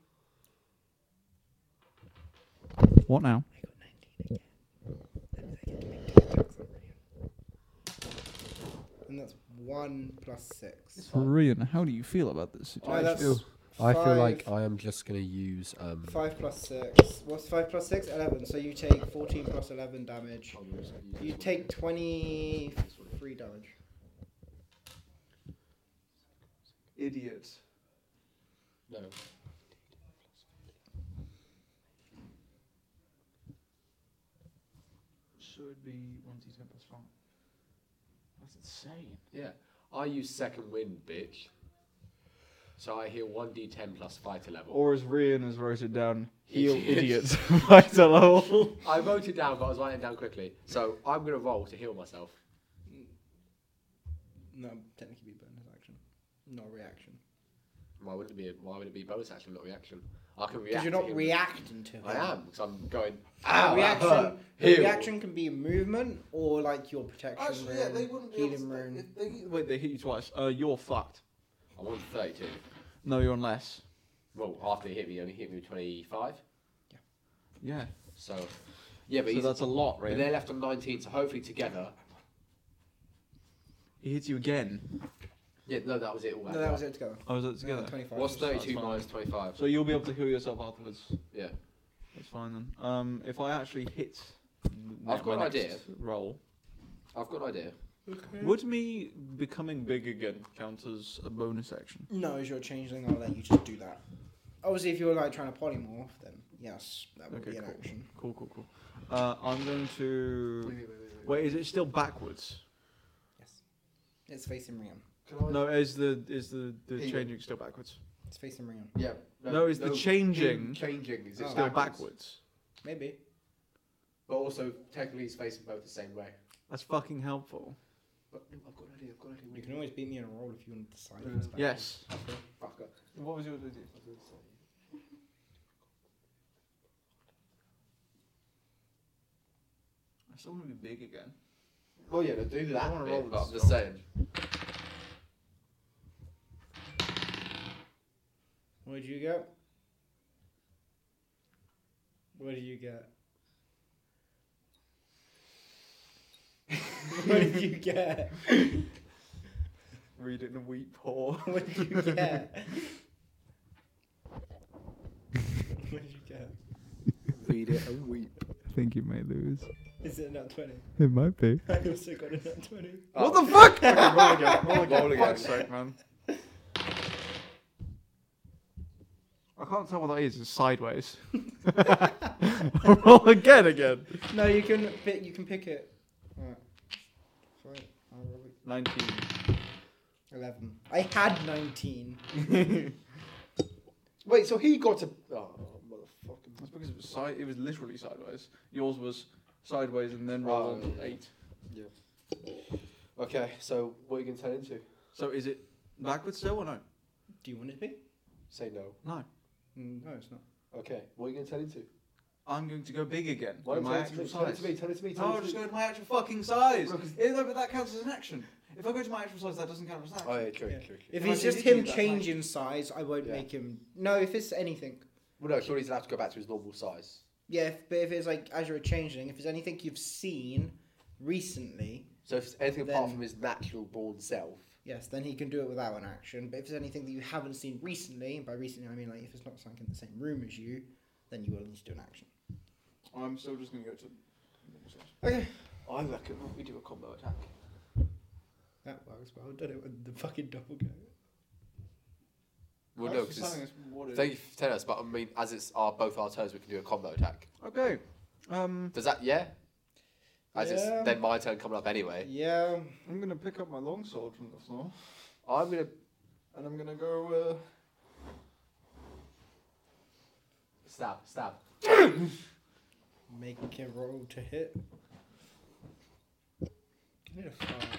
Speaker 6: What now?
Speaker 2: And that's one plus six.
Speaker 6: Rian, how do you feel about this
Speaker 2: Oh,
Speaker 6: situation?
Speaker 2: that's
Speaker 16: feel- I feel
Speaker 2: five-
Speaker 16: like I am just gonna use um.
Speaker 2: Five plus six. What's five plus six? Eleven. So you take fourteen plus eleven
Speaker 1: Oh,
Speaker 2: damage. You take twenty-three damage.
Speaker 3: Idiot.
Speaker 1: No.
Speaker 6: Should be one d ten plus five. That's insane.
Speaker 1: Yeah, I use second wind, bitch. So I heal one d10 plus fighter level.
Speaker 6: Or as Rian has wrote it down, heal
Speaker 1: Idiot.
Speaker 6: idiots. Right hello.
Speaker 2: Oh.
Speaker 1: I wrote it down, but I was writing it down quickly. So I'm gonna roll to heal myself.
Speaker 2: No, technically be bonus action, not reaction.
Speaker 1: Why would it be? Why would it be bonus action, not reaction? I can
Speaker 2: Because
Speaker 1: react.
Speaker 2: you're
Speaker 1: to
Speaker 2: not
Speaker 1: heal.
Speaker 2: reacting to it.
Speaker 1: I am, because I'm going.
Speaker 2: A
Speaker 1: Ow, that hurt.
Speaker 2: reaction. a
Speaker 1: Heal.
Speaker 2: reaction can be movement or like your protection.
Speaker 3: Actually, yeah,
Speaker 2: rune,
Speaker 3: they wouldn't be able
Speaker 2: healing
Speaker 3: to.
Speaker 2: rune.
Speaker 3: if They,
Speaker 6: Wait, they hit you twice. Uh, you're fucked.
Speaker 1: I'm on 32.
Speaker 6: No, you're on less.
Speaker 1: Well, after he hit me, he only hit me with 25.
Speaker 6: Yeah.
Speaker 1: So, yeah, but
Speaker 6: so
Speaker 1: he's,
Speaker 6: that's a lot,
Speaker 1: but
Speaker 6: Rian.
Speaker 1: they're left on 19. So hopefully together.
Speaker 6: He hits you again.
Speaker 1: Yeah, no, that was it. All
Speaker 2: No, that was it together.
Speaker 6: Oh, is that
Speaker 2: No,
Speaker 6: together?
Speaker 2: Twenty-five.
Speaker 1: What's
Speaker 6: That's
Speaker 1: 32
Speaker 6: fine.
Speaker 1: minus 25?
Speaker 6: So you'll be able to heal yourself afterwards.
Speaker 1: Yeah.
Speaker 6: That's fine then. Um, if I actually hit, n-
Speaker 1: I've got
Speaker 6: my
Speaker 1: an
Speaker 6: next Roll.
Speaker 1: I've got an idea.
Speaker 6: Would me becoming big again count as a bonus action?
Speaker 2: No, as your changeling, I'll let you just do that. Obviously, if you were like trying to polymorph, then yes, that would
Speaker 6: Okay,
Speaker 2: be an
Speaker 6: cool.
Speaker 2: action.
Speaker 6: Cool, cool, cool. Uh, I'm going to. Wait, is it still backwards?
Speaker 17: Yes. It's facing Rian.
Speaker 18: Can I?
Speaker 6: No, is the is the, the
Speaker 1: Yeah.
Speaker 6: changing still backwards?
Speaker 17: It's facing Rian.
Speaker 1: Yeah.
Speaker 6: No, is the changing-
Speaker 1: him changing is it
Speaker 17: Oh.
Speaker 6: Still
Speaker 1: still backwards?
Speaker 6: backwards.
Speaker 17: Maybe.
Speaker 1: But also technically he's facing both the same way.
Speaker 6: That's fucking helpful.
Speaker 1: But no, I've got an idea. I've got an idea.
Speaker 17: You can always beat me in a roll if you want to decide.
Speaker 1: Yeah.
Speaker 6: Mm,
Speaker 17: who's back.
Speaker 6: Yes.
Speaker 1: Fuck up.
Speaker 18: What was your idea?
Speaker 6: I still want to be big again.
Speaker 1: Oh yeah, no, do
Speaker 6: I
Speaker 1: that.
Speaker 6: wanna roll
Speaker 1: Bit, but I'm
Speaker 6: this
Speaker 1: just saying.
Speaker 2: Where'd you get? What did you get? what did you get?
Speaker 6: Read it in a weep paw.
Speaker 2: What did you get? what did you get?
Speaker 6: Read it and weep.
Speaker 3: I think you may lose.
Speaker 2: Is it not 20?
Speaker 3: It might be.
Speaker 2: I also got a not 20.
Speaker 6: What the fuck? roll again. Roll again.
Speaker 1: Roll again.
Speaker 6: Fuck's sake, man. I can't tell what that is. It's sideways. roll again, again.
Speaker 2: No, you can pick, you can pick it. Alright. Fine. I'll roll it.
Speaker 6: Nineteen.
Speaker 2: 11. I had 19.
Speaker 1: Wait, so he got a oh motherfucker.
Speaker 6: That's because it was side. It was literally sideways. Yours was sideways and then roll
Speaker 1: Oh, yeah.
Speaker 6: eight.
Speaker 1: Okay, so what are you gonna turn into?
Speaker 6: So is it backwards still or no?
Speaker 2: Do you want it to be?
Speaker 1: Say no.
Speaker 6: No.
Speaker 2: Mm, No, it's not.
Speaker 1: Okay, what are you gonna turn into?
Speaker 6: I'm going to go big again.
Speaker 1: Why
Speaker 6: with
Speaker 1: don't
Speaker 6: my
Speaker 1: you turn,
Speaker 6: actual
Speaker 1: it to me, turn it to me, turn it to me,
Speaker 6: size.
Speaker 1: turn it
Speaker 6: No, I'll
Speaker 1: to
Speaker 6: just
Speaker 1: me.
Speaker 6: go to my actual fucking size.
Speaker 1: Well, 'cause-
Speaker 6: Yeah, no, but that counts as an action. If I go to my actual size, that doesn't count as an action.
Speaker 1: Oh yeah, true,
Speaker 2: Yeah.
Speaker 1: true, true.
Speaker 2: If
Speaker 6: Well,
Speaker 2: it's
Speaker 6: I did
Speaker 2: just
Speaker 6: do
Speaker 2: him
Speaker 6: that, like-
Speaker 2: changing size, I won't
Speaker 1: Yeah.
Speaker 2: make him. No, if it's anything.
Speaker 1: Well no, surely he's allowed to go back to his normal size.
Speaker 2: Yeah, if, but if it's like as you're changing, if it's anything you've seen recently,
Speaker 1: So if it's anything apart
Speaker 2: Then-
Speaker 1: from his natural born self.
Speaker 2: yes, then he can do it without an action. But if it's anything that you haven't seen recently, and by recently I mean like if it's not something in the same room as you, then you will need to do an action.
Speaker 6: I'm still just going to go to.
Speaker 2: Okay.
Speaker 1: I reckon we do a combo attack.
Speaker 2: That works well. Done it with the fucking doppelganger.
Speaker 1: Well
Speaker 6: I
Speaker 1: no,
Speaker 6: was just telling
Speaker 1: 'cause
Speaker 6: us what it
Speaker 1: thank
Speaker 6: is.
Speaker 1: you for telling us, but I mean as it's our both our turns we can do a combo attack.
Speaker 6: Okay. Um,
Speaker 1: Does that yeah? As
Speaker 2: Yeah.
Speaker 1: it's then my turn coming up anyway.
Speaker 2: Yeah.
Speaker 6: I'm going to pick up my longsword from the floor
Speaker 1: I'm gonna
Speaker 6: and I'm going to go. Uh,
Speaker 1: stab, stab.
Speaker 2: Make a roll to hit. Give it a five.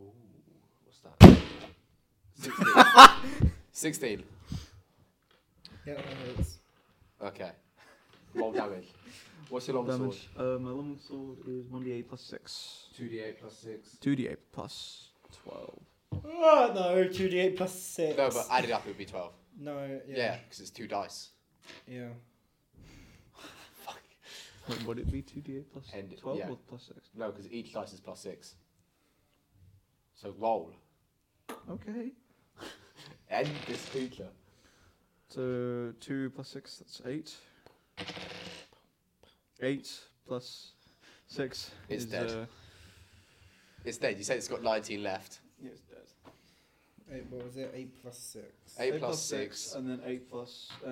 Speaker 1: Ooh, what's that? 16. 16.
Speaker 2: Yeah, that hurts.
Speaker 1: Okay. Roll damage. What's your long sword?
Speaker 6: damage. Uh, my longsword is 1d8 plus 6.
Speaker 1: 2d8 plus 6.
Speaker 6: 2d8 plus 12.
Speaker 2: Oh, no, 2d8 plus 6.
Speaker 1: No, but added up it would be 12.
Speaker 2: No,
Speaker 1: Yeah,
Speaker 2: yeah.
Speaker 1: because it's two dice.
Speaker 2: Yeah.
Speaker 6: Wait, would it be 2d8 plus
Speaker 1: And it-
Speaker 6: 12
Speaker 1: yeah.
Speaker 6: or plus 6?
Speaker 1: No, because each dice is plus 6. So roll.
Speaker 6: Okay.
Speaker 1: End this creature.
Speaker 6: So 2 plus 6, that's 8. 8 plus 6
Speaker 1: It's
Speaker 6: is
Speaker 1: dead.
Speaker 6: Uh,
Speaker 1: It's dead. You said it's got 19 left.
Speaker 6: yeah, it's dead.
Speaker 2: Eight, what was it? 8 plus 6.
Speaker 1: 8 plus, plus 6.
Speaker 6: And then 8 plus. Uh,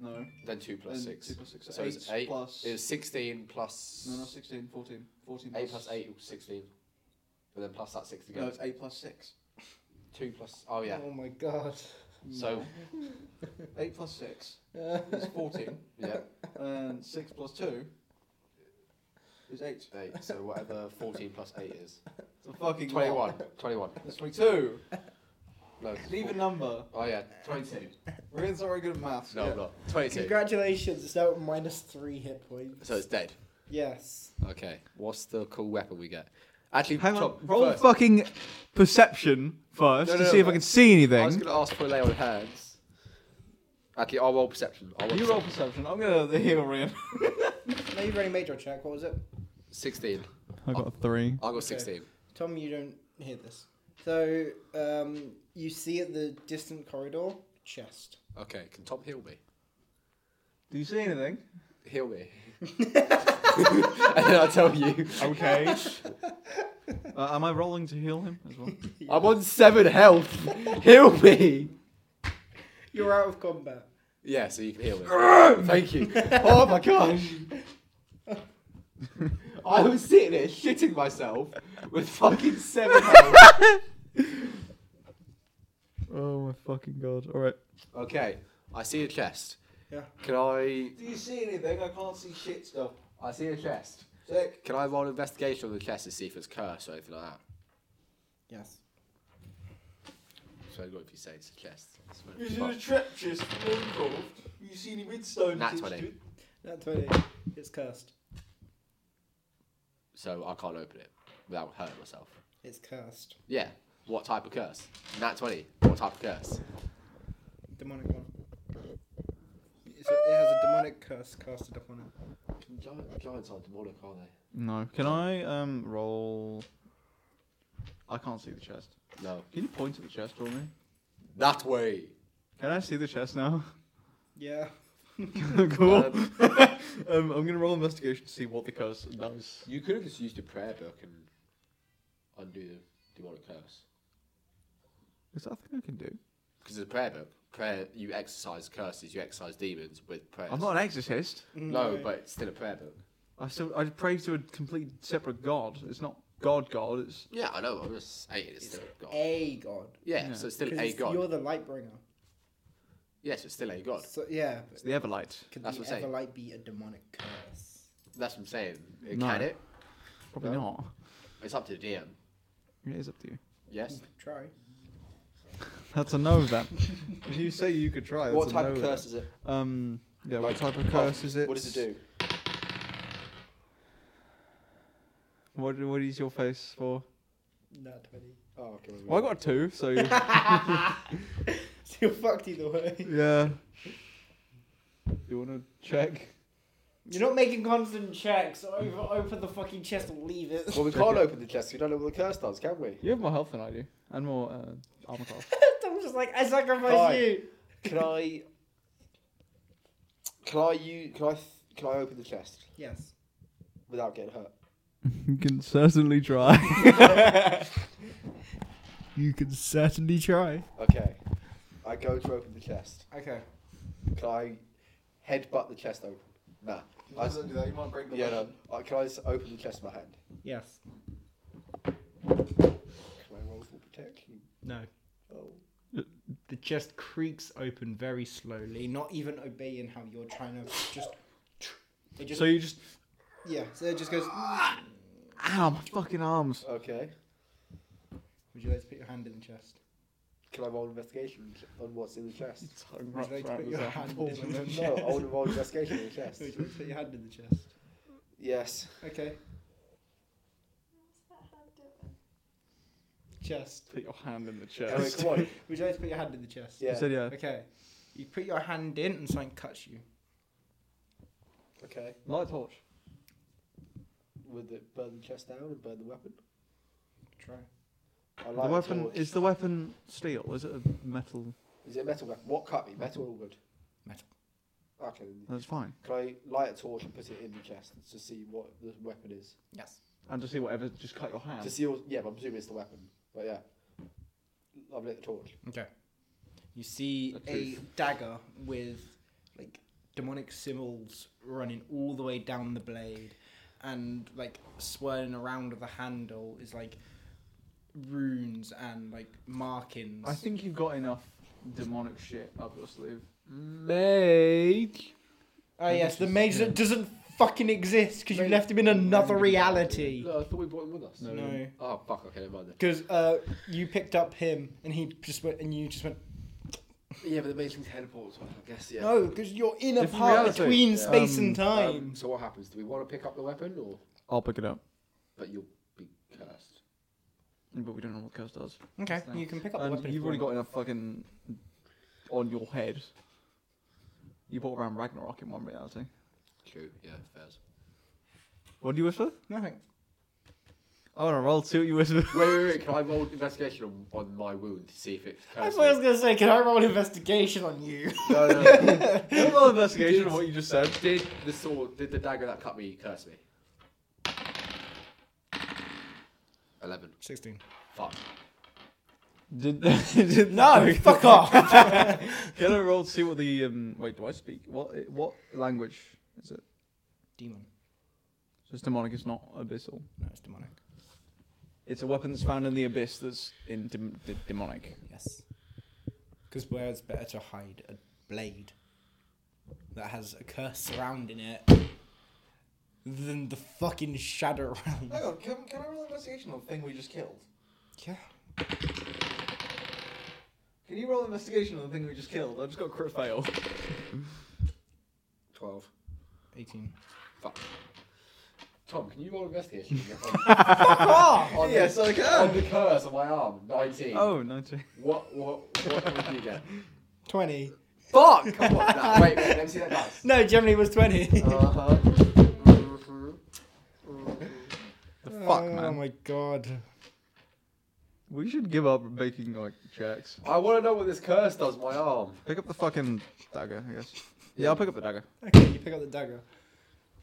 Speaker 6: no.
Speaker 1: Then 2 plus
Speaker 6: and
Speaker 1: 6.
Speaker 6: 2 plus 6.
Speaker 1: So
Speaker 6: 8,
Speaker 1: it's eight
Speaker 6: plus.
Speaker 1: It was 16 plus...
Speaker 6: no, no, 16, 14. 14
Speaker 1: 8 plus 8 was 16. And then plus that 6 again.
Speaker 6: No, it's 8 plus 6.
Speaker 1: 2 plus... Oh, yeah.
Speaker 2: Oh my god.
Speaker 1: So,
Speaker 6: 8 plus 6
Speaker 2: Uh,
Speaker 6: is 14.
Speaker 1: yeah.
Speaker 6: and 6 plus 2 is 8.
Speaker 1: 8. So whatever 14 plus 8 is.
Speaker 6: It's a fucking lot.
Speaker 1: 21. 21.
Speaker 6: It's 22.
Speaker 1: No.
Speaker 6: Leave a number.
Speaker 1: Oh yeah, 22.
Speaker 6: We're in sorry good at maths.
Speaker 1: No,
Speaker 6: yeah.
Speaker 1: I'm not. 22.
Speaker 2: Congratulations, it's now at minus 3 hit points.
Speaker 1: So it's dead.
Speaker 2: Yes.
Speaker 1: Okay. What's the cool weapon we get? Actually,
Speaker 6: Hang on.
Speaker 1: Tom,
Speaker 6: Roll
Speaker 1: first,
Speaker 6: fucking perception first
Speaker 1: No,
Speaker 6: to
Speaker 1: no,
Speaker 6: see if
Speaker 1: no.
Speaker 6: I can see
Speaker 1: I was
Speaker 6: anything.
Speaker 1: going to ask for a lay on hands. Actually, I'll roll perception. I'll roll
Speaker 6: You roll
Speaker 1: perception.
Speaker 6: perception. I'm gonna the heal ring.
Speaker 2: No, you've already made your check. What was it?
Speaker 1: 16.
Speaker 3: I got a three.
Speaker 1: I got 16.
Speaker 2: Tom, you don't hear this. So, um, you see at the distant corridor, chest.
Speaker 1: Okay, can Tom heal me?
Speaker 6: Do you see anything?
Speaker 1: Heal me. and then I'll tell you.
Speaker 6: Okay. uh, am I rolling to heal him as well?
Speaker 1: I'm on 7 health. heal me.
Speaker 2: You're out of combat.
Speaker 1: Yeah, so you can heal me. Thank you. Oh my gosh. I was sitting there shitting myself with fucking seven health.
Speaker 19: Oh my fucking god. Alright.
Speaker 1: Okay, I see a chest.
Speaker 2: Yeah.
Speaker 1: Can I?
Speaker 6: Do you see anything? I can't see shit stuff.
Speaker 1: I see a chest.
Speaker 6: Check.
Speaker 1: Can I roll an investigation on the chest to see if it's cursed or anything like that?
Speaker 2: Yes.
Speaker 1: So I go if you say it's a chest. It's what
Speaker 6: You
Speaker 1: it's
Speaker 6: see
Speaker 1: about.
Speaker 6: the trap chest from Minecraft? You see any redstone?
Speaker 1: Nat
Speaker 6: attached
Speaker 1: 20.
Speaker 6: to it?
Speaker 2: That's twenty. It's cursed.
Speaker 1: So I can't open it without hurting myself.
Speaker 2: It's cursed.
Speaker 1: Yeah. What type of curse? Nat twenty. What type of curse?
Speaker 2: Demonic one. It's a, it has a demonic curse casted upon it.
Speaker 1: Giants are demonic, aren't they?
Speaker 3: No. Can I um roll? I can't see the chest.
Speaker 1: No.
Speaker 3: Can you point at the chest for me?
Speaker 1: That way.
Speaker 3: Can I see the chest now?
Speaker 2: Yeah.
Speaker 3: cool. Um, I'm gonna roll investigation to see what the curse does.
Speaker 1: You could have just used a prayer book and undo the demonic curse.
Speaker 3: Is that a thing I can do?
Speaker 1: Because it's a prayer book. Prayer. You exercise curses. You exercise demons with prayers.
Speaker 3: I'm not an exorcist.
Speaker 1: No, but it's still a prayer book.
Speaker 3: I still I pray to a complete separate god. It's not God God. It's
Speaker 1: Yeah, I know. I'm just saying it's still a god.
Speaker 2: a god.
Speaker 1: yeah,
Speaker 3: yeah.
Speaker 1: so it's still
Speaker 2: 'Cause
Speaker 1: a
Speaker 2: it's- You're
Speaker 1: god.
Speaker 2: the light bringer.
Speaker 1: Yes, it's still a god.
Speaker 2: So yeah.
Speaker 3: it's the Everlight.
Speaker 2: Could
Speaker 1: That's
Speaker 2: the
Speaker 1: what I'm saying.
Speaker 2: Everlight be a demonic curse?
Speaker 1: That's what I'm saying. It
Speaker 3: No.
Speaker 1: Can it?
Speaker 3: Probably not.
Speaker 1: It's up to the DM.
Speaker 3: It is up to you.
Speaker 1: Yes.
Speaker 2: Try.
Speaker 3: That's a no then. if you say you could try, that's
Speaker 1: what
Speaker 3: a
Speaker 1: type
Speaker 3: no
Speaker 1: of
Speaker 3: then.
Speaker 1: curse is it?
Speaker 3: Um. Yeah. What type of curse is it?
Speaker 1: What does it do?
Speaker 3: What What is your face for?
Speaker 2: Not twenty.
Speaker 1: Oh, okay.
Speaker 3: Well, I got a two, so you-
Speaker 2: So you're fucked either way.
Speaker 3: yeah. You wanna check?
Speaker 2: You're not making constant checks. Over, open the fucking chest and leave it.
Speaker 1: Well, we
Speaker 3: Check can't
Speaker 1: can't
Speaker 3: it.
Speaker 1: open the chest. We don't know what the curse does, can we?
Speaker 3: You have more health than I do, and more uh, armor class.
Speaker 2: I'm just like, I sacrifice
Speaker 1: Fine.
Speaker 2: you.
Speaker 1: Can I? Can I? You? Can I? th- Can I open the chest
Speaker 2: Yes.
Speaker 1: without getting hurt?
Speaker 19: You can certainly try.
Speaker 2: You can certainly try.
Speaker 1: Okay. I go to open the chest.
Speaker 2: Okay.
Speaker 1: Can I headbutt the chest open? Nah.
Speaker 6: You might as well do that. You might break the
Speaker 1: Yeah, no.
Speaker 6: button.
Speaker 1: I, can I just open the chest with my hand?
Speaker 2: Yes.
Speaker 1: Can I roll for protection?
Speaker 2: No.
Speaker 1: Oh.
Speaker 2: The chest creaks open very slowly, not even obeying how you're trying to just. It just
Speaker 3: So you just
Speaker 2: yeah. So it just goes.
Speaker 3: ow my fucking arms.
Speaker 1: Okay.
Speaker 2: Would you like to put your hand in the chest?
Speaker 1: Can I roll investigation on what's in the chest?
Speaker 2: Would you like to put your hand in the chest?
Speaker 1: no, I want to roll investigation in the chest.
Speaker 2: Would you like to put your hand in the chest?
Speaker 1: Yes.
Speaker 2: Okay.
Speaker 4: What's that hand doing?
Speaker 2: Chest.
Speaker 3: Put your hand in the
Speaker 1: I mean,
Speaker 3: chest.
Speaker 1: come on.
Speaker 2: Would you like to put your hand in the chest?
Speaker 1: Yeah.
Speaker 3: You said yeah.
Speaker 2: Okay. You put your hand in and something cuts you.
Speaker 1: Okay.
Speaker 3: Light torch.
Speaker 1: Would it burn the chest down and burn the weapon?
Speaker 2: Try.
Speaker 1: I
Speaker 3: The
Speaker 1: like
Speaker 3: weapon
Speaker 1: torch.
Speaker 3: is the weapon steel. Is it a metal?
Speaker 1: Is it a metal weapon? What cut me? Metal or wood?
Speaker 2: Metal.
Speaker 1: Okay. then.
Speaker 3: That's fine.
Speaker 1: Can I light a torch and put it in the chest to see what the weapon is?
Speaker 2: Yes.
Speaker 3: And just see whatever. Just cut your hand.
Speaker 1: To see all, yeah, but I'm assuming it's the weapon. But yeah. I've lit the torch.
Speaker 2: Okay. You see
Speaker 3: A
Speaker 2: a,
Speaker 3: tooth.
Speaker 2: dagger with like demonic symbols running all the way down the blade and like swirling around the handle is like runes and like markings.
Speaker 3: I think you've got enough demonic shit up your sleeve.
Speaker 1: Mage.
Speaker 2: Oh yes, the mage that doesn't fucking exist because you left him in another reality.
Speaker 1: No, I thought we brought him with us.
Speaker 2: No.
Speaker 1: Oh fuck! Okay, never mind.
Speaker 2: Because uh, you picked up him and he just went and you just went
Speaker 1: Then. Yeah, but the mage can teleport. so I guess yeah.
Speaker 2: no because you're in a
Speaker 3: Different
Speaker 2: part
Speaker 3: reality.
Speaker 2: between
Speaker 3: Yeah.
Speaker 2: space and
Speaker 1: Um,
Speaker 2: time.
Speaker 1: so what happens? Do we want to pick up the weapon or?
Speaker 19: I'll pick it up.
Speaker 1: But you'll be cursed.
Speaker 3: But we don't know what the curse does.
Speaker 2: okay,
Speaker 3: so-
Speaker 2: you can pick up the
Speaker 3: And
Speaker 2: weapon. if
Speaker 3: you've
Speaker 2: you
Speaker 3: already
Speaker 2: want.
Speaker 3: got enough fucking on your head. You brought around Ragnarok in one reality.
Speaker 1: True. Yeah, fairs.
Speaker 3: What do you whisper?
Speaker 2: nothing.
Speaker 3: I want to roll two. You whisper.
Speaker 1: Wait, wait, wait. Can I roll investigation on, on my wound to see if it's
Speaker 2: I
Speaker 1: cursed?
Speaker 2: thought I was gonna say, can I roll investigation on you?
Speaker 1: no, no, no.
Speaker 3: roll investigation of what you just said.
Speaker 1: Did the sword, did the dagger that cut me curse me? 11.
Speaker 2: Sixteen.
Speaker 1: Fuck.
Speaker 3: Did, did
Speaker 2: No, fuck off.
Speaker 3: Can I roll to see what the um? Wait, do I speak? What what language is it?
Speaker 2: Demon.
Speaker 6: So it's demonic, it's not abyssal.
Speaker 2: No, it's demonic.
Speaker 6: It's a weapon that's found in the abyss that's in dem- de- demonic.
Speaker 2: Yes. Because where it's better to hide a blade that has a curse surrounding it than the fucking shadow realm.
Speaker 3: Hang on, can, can I roll investigation on the thing we just killed?
Speaker 2: Yeah.
Speaker 3: Can you roll investigation on the thing we just killed? I just got crit fail.
Speaker 1: 12.
Speaker 2: 18.
Speaker 1: Tom, can you roll investigation?
Speaker 3: Oh, yes, I
Speaker 1: on
Speaker 3: can.
Speaker 1: the curse on my arm, 19.
Speaker 6: Oh, 19.
Speaker 1: What, what, what would you get?
Speaker 2: 20.
Speaker 1: Fuck! Come on, no, wait, wait, let me see that dice.
Speaker 2: No, generally it was 20.
Speaker 3: Oh,
Speaker 1: Uh huh. Mm-hmm.
Speaker 6: The fuck,
Speaker 2: Oh
Speaker 6: man.
Speaker 2: my god.
Speaker 6: We should give up making, like, checks.
Speaker 1: I want to know what this curse does to my arm.
Speaker 6: Pick up the fucking dagger, I guess. Yeah, I'll pick up the dagger.
Speaker 2: Okay, you pick up the dagger.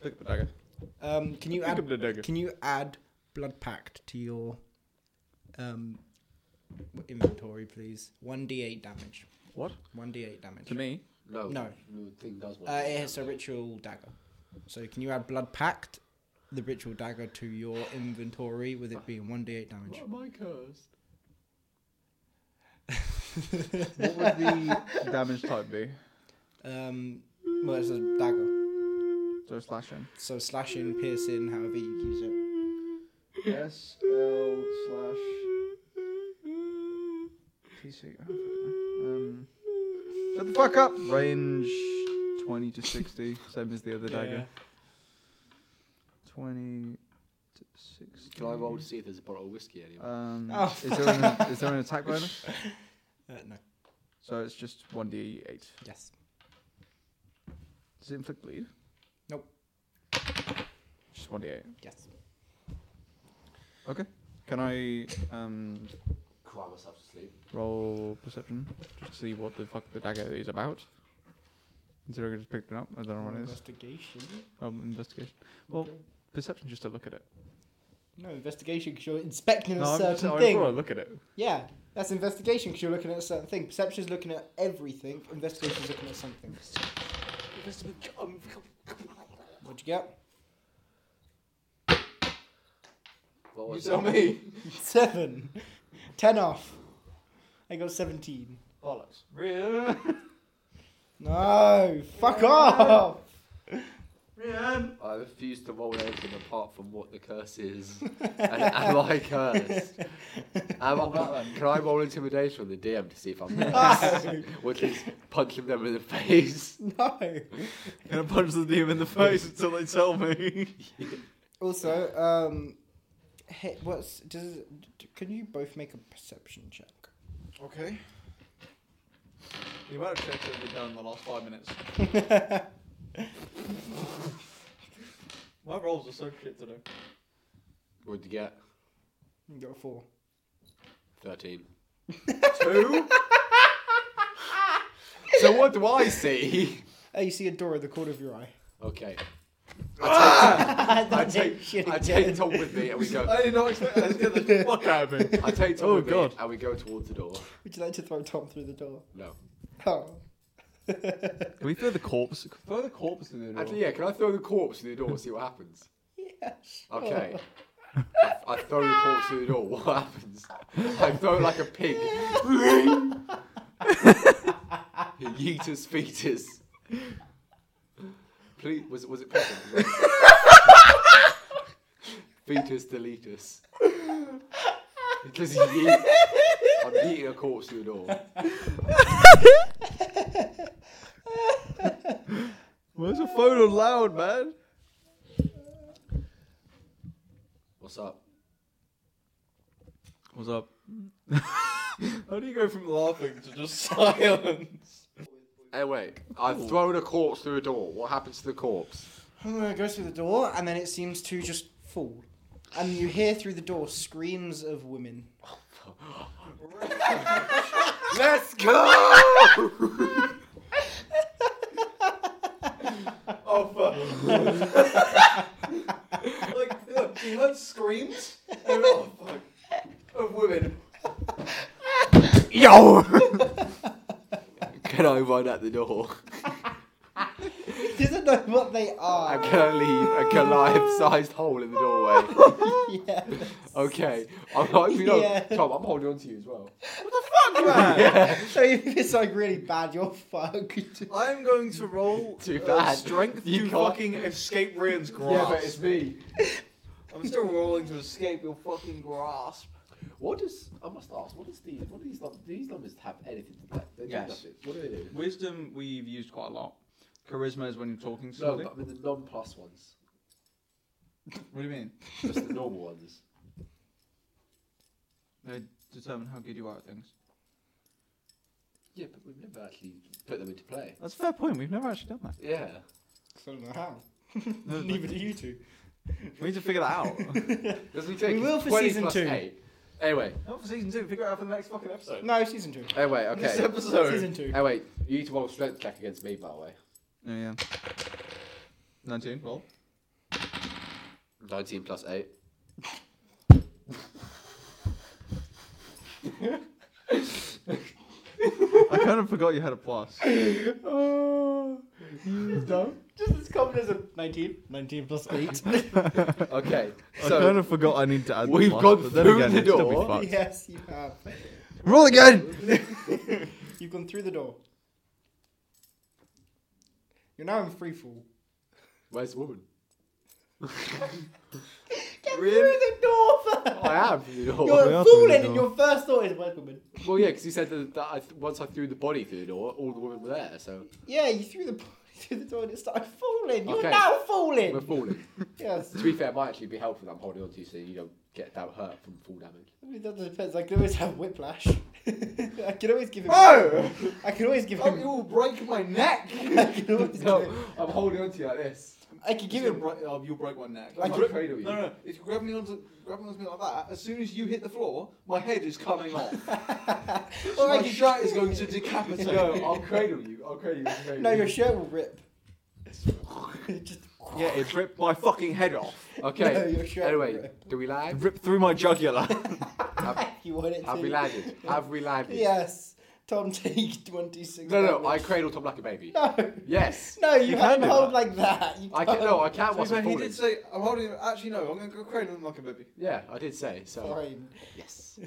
Speaker 6: Pick up the dagger.
Speaker 2: Um, can you
Speaker 6: Pick
Speaker 2: add
Speaker 6: up the dagger.
Speaker 2: can you add blood pact to your um inventory, please? One d eight damage.
Speaker 6: What?
Speaker 2: One d eight damage.
Speaker 6: To me?
Speaker 1: No.
Speaker 2: No.
Speaker 1: The thing does what?
Speaker 2: Uh, it has a ritual dagger. So can you add blood pact, the ritual dagger, to your inventory with it being one d eight damage?
Speaker 1: am I cursed?
Speaker 6: What would the damage type be?
Speaker 2: Um, well, it's a dagger.
Speaker 6: So slashing.
Speaker 2: So slashing, piercing, however you use it.
Speaker 6: S L slash T C.
Speaker 3: oh,
Speaker 6: Um, shut the fuck up. Range twenty to sixty, same as the other dagger. Twenty to sixty.
Speaker 1: Can I roll to see if there's a bottle of whiskey anywhere?
Speaker 6: Um,
Speaker 2: Oh.
Speaker 6: is, there an, is there an attack bonus?
Speaker 2: Uh, no.
Speaker 6: So it's just one d eight.
Speaker 2: Yes.
Speaker 6: Does it inflict bleed?
Speaker 2: Nope.
Speaker 6: Just one d eight.
Speaker 2: Yes.
Speaker 6: Okay. Can I um
Speaker 1: Cry myself to sleep.
Speaker 6: roll perception just to see what the fuck the dagger is about? Considering I just picked it up, I don't know what it is.
Speaker 2: Investigation.
Speaker 6: Um, investigation. Well, perception just to look at it.
Speaker 2: No investigation because you're inspecting
Speaker 6: no,
Speaker 2: a
Speaker 6: I'm
Speaker 2: certain
Speaker 6: just, I
Speaker 2: thing.
Speaker 6: wanna look at it.
Speaker 2: Yeah, that's investigation because you're looking at a certain thing. Perception's looking at everything. Investigation's looking at something. What'd you get?
Speaker 1: What
Speaker 3: You
Speaker 1: was
Speaker 3: tell
Speaker 1: it?
Speaker 3: me.
Speaker 2: Seven. Ten off. I got seventeen.
Speaker 3: Bollocks. Rian.
Speaker 2: No, fuck off.
Speaker 3: Rian.
Speaker 1: I refuse to roll anything apart from what the curse is. and am I cursed? Am I, can I roll intimidation on the DM to see if I'm cursed? Which is punching them in the face.
Speaker 2: No.
Speaker 6: Gonna punch the DM in the face until they tell me.
Speaker 2: Also, um, hey, what's does? Can you both make a perception check?
Speaker 3: Okay.
Speaker 6: You might have checked that we done in the last five minutes.
Speaker 3: My rolls are so shit today.
Speaker 1: What'd you get?
Speaker 2: You got a four.
Speaker 1: 13.
Speaker 3: Two?
Speaker 1: So what do I see?
Speaker 2: Oh, you see a door in the corner of your eye.
Speaker 1: Okay.
Speaker 2: I
Speaker 1: I take, I take Tom with me and we go.
Speaker 3: I did not expect that. Get the fuck out of me.
Speaker 1: I take Tom
Speaker 6: Oh,
Speaker 1: with
Speaker 6: God.
Speaker 1: me and we go towards the door.
Speaker 2: Would you like to throw Tom through the door?
Speaker 1: No.
Speaker 2: Oh.
Speaker 6: Can we throw the corpse? Throw the corpse in the
Speaker 1: Actually, yeah, can I throw the corpse through the door and see what happens?
Speaker 2: yes.
Speaker 1: Okay. I, I throw the corpse through the door. What happens? I throw it like a pig. he yeets his fetus. Please, was it was it present? fetus deletus. It does yeet. I'm yeeting a corpse through the door.
Speaker 6: Where's the phone on loud, man?
Speaker 1: What's up?
Speaker 6: What's up?
Speaker 3: How do you go from laughing to just silence?
Speaker 1: Anyway, I've thrown a corpse through a door. What happens to the corpse?
Speaker 2: It goes through the door and then it seems to just fall. And you hear through the door screams of women.
Speaker 1: Let's go!
Speaker 3: Oh fuck. like, look, she heard screams. And, oh fuck. Of women.
Speaker 1: Yo! Can I run at the door?
Speaker 2: There's a don't know what they
Speaker 1: I
Speaker 2: are.
Speaker 1: can leave a Goliath-sized hole in the doorway.
Speaker 2: yeah.
Speaker 1: Okay, I'm not, you know,
Speaker 2: Yeah.
Speaker 1: Tom, I'm holding on to you as well.
Speaker 2: So if it's like really bad, you're fucked.
Speaker 3: I'm going to roll
Speaker 1: Too
Speaker 3: uh,
Speaker 1: bad.
Speaker 3: strength
Speaker 1: You
Speaker 3: to
Speaker 1: can't-
Speaker 3: fucking escape Rian's grasp.
Speaker 1: Yeah, but it's me.
Speaker 3: I'm still rolling to escape your fucking grasp.
Speaker 1: What does I must ask? What is the what are these numbers? Do these numbers have anything to that? They do
Speaker 6: Yes.
Speaker 1: nothing. What do they do?
Speaker 6: Wisdom we've used quite a lot. Charisma is when you're talking to
Speaker 1: No,
Speaker 6: somebody.
Speaker 1: but I mean the non-plus ones,
Speaker 6: What do you mean?
Speaker 1: just the normal ones.
Speaker 6: They determine how good you are at things.
Speaker 1: Yeah, but we've never actually put them into play.
Speaker 6: That's a fair point. We've never actually done that.
Speaker 1: Yeah.
Speaker 2: I don't know how.
Speaker 6: No,
Speaker 2: Neither do you two.
Speaker 6: We need to figure that out.
Speaker 1: Doesn't he take
Speaker 2: We will for
Speaker 1: 20
Speaker 2: season
Speaker 1: plus
Speaker 2: two.
Speaker 1: eight? Anyway,
Speaker 3: Not for season two. Figure it out for the next fucking episode.
Speaker 2: No, season two.
Speaker 1: anyway,
Speaker 2: This
Speaker 1: okay.
Speaker 2: episode. Season two.
Speaker 1: Anyway, you need to roll a strength check against me, by the way.
Speaker 6: oh, yeah. 19, roll.
Speaker 1: 19 plus 8.
Speaker 6: I kind of forgot you had a plus.
Speaker 2: Oh. Just as common as a 19. 19 plus 8.
Speaker 1: Okay,
Speaker 10: I kind
Speaker 1: so
Speaker 10: of forgot I need to add. the
Speaker 1: We've
Speaker 10: plus,
Speaker 1: gone
Speaker 10: but then
Speaker 1: through
Speaker 10: again,
Speaker 1: the
Speaker 10: it'd still be
Speaker 1: door.
Speaker 10: fucked.
Speaker 2: yes, you have.
Speaker 10: Roll again.
Speaker 2: You've gone through the door. You're now in free fall.
Speaker 1: where's the woman?
Speaker 2: Get through the door first!
Speaker 1: Oh, I am. You know.
Speaker 10: We
Speaker 2: You're
Speaker 10: are through the
Speaker 2: falling and
Speaker 10: door.
Speaker 2: your first thought is welcome.
Speaker 1: Well, yeah, because you said that, that I, once I threw the body through the door, all the women were there, so
Speaker 2: Yeah, you threw the through the door and it started falling. You're
Speaker 1: Okay.
Speaker 2: now
Speaker 1: we're
Speaker 2: falling!
Speaker 1: falling.
Speaker 2: Yes.
Speaker 1: to be fair, it might actually be helpful that I'm holding on to you so you don't get that hurt from full damage.
Speaker 2: I mean, that depends. I can always have whiplash. I can always give him.
Speaker 3: Oh!
Speaker 2: I can always give
Speaker 3: Oh,
Speaker 2: him.
Speaker 3: you will break my neck.
Speaker 2: I can always give
Speaker 1: No,
Speaker 2: him.
Speaker 1: I'm holding on to you like this.
Speaker 2: I can give
Speaker 3: You'll
Speaker 2: him.
Speaker 3: break, oh, you'll break my neck.
Speaker 1: I
Speaker 3: Like,
Speaker 1: can cradle you.
Speaker 3: no, no. If you grab me onto, grab me onto me like that, as soon as you hit the floor, my head is coming off.
Speaker 2: Or I
Speaker 3: my
Speaker 2: can-
Speaker 3: shirt is going to decapitate.
Speaker 1: No, I'll cradle you. I'll cradle you. I'll cradle
Speaker 2: No,
Speaker 1: you.
Speaker 2: your shirt will rip. Just
Speaker 3: Yeah, it ripped my fucking head off.
Speaker 1: Okay.
Speaker 2: No, you're sure.
Speaker 1: anyway, do we land?
Speaker 3: Ripped through my jugular.
Speaker 2: you want it
Speaker 1: Have
Speaker 2: to.
Speaker 1: we landed? Have we landed?
Speaker 2: Yes. Tom, take 26.
Speaker 1: No, no, I
Speaker 2: damage.
Speaker 1: cradle Tom like a baby.
Speaker 2: No,
Speaker 1: Yes.
Speaker 2: no, you,
Speaker 1: You
Speaker 2: have
Speaker 1: can
Speaker 2: to
Speaker 1: do
Speaker 2: hold like that. You
Speaker 1: I can.
Speaker 2: don't.
Speaker 1: No, I can't. Once I'm
Speaker 3: he
Speaker 1: falling.
Speaker 3: did say, I'm holding him. Actually, no, I'm going to go cradle him like a baby.
Speaker 1: Yeah, I did say so.
Speaker 2: Fine.
Speaker 1: Yes.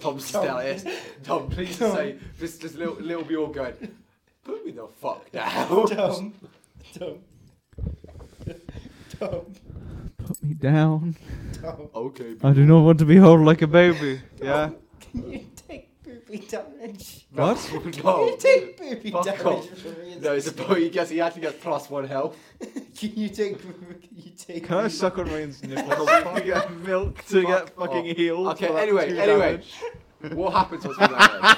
Speaker 1: Tom's still yes. Tom, please just say just just little little Bjorn going. Put me the fuck down.
Speaker 2: Tom. Tom. Tom.
Speaker 10: Put me down.
Speaker 2: Tom.
Speaker 1: okay.
Speaker 10: I do not want to be held like a baby.
Speaker 6: Yeah.
Speaker 2: Can you take booby damage?
Speaker 10: What?
Speaker 2: Can you
Speaker 1: No.
Speaker 2: take booby
Speaker 1: Fuck
Speaker 2: damage?
Speaker 1: off.
Speaker 2: from Ian's-
Speaker 1: No, it's a boy. He gets. He actually gets plus one health.
Speaker 2: Can you take booby? Can you take
Speaker 6: Can I
Speaker 2: booby-
Speaker 6: suck on Rain's nipple to get milk to get fucking
Speaker 1: off.
Speaker 6: healed?
Speaker 1: Okay.
Speaker 6: without
Speaker 1: Anyway.
Speaker 6: too
Speaker 1: Anyway.
Speaker 6: damaged?
Speaker 1: What happens once we land?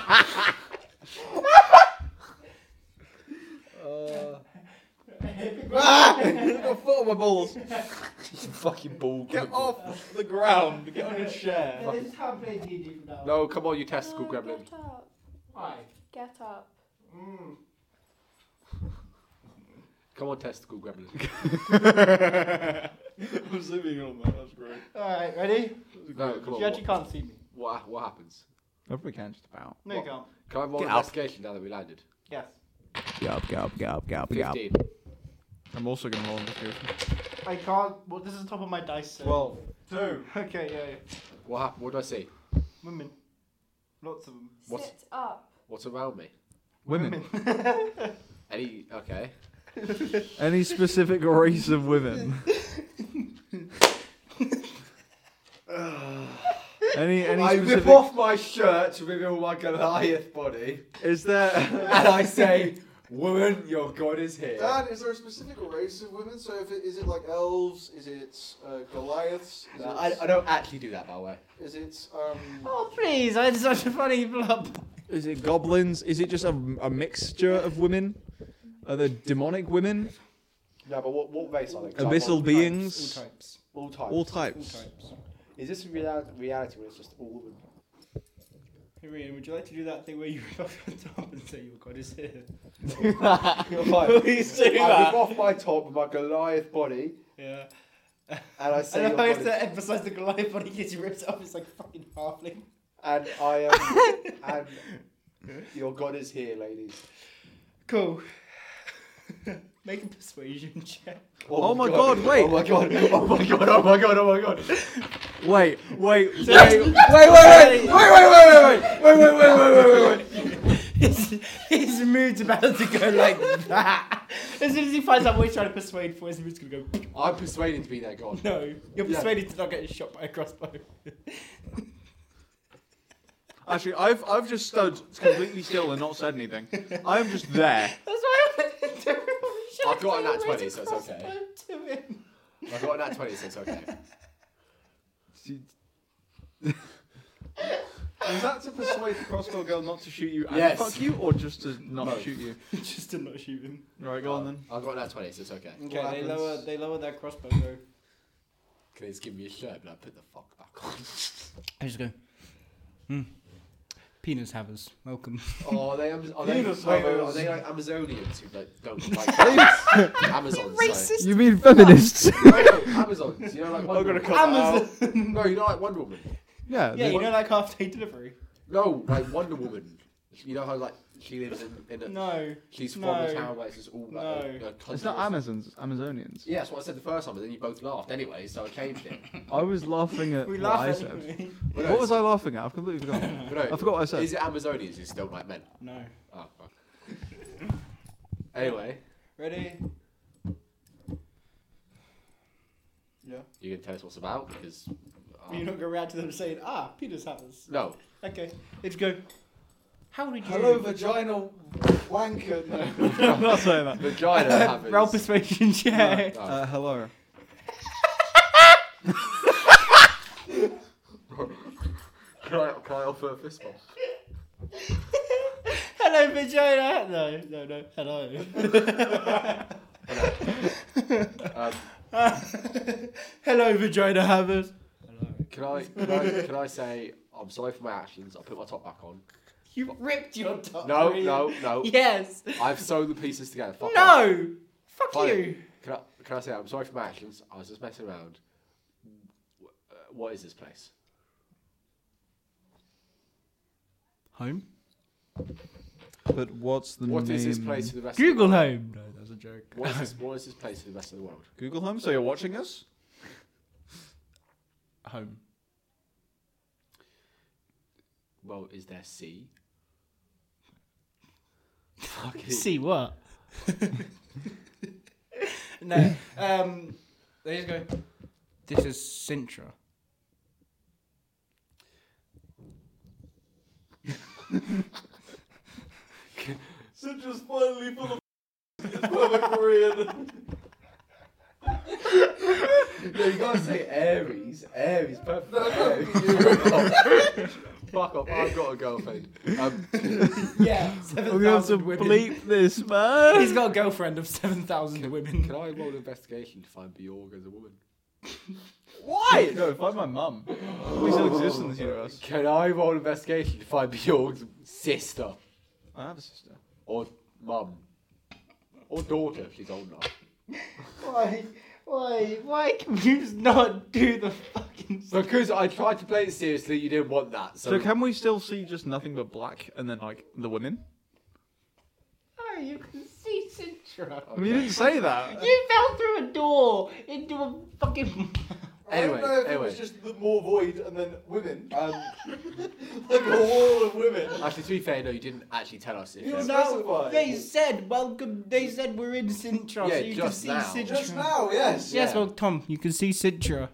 Speaker 6: Uh, I've got foot on my balls.
Speaker 1: Fucking ball.
Speaker 3: Get off the ground. Get on your chair.
Speaker 2: No, this is how I play D&D from now on.
Speaker 1: No, come on, you testicle
Speaker 4: No,
Speaker 1: gremlin.
Speaker 4: Get up.
Speaker 2: Why?
Speaker 4: Get up.
Speaker 2: mm.
Speaker 1: Come on, testicle gremlin.
Speaker 3: I'm zooming on that. That's great.
Speaker 2: Alright, ready?
Speaker 1: No, come on.
Speaker 2: You actually
Speaker 1: What,
Speaker 2: can't see me.
Speaker 1: what, what happens?
Speaker 10: I probably can just about.
Speaker 2: No,
Speaker 1: What?
Speaker 2: you can't.
Speaker 1: Can I roll
Speaker 10: Get
Speaker 1: an
Speaker 10: up.
Speaker 1: investigation now that we landed?
Speaker 2: Yes.
Speaker 10: Gulp, gulp, gulp, gulp, gulp.
Speaker 1: Fifteen.
Speaker 6: I'm also going to roll investigation.
Speaker 2: I can't. Well, this is top of my dice. So.
Speaker 6: Well,
Speaker 3: Two.
Speaker 2: Okay, yeah, yeah.
Speaker 1: What happened? What do I see?
Speaker 2: Women. Lots of them.
Speaker 1: What?
Speaker 4: Sit up.
Speaker 1: What's around me?
Speaker 10: Women.
Speaker 1: Any? Okay.
Speaker 10: Any specific race of women?
Speaker 6: any any
Speaker 1: I rip
Speaker 6: specific?
Speaker 1: off my shirt to reveal my Goliath body,
Speaker 6: Is there?
Speaker 1: and I say, "Woman, your god is here."
Speaker 3: Dad, is there a specific race of women? So if it, is it like elves? Is it uh, Goliaths? Is
Speaker 1: I,
Speaker 3: it,
Speaker 1: I don't actually do that, by the way.
Speaker 3: is it um,
Speaker 2: Oh, please! I had such a funny blob.
Speaker 10: Is it goblins? Is it just a, a mixture of women? Are there demonic women?
Speaker 1: No, but what, what race are they? 'Cause I'm
Speaker 10: Abyssal
Speaker 1: on-
Speaker 10: beings?
Speaker 1: All
Speaker 2: All types.
Speaker 1: types.
Speaker 10: All
Speaker 2: All
Speaker 10: types.
Speaker 2: types.
Speaker 1: Is this real, reality where it's just all women?
Speaker 2: Hey, Rian, would you like to do that thing where you rub your top and say your god is here?
Speaker 1: You're fine.
Speaker 2: Please do
Speaker 1: I rip off my top with my Goliath body,
Speaker 2: Yeah.
Speaker 1: and I say,
Speaker 2: and
Speaker 1: your god
Speaker 2: I have
Speaker 1: is
Speaker 2: to emphasize the Goliath body because he rips it off. It's like fucking halfling.
Speaker 1: And I am. and your god is here, ladies.
Speaker 2: Cool. Make a persuasion check.
Speaker 6: Oh, my god, wait.
Speaker 1: Oh my god, oh my god, oh my god, oh my god.
Speaker 6: Wait, wait, wait, wait, wait, wait, wait, wait, wait, wait, wait, wait, wait, wait, wait, wait, wait.
Speaker 2: his, his mood's about to go like that. As soon as he finds out what he's trying to persuade for, his mood's gonna go.
Speaker 1: I'm persuaded to be their god.
Speaker 2: No, you're
Speaker 1: Yeah.
Speaker 2: persuaded to not get shot by a crossbow.
Speaker 6: Actually, I've I've just stood completely still and not said anything. I'm just there.
Speaker 2: That's why I wanted to.
Speaker 1: I've got a nat 20, so it's okay.
Speaker 2: To him.
Speaker 1: I got a nat 20, so it's okay.
Speaker 6: Is that to persuade the crossbow girl not to shoot you and
Speaker 1: Yes.
Speaker 6: fuck you, or just to not
Speaker 1: Both.
Speaker 6: shoot you?
Speaker 2: Just to not shoot him.
Speaker 6: Right, go on then.
Speaker 1: I've got a nat 20, so it's okay.
Speaker 2: Okay,
Speaker 6: What
Speaker 2: they
Speaker 6: happens?
Speaker 2: lower they lower their crossbow though.
Speaker 1: Can they just give me a shirt and I put the fuck back on?
Speaker 12: I just go, hmm. Penis havers, welcome.
Speaker 1: Oh, are they, Amaz- are, they,
Speaker 6: Penis
Speaker 1: wait, wait, wait, are
Speaker 6: lovers.
Speaker 1: they like Amazonians who like, don't like Amazons? sorry.
Speaker 6: You mean feminists?
Speaker 1: No, no, Amazons, you know, like Wonder Woman.
Speaker 2: Amazon.
Speaker 1: No, you know, like Wonder Woman.
Speaker 6: yeah.
Speaker 2: yeah,
Speaker 6: they-
Speaker 2: you know like half day delivery.
Speaker 1: No, like Wonder Woman. You know how like she lives in, in a,
Speaker 2: No,
Speaker 1: she's from
Speaker 2: no.
Speaker 1: a town where it's just all like a-
Speaker 2: No.
Speaker 1: a
Speaker 6: It's
Speaker 1: country
Speaker 6: not
Speaker 1: or something.
Speaker 6: Amazons, it's Amazonians.
Speaker 1: Yeah, that's what I said the first time, but then you both laughed anyway, so I changed it.
Speaker 6: I was laughing at
Speaker 2: we
Speaker 6: what I
Speaker 2: laugh
Speaker 6: said.
Speaker 2: anyway.
Speaker 1: But no,
Speaker 6: What was I laughing at? I've completely forgotten.
Speaker 1: but no,
Speaker 6: I forgot what I said.
Speaker 1: Is it Amazonians who still like men?
Speaker 2: No,
Speaker 1: Oh, fuck. anyway,
Speaker 2: ready?
Speaker 1: you can tell us what's about because. uh,
Speaker 2: You're not gonna react to them saying ah penis havers.
Speaker 1: no.
Speaker 2: Okay, let's go. How did you?
Speaker 3: Hello, vaginal wanker. No.
Speaker 6: I'm not saying that.
Speaker 1: Vagina happens.
Speaker 2: Roll persuasion check.
Speaker 1: No.
Speaker 6: Uh, hello.
Speaker 1: Can I, can I offer a fist bump?
Speaker 2: Hello, vagina. No, no, no. Hello.
Speaker 1: Um,
Speaker 2: Hello, vagina havers.
Speaker 1: can, I, can, I, can I say, I'm sorry for my actions, I put my top back on.
Speaker 2: You ripped your top.
Speaker 1: No,
Speaker 2: three.
Speaker 1: no, no.
Speaker 2: Yes.
Speaker 1: I've sewn the pieces together. Fuck off.
Speaker 2: No. Fuck
Speaker 1: Fine.
Speaker 2: you.
Speaker 1: Can I, can I say, I'm sorry for my actions, I was just messing around. Wh- uh, What is this place?
Speaker 12: Home?
Speaker 6: But what's the
Speaker 1: What is
Speaker 6: name?
Speaker 1: this place for the rest
Speaker 12: Google
Speaker 1: of the world?
Speaker 12: Home. No, that's a joke.
Speaker 1: What is, this, what is this place for the rest of the world?
Speaker 6: Google Home. So you're watching us?
Speaker 12: Home.
Speaker 1: Well, is there sea? Fucking
Speaker 12: See what?
Speaker 2: No. Um. There you go.
Speaker 12: This is Sintra.
Speaker 3: Citrus finally full of full of Korean.
Speaker 1: No, you gotta say Aries. Aries, perfect. Fuck off, I've got a girlfriend. Um,
Speaker 2: Yeah.
Speaker 6: We're
Speaker 2: Seven
Speaker 6: going to
Speaker 2: thousand women.
Speaker 6: bleep this, man.
Speaker 2: He's got a girlfriend of seven thousand women.
Speaker 1: can I roll an investigation to find Bjorg as a woman?
Speaker 6: Why? No, find my mum. We still exist in this universe.
Speaker 1: Can I roll an investigation to find Bjorg's sister?
Speaker 6: I have a sister.
Speaker 1: Or mum? Or daughter, if she's old enough.
Speaker 2: Why? Why? Why can you not do the fucking?
Speaker 1: Because I tried to play it seriously, you didn't want that. So,
Speaker 6: So can we still see just nothing but black and then like the women?
Speaker 2: Oh, you can see Sintra.
Speaker 6: I mean, you didn't say that.
Speaker 2: You fell through a door into a fucking.
Speaker 1: anyway,
Speaker 3: I don't know if it
Speaker 1: anyway.
Speaker 3: was just the more void and then women. Um, like a wall of women.
Speaker 1: Actually, to be fair, no, you didn't actually tell us. If
Speaker 3: You
Speaker 1: there-
Speaker 3: know- Specify.
Speaker 2: they said welcome. They said we're in Sintra,
Speaker 1: Yeah,
Speaker 2: so you can
Speaker 1: just
Speaker 2: see
Speaker 1: now.
Speaker 2: Sintra.
Speaker 3: Just now, Oh, yes.
Speaker 1: Yeah.
Speaker 12: Yes, well, Tom, you can see Sintra.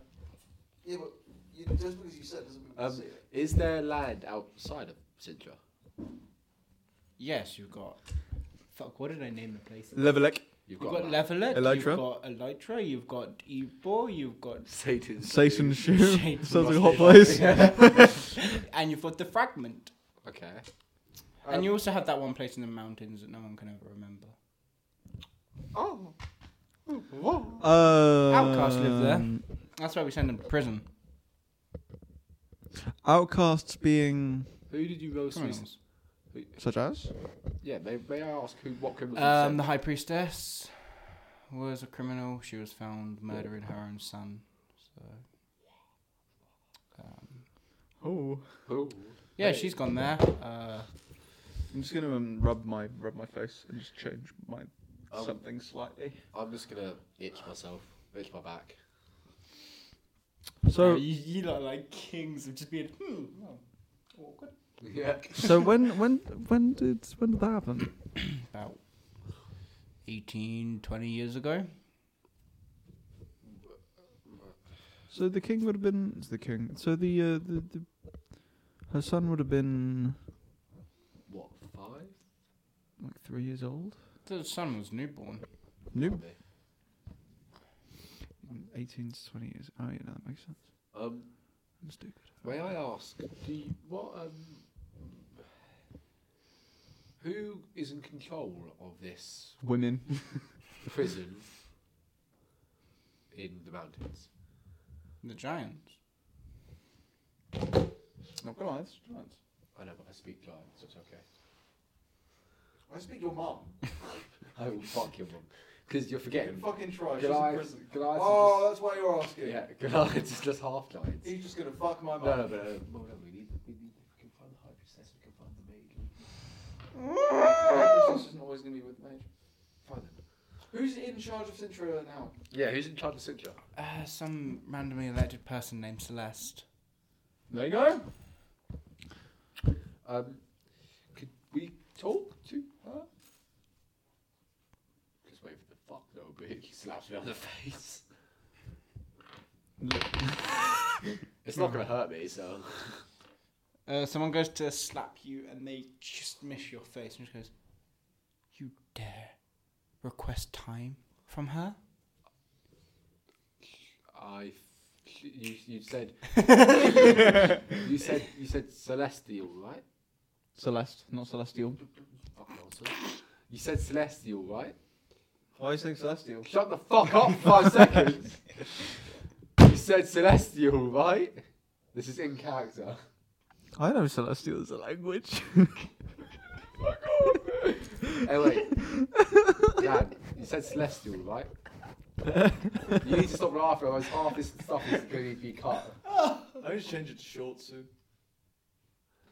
Speaker 3: Yeah, but you, just because you said doesn't mean we
Speaker 1: Um,
Speaker 3: see it.
Speaker 1: is there land outside of Sintra?
Speaker 12: Yes, you've got.
Speaker 2: Fuck, what did I name the place?
Speaker 6: Levelek.
Speaker 1: You've
Speaker 12: You've
Speaker 1: got,
Speaker 12: got
Speaker 1: that.
Speaker 12: Levelet,
Speaker 6: Elytra.
Speaker 12: you've got Elytra, you've got Ebor, you've got.
Speaker 1: Satan's
Speaker 6: Satan
Speaker 1: food.
Speaker 6: shoe.
Speaker 12: Shame.
Speaker 6: Sounds like a hot place.
Speaker 12: And you've got the Fragment.
Speaker 1: Okay.
Speaker 12: and you also have that one place in the mountains that no one can ever remember.
Speaker 1: Oh.
Speaker 6: Uh,
Speaker 12: Outcast live there. That's why we send them to prison.
Speaker 6: Outcasts being
Speaker 1: Who did you roast? recently?
Speaker 12: Criminals.
Speaker 6: such as
Speaker 1: Yeah, may, may I ask who, what criminals? you
Speaker 12: Um,
Speaker 1: said?
Speaker 12: the High Priestess was a criminal. She was found murdering her own son. So. Um,
Speaker 6: oh.
Speaker 1: Who?
Speaker 12: yeah, she's gone there. Uh,
Speaker 6: I'm just gonna um, rub my rub my face and just change my
Speaker 1: Um,
Speaker 3: something slightly.
Speaker 1: I'm just gonna itch myself, itch my back.
Speaker 3: So
Speaker 2: you, you look like kings of just being, hmm, well,
Speaker 12: oh,
Speaker 2: awkward.
Speaker 1: Yeah.
Speaker 3: so when when when did when did that happen?
Speaker 20: About 18, 20 years ago.
Speaker 3: So the king would have been it's the king. So the uh, the, the her son would have been
Speaker 1: What five?
Speaker 3: like three years old,
Speaker 20: The son was newborn.
Speaker 3: new,
Speaker 1: Probably.
Speaker 3: eighteen to twenty years. Oh yeah, no, that makes sense.
Speaker 1: Um,
Speaker 3: I'm stupid.
Speaker 1: may I ask, do you, what um, who is in control of this
Speaker 3: Women.
Speaker 1: prison in the mountains?
Speaker 20: The Giants.
Speaker 3: Not gonna lie, that's giants.
Speaker 1: I know, but I speak giant, so it's okay.
Speaker 6: I speak your mum.
Speaker 1: I will fuck your mum because you're forgetting.
Speaker 6: Fucking try. Oh, She's in
Speaker 1: Goliath,
Speaker 6: prison.
Speaker 1: Goliath,
Speaker 6: Oh, that's why you're asking.
Speaker 1: is just, yeah, Goliath is just half giants.
Speaker 6: He's just gonna fuck my mum.
Speaker 1: No, no, but uh, well, no, we need, we need, we can find the high priestess, we can find the maid, we can
Speaker 6: This isn't always gonna be with Mage.
Speaker 1: find them.
Speaker 6: Who's in charge of Cintra now?
Speaker 1: Yeah, who's in charge of Sintra?
Speaker 20: Uh, some randomly elected person named Celeste.
Speaker 1: There you go. Um, could we talk to her? Just wait for the fuck no bitch. He slaps me on the face. it's not gonna hurt me, so.
Speaker 20: Uh, someone goes to slap you and they just miss your face and just goes, You dare request time from her?
Speaker 1: I. You, you said. you said you said celestial, right?
Speaker 3: Celeste, not celestial.
Speaker 1: Fuck nonsense. You said celestial, right?
Speaker 3: Why are you saying celestial?
Speaker 1: Shut the fuck up for five seconds. You said celestial, right? This is in character.
Speaker 3: I know celestial is a language.
Speaker 1: Hey, wait. Dan, you said celestial, right? You need to stop laughing, otherwise half this stuff is going to be cut.
Speaker 21: I just change it to short soon.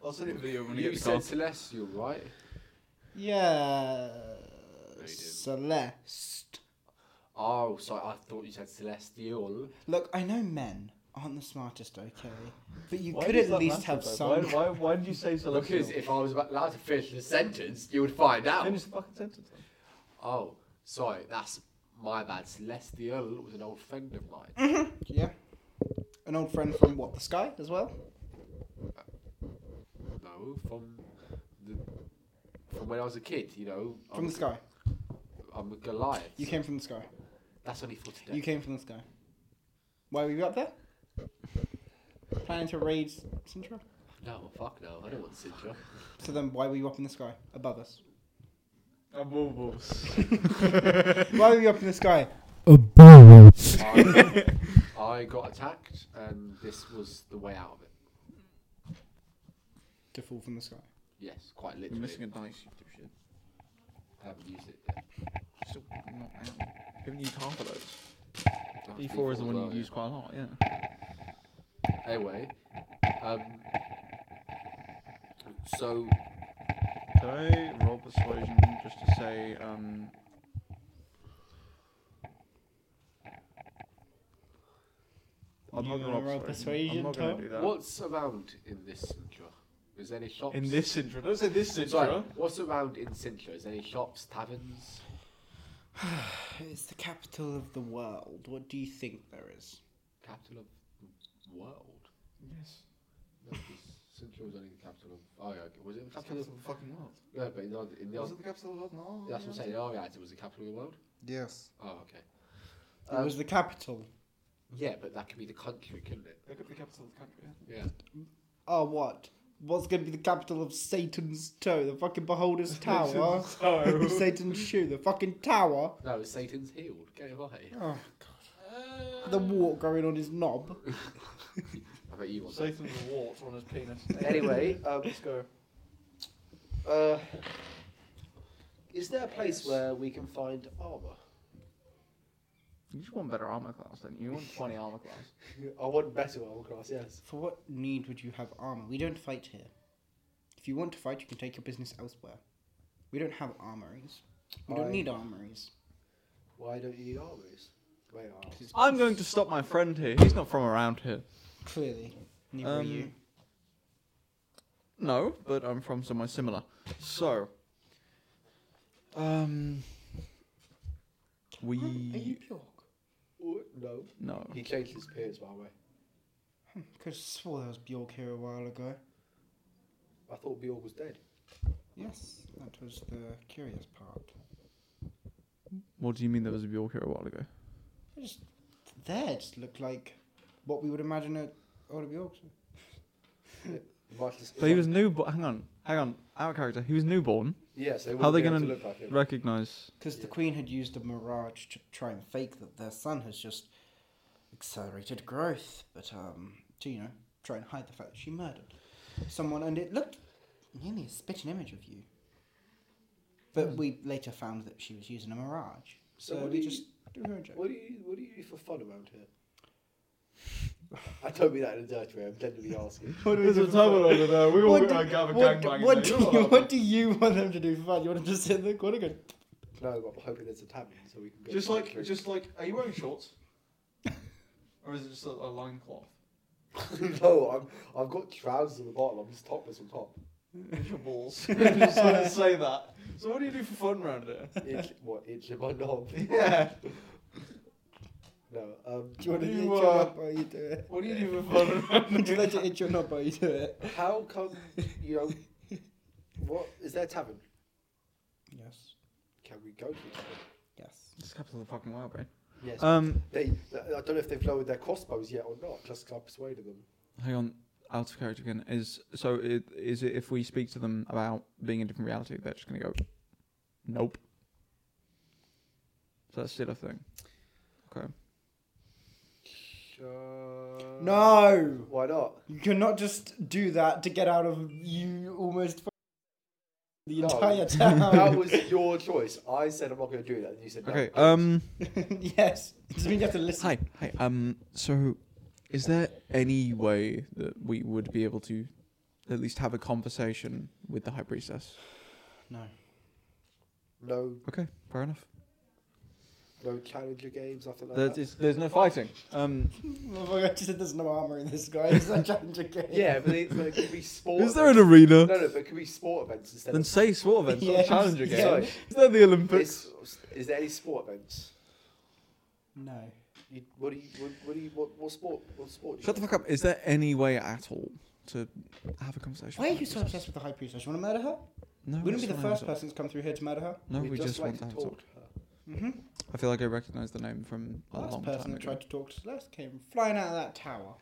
Speaker 21: I'll send you a video when
Speaker 1: You said celestial, right?
Speaker 2: Yeah.
Speaker 1: did.
Speaker 2: Celeste.
Speaker 1: Oh, sorry, I thought you said celestial.
Speaker 2: Look, I know men aren't the smartest, okay? But you
Speaker 3: Why
Speaker 2: could
Speaker 3: does
Speaker 2: at
Speaker 3: that
Speaker 2: least
Speaker 3: matter,
Speaker 2: have
Speaker 3: though?
Speaker 2: some.
Speaker 3: Why, why, why did you say celestial?
Speaker 1: Because if I was about allowed to finish the sentence, you would find out.
Speaker 3: Finish the fucking sentence. then.
Speaker 1: Oh, sorry, that's my bad. Celestial was an old friend of mine.
Speaker 2: Mm. Yeah. An old friend from what, the sky as well?
Speaker 1: No, from the from when I was a kid, you know.
Speaker 2: From
Speaker 1: I'm,
Speaker 2: the sky.
Speaker 1: I'm a Goliath.
Speaker 2: You came from the sky.
Speaker 1: That's only for today.
Speaker 2: You came from the sky. Why were you up there? Planning to raid Sintra?
Speaker 1: No, fuck no. I don't want Sintra.
Speaker 2: So then why were you up in the sky? Above us. Why were you up in the sky?
Speaker 1: I, I got attacked, and this was the way out of it.
Speaker 2: To fall from the sky.
Speaker 1: Yes, quite
Speaker 3: You're
Speaker 1: literally.
Speaker 3: missing a dice, you dipshit.
Speaker 1: I haven't used it yet.
Speaker 3: Still not out. Haven't used half of those.
Speaker 1: Oh,
Speaker 3: E4 E is the one
Speaker 1: well,
Speaker 3: you
Speaker 1: yeah.
Speaker 3: use quite a lot, yeah.
Speaker 1: Anyway, um, so
Speaker 3: Can I roll persuasion just to say, um. I'm
Speaker 2: You
Speaker 3: not gonna
Speaker 2: wanna roll
Speaker 3: I'm not
Speaker 2: persuasion,
Speaker 3: gonna do that.
Speaker 1: what's around in this Sintra? Is there any shops?
Speaker 22: In this intro, don't say this intro.
Speaker 1: Sorry, what's around in Sintra? Is there any shops, taverns?
Speaker 2: It's the capital of the world. What do you think there is?
Speaker 1: capital of the world? Yes. Central was only the capital of. Oh, yeah, okay. Was it the capital of.
Speaker 6: the fucking world.
Speaker 1: Yeah, but in the. In the
Speaker 6: Was it the capital of the world? No.
Speaker 1: that's what I'm saying. In Ariads, it was the capital of the world?
Speaker 2: Yes.
Speaker 1: Oh, okay.
Speaker 2: It
Speaker 1: Um,
Speaker 2: was the capital.
Speaker 1: Yeah, but that could be the country, couldn't it?
Speaker 6: That could be the capital of the country. yeah.
Speaker 1: Yeah.
Speaker 2: Oh, what? What's going to be the capital of Satan's toe? The fucking beholder's tower? Satan's shoe? The fucking tower?
Speaker 1: No, it's Satan's healed. Get it right.
Speaker 2: Oh, God. The wart growing on his knob?
Speaker 1: I bet you want that.
Speaker 21: Satan's a wart on his penis.
Speaker 23: Anyway,
Speaker 21: um, let's go.
Speaker 23: Uh, is there a place where we can find armor?
Speaker 3: You just want better armor class, then. You want 20 armor class.
Speaker 23: I want better armor class, yes.
Speaker 2: For what need would you have armor? We don't fight here. If you want to fight, you can take your business elsewhere. We don't have armories.
Speaker 24: We don't need armories.
Speaker 1: Why don't you eat armies? Wait, oh.
Speaker 6: I'm going to stop my friend here. He's not from around here.
Speaker 24: Clearly. Neither are
Speaker 6: Um,
Speaker 24: you.
Speaker 6: No, but I'm from somewhere similar. So, um,
Speaker 2: Are you
Speaker 6: we
Speaker 2: Bjork?
Speaker 1: Oh, No.
Speaker 6: no.
Speaker 1: He changed his appearance, by the way.
Speaker 2: Could have Hmm, swore there was Bjork here a while ago.
Speaker 1: I thought Bjorg was dead.
Speaker 2: Yes, that was the curious part.
Speaker 6: What do you mean there was a Bjork here a while ago?
Speaker 2: It just there just looked like what we would imagine at Old Bjork.
Speaker 1: Vital-
Speaker 6: But he was newborn. Hang on, hang on. Our character, he was newborn.
Speaker 1: Yeah, so
Speaker 6: How are they
Speaker 1: going
Speaker 6: gonna
Speaker 1: to look like him?
Speaker 6: Recognize.
Speaker 2: Because the Queen had used a mirage to try and fake that their son has just accelerated growth, but um, to you know, try and hide the fact that she murdered someone, and it looked nearly a spitting image of you. But we later found that she was using a mirage,
Speaker 1: So
Speaker 2: so,
Speaker 1: Hmm. what
Speaker 2: we
Speaker 1: do you-
Speaker 2: just do her a joke.
Speaker 1: What do you What do you do for fun around here? I don't mean that in a dirty way. I'm generally asking.
Speaker 6: There's a tunnel over there. We
Speaker 2: What do, what, what do you, what do you want them to do for fun? You want them to sit in the corner and go,
Speaker 1: No, I'm hoping there's a tavern so we can go.
Speaker 3: Just
Speaker 1: back
Speaker 3: like,
Speaker 1: through.
Speaker 3: just like, are you wearing shorts? or is it just a, a loincloth?
Speaker 1: no, I'm. I've got trousers on the bottom. I'm just topless on top.
Speaker 3: It's your balls. just wanted to say that. So what do you do for fun around here?
Speaker 1: Itch, what itch in my knob?
Speaker 3: Yeah.
Speaker 1: No. Um.
Speaker 2: do you want to
Speaker 3: You,
Speaker 2: itch your
Speaker 3: uh,
Speaker 2: knob or you do it?
Speaker 3: What do you do for fun around
Speaker 2: Would you like to itch your knob or you do it?
Speaker 1: How come you know? What is there a tavern?
Speaker 2: Yes.
Speaker 1: Can we go to? the tavern?
Speaker 2: Yes.
Speaker 6: It's capital of the fucking wild, brain.
Speaker 1: Yes.
Speaker 6: Um,
Speaker 1: they. I don't know if they've lowered their crossbows yet or not. Just 'cause I persuaded them.
Speaker 6: hang on. Out of character again. Is so? It, is it if we speak to them about being in a different reality, they're just gonna go, nope. So that's still a thing. Okay.
Speaker 2: No!
Speaker 1: Why not?
Speaker 2: You cannot just do that to get out of you almost f- the
Speaker 1: No.
Speaker 2: entire town.
Speaker 1: that was your choice. I said I'm not going to do that, and you said no.
Speaker 6: Okay. Um.
Speaker 2: yes. It doesn't mean you have to listen.
Speaker 6: Hi, hi. Um, so is there any way that we would be able to at least have a conversation with the High Priestess?
Speaker 2: No.
Speaker 1: No,
Speaker 6: um, Okay, fair enough.
Speaker 1: no challenger games, nothing like
Speaker 6: There's,
Speaker 1: that.
Speaker 6: is, there's no fighting. Um,
Speaker 2: I just said there's no armor in this guy. It's a challenge again.
Speaker 1: Yeah, but it's like, could be sport.
Speaker 6: is there an
Speaker 1: events.
Speaker 6: arena?
Speaker 1: No, no, but could be sport events instead.
Speaker 6: Then
Speaker 1: of,
Speaker 6: say sport events, not
Speaker 2: Yeah.
Speaker 6: challenger
Speaker 2: Yeah.
Speaker 6: games.
Speaker 1: Sorry,
Speaker 6: Is there the Olympics?
Speaker 1: is, is there any sport events?
Speaker 2: No.
Speaker 1: You, what do you? What, what do you? What, what sport? What sport? do you
Speaker 6: Shut the fuck up. Is there any way at all to have a conversation?
Speaker 2: Why are
Speaker 6: with
Speaker 2: you
Speaker 6: the
Speaker 2: so
Speaker 6: High
Speaker 2: obsessed with the High Priestess? You want to murder her?
Speaker 6: Priestess? No,
Speaker 2: Wouldn't be
Speaker 6: it's
Speaker 2: the
Speaker 6: fine,
Speaker 2: first
Speaker 6: it's-
Speaker 2: person who's come through here to murder her.
Speaker 6: No,
Speaker 1: We'd
Speaker 6: we just, want to
Speaker 1: like
Speaker 6: have a
Speaker 1: talk
Speaker 6: talk.
Speaker 1: to her.
Speaker 2: Mm-hmm.
Speaker 6: I feel like I recognise the name from a
Speaker 2: Last
Speaker 6: long
Speaker 2: person
Speaker 6: time
Speaker 2: that
Speaker 6: ago.
Speaker 2: tried to talk to Celeste came flying out of that tower.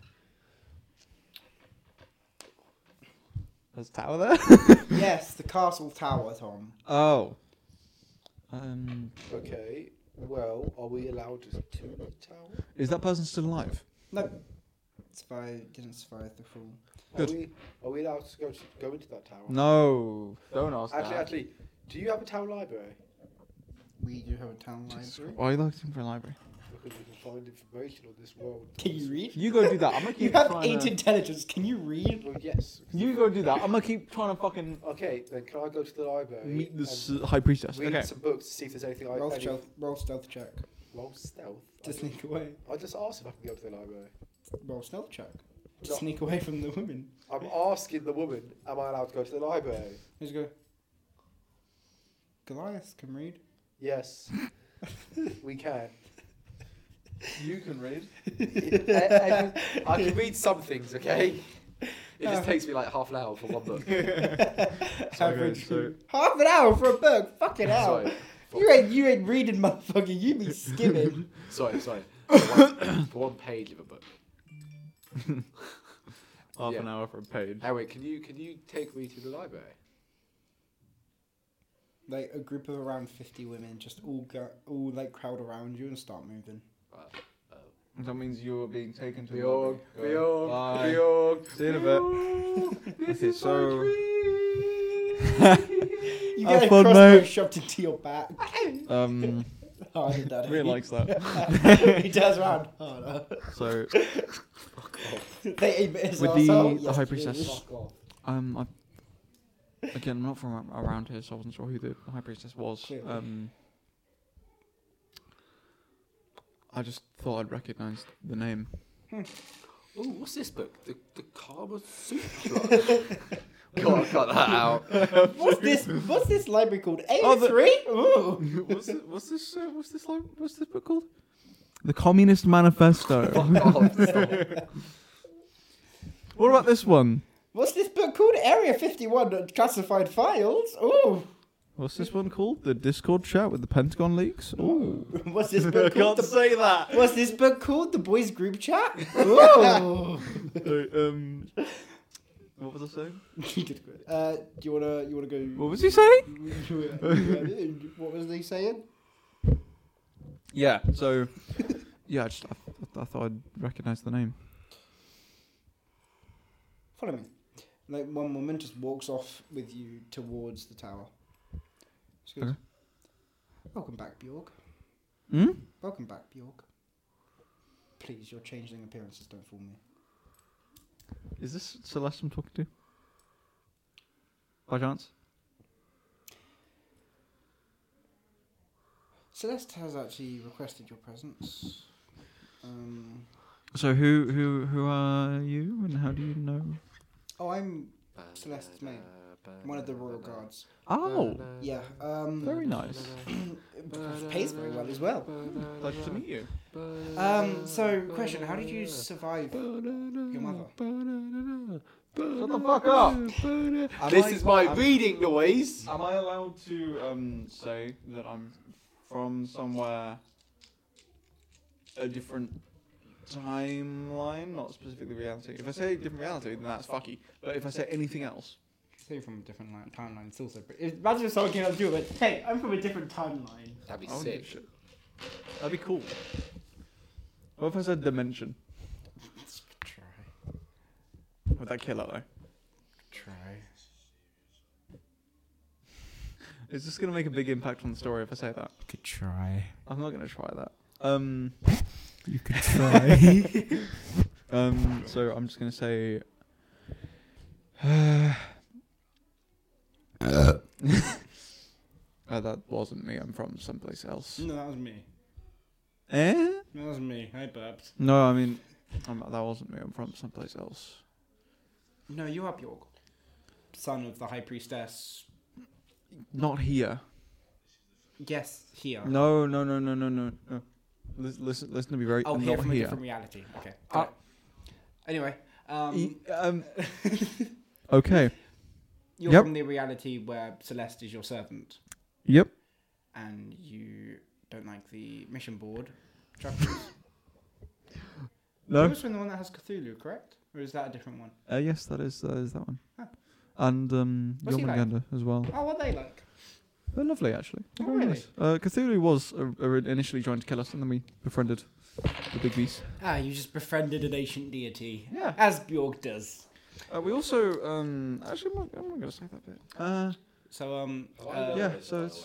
Speaker 6: There's a tower there.
Speaker 2: yes, the castle tower, Tom.
Speaker 6: Oh. Um,
Speaker 1: Okay. Well, are we allowed to to the tower?
Speaker 6: is that person still alive?
Speaker 2: No. Survive, didn't survive the fall.
Speaker 6: Good.
Speaker 1: Are we? Are we allowed to go to, go into that tower?
Speaker 6: No, don't ask
Speaker 1: Actually, actually, do you have a town library?
Speaker 2: We do have a town library.
Speaker 6: Why are you looking for a library?
Speaker 1: Because we can find information on this world.
Speaker 2: Can you read?
Speaker 6: You go do that. I'm gonna
Speaker 2: You
Speaker 6: keep
Speaker 2: have
Speaker 6: trying
Speaker 2: eight
Speaker 6: to...
Speaker 2: intelligence. Can you read?
Speaker 1: Well, yes.
Speaker 6: You go do that. I'm gonna keep trying to fucking
Speaker 1: Okay, then can I go to the library?
Speaker 6: meet the s
Speaker 1: and
Speaker 6: high priestess.
Speaker 1: Read
Speaker 6: Okay.
Speaker 1: some books to see if there's anything I
Speaker 2: Roll
Speaker 1: any-
Speaker 2: stealth, roll stealth check.
Speaker 1: Roll stealth.
Speaker 2: To sneak away.
Speaker 1: I just asked if I can go to the library.
Speaker 2: Roll stealth check. To
Speaker 1: No.
Speaker 2: sneak away from the women.
Speaker 1: I'm asking the woman, am I allowed to go to the library?
Speaker 2: Just go. Goliath can read.
Speaker 1: Yes, we can.
Speaker 3: You can read.
Speaker 1: I, I- I can read some things, okay? It just takes me like half an hour for one book.
Speaker 2: Average.
Speaker 6: so-
Speaker 2: Half an hour for a book. Fucking hell.
Speaker 1: Sorry,
Speaker 2: You ain't you ain't reading, motherfucker. You be skimming.
Speaker 1: sorry, sorry. For one, for one page of a book.
Speaker 6: Half
Speaker 1: Yeah.
Speaker 6: an hour for a page.
Speaker 1: Harry, can you can you take me to the library?
Speaker 2: like a group of around fifty women just all go, all like crowd around you and start moving.
Speaker 6: That means you are being taken to
Speaker 1: Bjorg,
Speaker 6: the library.
Speaker 1: Bjorg, Bjorg.
Speaker 6: Bye. See you in a bit. Okay, so
Speaker 2: You
Speaker 6: Have
Speaker 2: get a
Speaker 6: fun,
Speaker 2: crossbow
Speaker 6: mate.
Speaker 2: shoved into your back. Oh,
Speaker 6: um,
Speaker 2: Harder, daddy.
Speaker 6: really likes that.
Speaker 2: he turns around harder.
Speaker 6: So
Speaker 2: they aim at his
Speaker 6: with
Speaker 2: arsehole.
Speaker 6: the, the
Speaker 2: Oh, Yes,
Speaker 6: high
Speaker 2: please.
Speaker 6: priestess, um, I've
Speaker 3: Again, I'm not from ar- around here, so I wasn't sure who the high priestess was.
Speaker 2: Clearly.
Speaker 3: Um, I just thought I'd recognise the name.
Speaker 1: Ooh, what's this book? The, the Karma Sutra. God, I got that out.
Speaker 2: What's this? What's this library called? A three? Ooh.
Speaker 3: what's, this, what's this? Uh, what's this? Like, what's this book called? The Communist Manifesto. what about this one?
Speaker 2: What's this book called? Area Fifty One Classified Files. Ooh.
Speaker 3: What's this one called? The Discord chat with the Pentagon leaks. Ooh.
Speaker 2: What's this book called? The-
Speaker 25: say that.
Speaker 2: What's this book called? The Boys Group Chat. Ooh.
Speaker 3: um, what was I saying?
Speaker 2: You did great. uh, do you wanna? You wanna go?
Speaker 3: What was he saying?
Speaker 2: what was he saying?
Speaker 3: Yeah. So, yeah, I just I, I thought I'd recognise the name.
Speaker 2: Follow me. Like one woman just walks off with you towards the tower. She goes,
Speaker 3: Okay.
Speaker 2: "Welcome back, Bjorg.
Speaker 3: Hmm?
Speaker 2: Welcome back, Bjorg. Please, your changeling appearances don't fool me.
Speaker 3: Is this Celeste I'm talking to? By chance?
Speaker 2: Celeste has actually requested your presence. Um,
Speaker 3: So who who who are you, and how do you know?
Speaker 2: oh, I'm Celeste's maid, one of the royal guards.
Speaker 3: Oh,
Speaker 2: Yeah. Um,
Speaker 3: very nice.
Speaker 2: Pays very well as well.
Speaker 3: Pleasure to meet you.
Speaker 2: Um, so, question: How did you survive your mother?
Speaker 3: Shut the fuck up.
Speaker 1: This is my reading noise.
Speaker 3: Am I allowed to um, say that I'm from somewhere a different timeline, not specifically reality? If I say different reality, then that's fucky. But if I say anything else,
Speaker 26: Say from a different line, timeline. It's also pretty.
Speaker 2: Imagine if someone came up to you and went, "Hey, I'm from a different timeline."
Speaker 1: That'd be
Speaker 3: I won't give a
Speaker 1: sick.
Speaker 3: shit. That'd be cool. What if I said dimension?
Speaker 26: Try,
Speaker 3: Would that kill it though?
Speaker 26: try.
Speaker 3: Is this gonna make a big impact on the story if I say that?
Speaker 26: You could try.
Speaker 3: I'm not gonna try that. Um,
Speaker 26: You could try.
Speaker 3: um, so I'm just gonna say. Uh, that wasn't me. I'm from someplace else.
Speaker 2: No, that was me.
Speaker 3: Eh?
Speaker 2: That was me. I burped.
Speaker 3: No, I mean, I'm, that wasn't me. I'm from someplace else.
Speaker 2: No, you are Bjorg, son of the High Priestess.
Speaker 3: Not here.
Speaker 2: Yes, here.
Speaker 3: No, no, no, no, no, no, no. Lis- Listen, listen to me very.
Speaker 2: Oh,
Speaker 3: I'm
Speaker 2: here
Speaker 3: not
Speaker 2: from a
Speaker 3: here.
Speaker 2: different reality. Okay.
Speaker 3: Uh,
Speaker 2: got it. anyway, um,
Speaker 3: E- um, okay.
Speaker 2: you're
Speaker 3: yep.
Speaker 2: from the reality where Celeste is your servant,
Speaker 3: Yep.
Speaker 2: and you don't like the mission board. Trappers.
Speaker 3: No.
Speaker 2: Who's from the one that has Cthulhu, correct? Or is that a different one?
Speaker 3: Uh, yes, that is that is that one.
Speaker 2: Huh.
Speaker 3: And um,
Speaker 2: What's he like?
Speaker 3: Jormungandr as well.
Speaker 2: Oh, what are they like?
Speaker 3: They're lovely, actually. They're
Speaker 2: Oh,
Speaker 3: very
Speaker 2: really?
Speaker 3: nice. Uh, Cthulhu was uh, uh, initially trying to kill us, and then we befriended the big beast.
Speaker 2: Ah, you just befriended an ancient deity,
Speaker 3: Yeah.
Speaker 2: as Bjorg does.
Speaker 3: Uh, we also um, actually, I'm not, I'm not going to say that bit. Uh,
Speaker 2: So, um,
Speaker 1: Uh,
Speaker 3: yeah. So it's,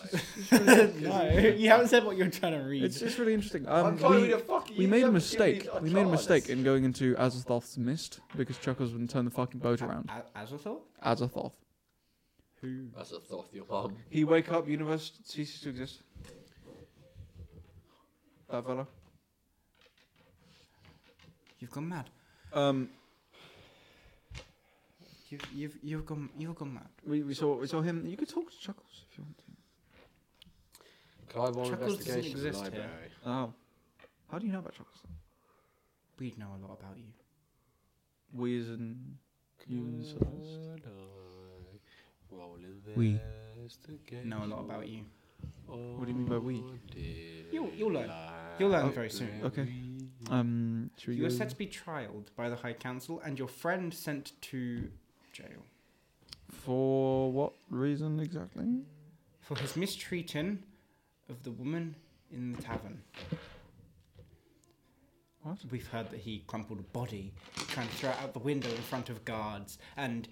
Speaker 2: no, you haven't said what you're trying to read.
Speaker 3: it's it's really interesting. Um,
Speaker 1: I'm trying to
Speaker 3: we-
Speaker 1: read a fucking.
Speaker 3: We
Speaker 1: you
Speaker 3: made a
Speaker 1: haven't
Speaker 3: mistake.
Speaker 1: given me
Speaker 3: We made a
Speaker 1: chance.
Speaker 3: mistake in going into Azathoth's mist because Chuckles wouldn't turn the fucking boat around.
Speaker 2: A- as I thought.
Speaker 3: Azathoth.
Speaker 1: That's a thought of your mum.
Speaker 3: He wake up, universe ceases to exist. That fella.
Speaker 26: You've gone mad.
Speaker 3: Um,
Speaker 26: You've you've you've gone you've gone mad.
Speaker 3: we, we saw we saw him. You could talk to Chuckles if you want to.
Speaker 1: Can I roll
Speaker 26: Chuckles doesn't
Speaker 1: investigation in the
Speaker 26: exist here.
Speaker 1: library?
Speaker 3: Oh, how do you know about Chuckles?
Speaker 26: We know a lot about you.
Speaker 3: We as in you and Celeste.
Speaker 1: Could I roll
Speaker 26: We
Speaker 1: investigation
Speaker 26: Know a lot about you.
Speaker 1: What
Speaker 3: do you mean by we?
Speaker 2: You'll- you'll learn. You'll learn very soon.
Speaker 3: Okay. Um, should we
Speaker 26: You were
Speaker 3: go-
Speaker 26: set to be trialed by the High Council and your friend sent to jail
Speaker 3: for what reason exactly?
Speaker 26: for his mistreating of the woman in the tavern.
Speaker 3: What?
Speaker 26: We've heard that he crumpled a body, trying to throw it out the window in front of guards, and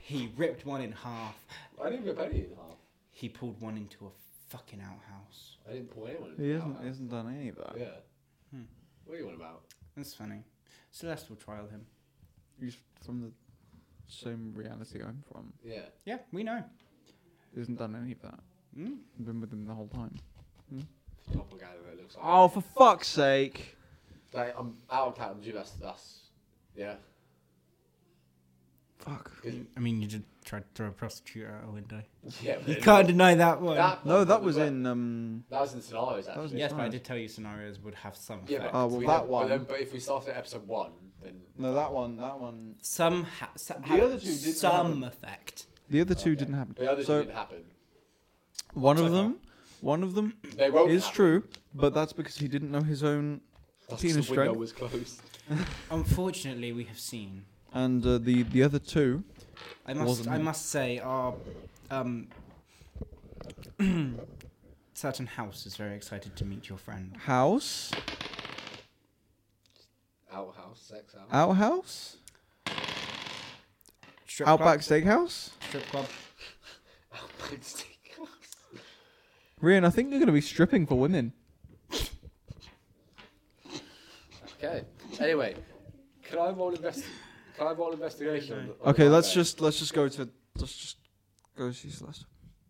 Speaker 26: he ripped one in half.
Speaker 1: I didn't rip any in half.
Speaker 26: He pulled one into a fucking outhouse.
Speaker 1: I didn't pull anyone. in
Speaker 3: He hasn't, Hmm.
Speaker 1: half.
Speaker 3: he hasn't done any of that.
Speaker 1: Yeah. What are you on about?
Speaker 26: That's funny. Celeste will trial him.
Speaker 3: He's from the same reality I'm from.
Speaker 1: Yeah.
Speaker 2: Yeah, we know.
Speaker 3: He hasn't done any of that.
Speaker 2: Mm.
Speaker 3: I've been with him the whole time.
Speaker 1: Doppelganger, it looks like.
Speaker 3: Oh, for fuck's sake!
Speaker 1: Like, I'm out of town, dude. That's, that's, yeah.
Speaker 3: Fuck.
Speaker 2: I mean, you did try to throw a prostitute out a window.
Speaker 1: Yeah.
Speaker 2: You can't deny that one.
Speaker 1: That
Speaker 3: No,
Speaker 1: one
Speaker 3: that was
Speaker 1: wet.
Speaker 3: in um.
Speaker 1: That was in scenarios,
Speaker 3: That was
Speaker 1: actually.
Speaker 3: in-
Speaker 2: yes, but I did tell you scenarios would have some effect.
Speaker 1: Yeah, but,
Speaker 3: Oh, well,
Speaker 1: we
Speaker 3: that
Speaker 1: don't-
Speaker 3: one-
Speaker 1: But, then, but if we start at episode one, then
Speaker 3: No, that one. That one.
Speaker 2: some ha- some,
Speaker 3: The
Speaker 2: have
Speaker 3: other two did
Speaker 2: some effect.
Speaker 3: The other two didn't happen.
Speaker 1: the others
Speaker 3: so
Speaker 1: didn't happen.
Speaker 3: one
Speaker 2: So
Speaker 3: of
Speaker 2: far.
Speaker 3: them, one of them
Speaker 1: They won't.
Speaker 3: is
Speaker 1: happen.
Speaker 3: true, but that's because he didn't know his own
Speaker 1: That's 'cause
Speaker 3: penis
Speaker 1: the window
Speaker 3: strength.
Speaker 1: was closed.
Speaker 2: Unfortunately, we have seen.
Speaker 3: And uh, the the other two,
Speaker 2: I must
Speaker 3: Wasn't
Speaker 2: I
Speaker 3: it?
Speaker 2: must say our um certain house is very excited to meet your friend.
Speaker 3: house,
Speaker 1: Outhouse, sex
Speaker 3: Ah.
Speaker 1: house.
Speaker 3: outhouse,
Speaker 2: Strip
Speaker 3: outback steakhouse.
Speaker 2: club, strip club.
Speaker 1: Outback Steakhouse.
Speaker 3: Rian, I think you're gonna be stripping for women.
Speaker 1: okay. Anyway, can I roll invest? Can I roll investigation? on the- on
Speaker 3: Okay,
Speaker 1: the
Speaker 3: let's
Speaker 1: guy?
Speaker 3: just let's just go to let's just go to his list.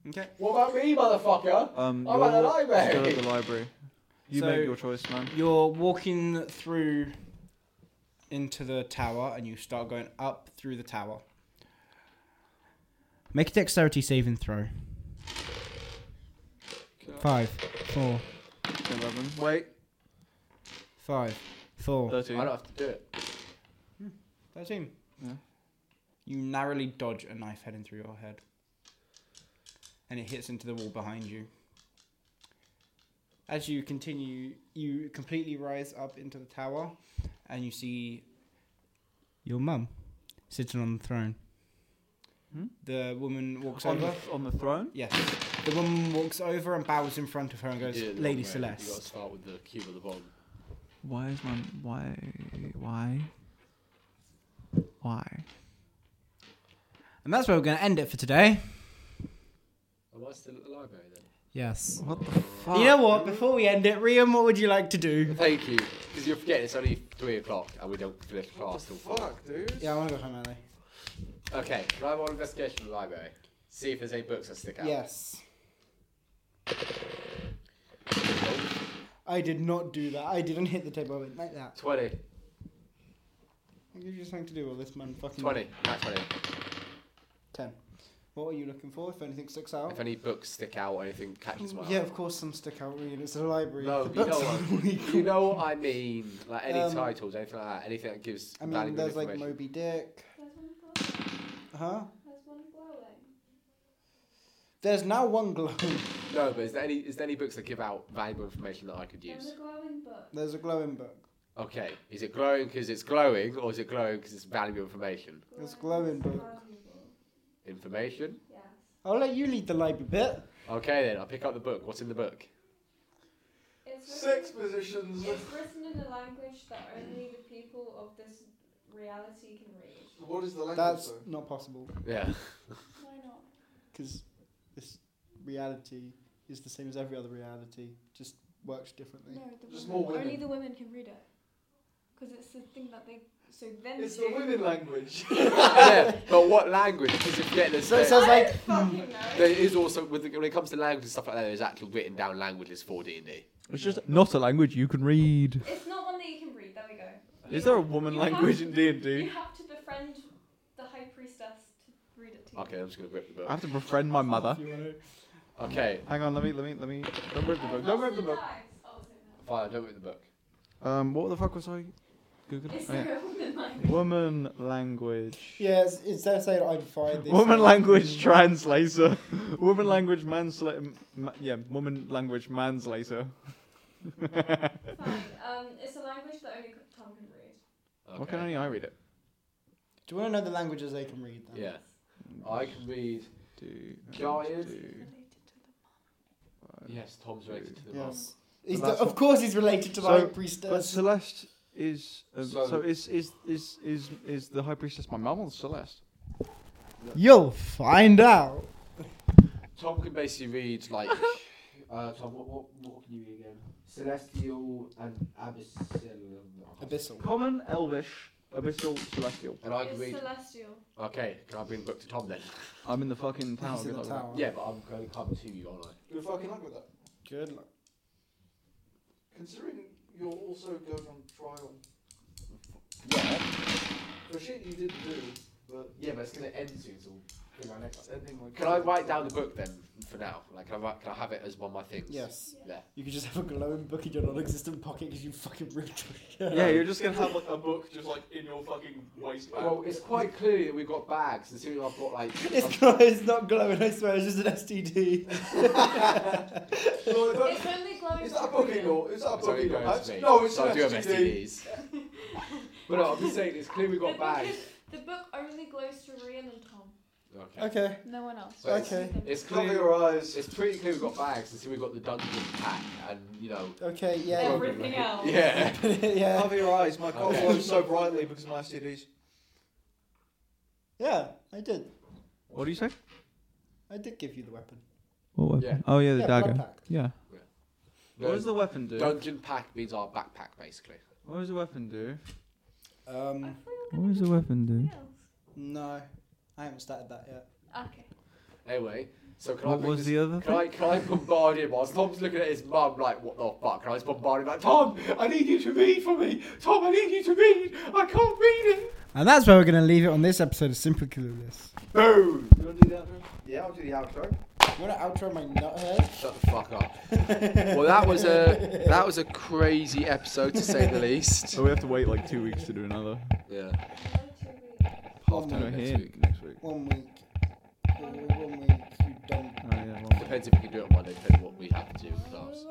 Speaker 2: Okay.
Speaker 1: What about me, motherfucker?
Speaker 3: Um,
Speaker 1: I'm at the
Speaker 3: you're
Speaker 1: library.
Speaker 3: Still at the library. You
Speaker 2: So-
Speaker 3: make your choice, man.
Speaker 2: You're walking through into the tower and you start going up through the tower. Make a dexterity saving throw. Five, four,
Speaker 3: Eleven. Wait,
Speaker 2: five, four,
Speaker 1: I
Speaker 3: thirteen.
Speaker 1: don't have to do it.
Speaker 2: thirteen.
Speaker 3: Yeah.
Speaker 2: You narrowly dodge a knife heading through your head. And it hits into the wall behind you. As you continue, you completely rise up into the tower and you see your mum sitting on the throne.
Speaker 3: Hmm?
Speaker 2: The woman walks
Speaker 3: On
Speaker 2: over.
Speaker 3: the, on the throne.
Speaker 2: Yes. The woman walks over and bows in front of her and goes,
Speaker 1: You did it the wrong
Speaker 2: Lady
Speaker 1: way. You got to
Speaker 2: Celeste.
Speaker 1: start with the cube at the bottom.
Speaker 3: Why is my why why why?
Speaker 2: And that's where we're going to end it for today.
Speaker 1: Am I still at the library then?
Speaker 2: Yes.
Speaker 3: What the
Speaker 6: Ah.
Speaker 3: fuck?
Speaker 2: You know what? Before we end it, Rian, what would you like to do?
Speaker 1: Thank you, because you're forgetting it's only three o'clock and we don't finish class till four.
Speaker 6: Fuck, dude.
Speaker 2: Yeah, I want to go home early.
Speaker 1: Okay, can I roll investigation in the library? See if there's any books that stick out.
Speaker 2: Yes. I did not do that. I didn't hit the table. I went like that.
Speaker 1: 20,
Speaker 2: I'll give you something to do while this man fucking.
Speaker 1: 20, not 20.
Speaker 2: 10. What are you looking for if anything sticks out?
Speaker 1: If any books stick out or anything catches my eye.
Speaker 2: yeah, of course, some stick out, Rian. It's a library.
Speaker 1: No,
Speaker 2: The
Speaker 1: you
Speaker 2: books
Speaker 1: know
Speaker 2: are
Speaker 1: what-
Speaker 2: really
Speaker 1: You
Speaker 2: cool.
Speaker 1: know what I mean? Like any
Speaker 2: Um,
Speaker 1: titles, anything like that, anything that gives
Speaker 2: I mean,
Speaker 1: valuable
Speaker 2: there's like
Speaker 1: information.
Speaker 2: Moby Dick.
Speaker 4: There's one glowing.
Speaker 2: Huh?
Speaker 4: There's one glowing.
Speaker 2: There's now one glowing.
Speaker 1: no, but is there any is there any books that give out valuable information that I could
Speaker 4: There's
Speaker 1: use?
Speaker 4: a glowing book.
Speaker 2: There's a glowing book.
Speaker 1: Okay, is it glowing because it's glowing, or is it glowing because it's valuable information?
Speaker 2: There's a glowing
Speaker 4: Glowing is
Speaker 2: book.
Speaker 4: valuable.
Speaker 1: Information.
Speaker 4: Yes.
Speaker 2: I'll let you lead the library bit.
Speaker 1: Okay, then I'll pick up the book. What's in the book?
Speaker 4: It's
Speaker 6: Sex
Speaker 4: written,
Speaker 6: positions.
Speaker 4: it's written in a language that only the people of this reality can read.
Speaker 6: What is the language?
Speaker 2: That's
Speaker 6: though?
Speaker 2: not possible
Speaker 1: Yeah.
Speaker 4: Why not?
Speaker 2: because this reality is the same as every other reality, just works differently.
Speaker 4: No, the
Speaker 6: Just
Speaker 4: women.
Speaker 6: more women.
Speaker 4: Only the women can read it. Because it's the thing that they. So then
Speaker 6: It's
Speaker 4: they
Speaker 6: the
Speaker 4: do-
Speaker 6: women language.
Speaker 1: yeah. But what language? Because if you get this,
Speaker 2: So it
Speaker 4: I
Speaker 2: sounds
Speaker 4: don't
Speaker 2: like.
Speaker 4: fucking know.
Speaker 1: there is also with when it comes to language and stuff like that. There's actual written down languages for D and D.
Speaker 3: It's just not a language you can read.
Speaker 4: It's not one that you can read. There we go.
Speaker 3: Is there a woman
Speaker 4: You
Speaker 3: language
Speaker 4: have
Speaker 3: in D and
Speaker 4: to- You
Speaker 3: D?
Speaker 4: have to befriend the high priestess to read it to you.
Speaker 1: Okay, I'm just gonna rip the
Speaker 3: I
Speaker 1: book.
Speaker 3: have to befriend my mother.
Speaker 1: Okay,
Speaker 3: Hang on, let me let me let me. Don't rip the book. Don't rip the book.
Speaker 4: Knives. Oh, is it not?
Speaker 1: fine. Don't rip the book.
Speaker 3: Um, what the fuck was I googling?
Speaker 4: Is
Speaker 3: Oh, yeah.
Speaker 4: there a woman language?
Speaker 3: Woman language.
Speaker 2: Yeah, it's, instead of saying I'm fine. they
Speaker 3: Woman
Speaker 2: say-
Speaker 3: language translator. Woman language manslater. Ma- yeah, woman language manslater.
Speaker 4: Fine. Um, it's a language that only Tom can read.
Speaker 1: Okay.
Speaker 3: Why can only I read it?
Speaker 2: Do you want to know the languages they can read? Then?
Speaker 1: Yeah. I can read.
Speaker 3: Do,
Speaker 1: Giant.
Speaker 3: do-
Speaker 4: Related to the
Speaker 1: Yes, Tom's related to the mum.
Speaker 2: Yes. He's
Speaker 3: The last
Speaker 2: the- of
Speaker 3: one.
Speaker 2: course, he's related to the
Speaker 3: So-
Speaker 2: high
Speaker 3: But
Speaker 2: priestess.
Speaker 3: Celeste is um, so,
Speaker 1: So-
Speaker 3: is, is is is is the high priestess my mum or Celeste?
Speaker 2: You'll find out.
Speaker 1: Tom can basically read like. Uh, Tom, what, what, what can you read again? Celestial and abyssal.
Speaker 2: Abyssal.
Speaker 3: Common Elvish,
Speaker 6: Abyssal, celestial.
Speaker 1: And I can
Speaker 4: It's
Speaker 1: read.
Speaker 4: celestial.
Speaker 1: Okay, can I bring book to Tom then?
Speaker 6: I'm in the fucking tower.
Speaker 2: He's in
Speaker 6: good
Speaker 2: the
Speaker 6: luck
Speaker 2: tower.
Speaker 1: Yeah, but I'm going to come to you, aren't I?
Speaker 27: Good fucking luck with that.
Speaker 2: Good luck.
Speaker 27: Considering you're also going on trial
Speaker 1: Yeah.
Speaker 27: for shit you didn't do, but
Speaker 1: Yeah, but it's going to end soon. So
Speaker 27: you know, next ending like
Speaker 1: can I write down the book then for now? Like, can I, write, can I have it as one of my things?
Speaker 2: Yes.
Speaker 1: Yeah.
Speaker 2: You could just have a glowing book in your non-existent pocket because you fucking ripped your
Speaker 6: Yeah, you're
Speaker 3: You're just gonna have like a book just like in your fucking waistband.
Speaker 1: Well, it's quite clear that we've got bags, and soon I've got like.
Speaker 2: It's not, it's not glowing, I swear, it's just an STD.
Speaker 27: Sorry, that-
Speaker 4: It's only glowing.
Speaker 27: Is that a
Speaker 4: for
Speaker 27: booking
Speaker 4: women.
Speaker 27: or is that a
Speaker 1: It's
Speaker 27: booking
Speaker 1: only going
Speaker 27: or?
Speaker 1: to me.
Speaker 27: No, it's
Speaker 1: so I
Speaker 27: an
Speaker 1: do have
Speaker 27: STD.
Speaker 1: STDs. but no, I'm just saying, it's clear we've
Speaker 4: The
Speaker 1: got
Speaker 4: book,
Speaker 1: bags.
Speaker 4: is, the book only glows for Rian and Tom.
Speaker 1: Okay.
Speaker 2: okay.
Speaker 4: No one else.
Speaker 1: So
Speaker 2: Okay.
Speaker 1: It's
Speaker 27: Cover
Speaker 1: clear.
Speaker 27: your eyes.
Speaker 1: It's pretty clear we've got bags, and soon we've got the dungeon pack, and you know.
Speaker 2: Okay, yeah.
Speaker 4: Everything else.
Speaker 1: Yeah.
Speaker 2: yeah.
Speaker 3: Cover your eyes. My cock
Speaker 1: Okay.
Speaker 3: glows so brightly because of my STDs.
Speaker 2: Yeah, I did.
Speaker 6: What do you say?
Speaker 2: I did give you the weapon.
Speaker 6: What weapon?
Speaker 1: Yeah.
Speaker 6: Oh yeah, the
Speaker 2: yeah,
Speaker 6: dagger.
Speaker 2: blood pact.
Speaker 6: Yeah. What
Speaker 1: No,
Speaker 6: does the weapon do?
Speaker 1: Dungeon pack means our backpack, basically.
Speaker 6: What does the weapon do?
Speaker 4: I
Speaker 2: Um,
Speaker 4: thought you were
Speaker 6: What does the
Speaker 4: gonna
Speaker 6: weapon
Speaker 4: do
Speaker 6: do?
Speaker 4: something else.
Speaker 2: no. I haven't started that yet.
Speaker 4: Okay.
Speaker 1: Anyway, so can I
Speaker 6: What
Speaker 1: bring
Speaker 6: was
Speaker 1: this-
Speaker 6: the other
Speaker 1: Can
Speaker 6: thing?
Speaker 1: I, can I bombard him whilst Tom's looking at his mum like, what the fuck? Can I just bombard him like, Tom, I need you to read for me. Tom, I need you to read. I can't read it.
Speaker 2: And that's where we're going to leave it on this episode of Simply Clueless.
Speaker 1: Boom.
Speaker 27: You wanna do the outro?
Speaker 1: Yeah, I'll do the outro.
Speaker 2: You want to outro my nut hair?
Speaker 1: Shut the fuck up. well, that was
Speaker 6: uh,
Speaker 1: a that was a crazy episode to say the least.
Speaker 6: So we have to wait like two weeks to do another.
Speaker 1: Yeah.
Speaker 4: Another two weeks.
Speaker 1: Half
Speaker 6: No,
Speaker 1: time next
Speaker 6: here,
Speaker 1: week.
Speaker 6: Next week.
Speaker 2: One week. One week, one week, you don't.
Speaker 6: Oh, yeah, well.
Speaker 1: Depends if we can do it on Monday. Depends what we have to do in class.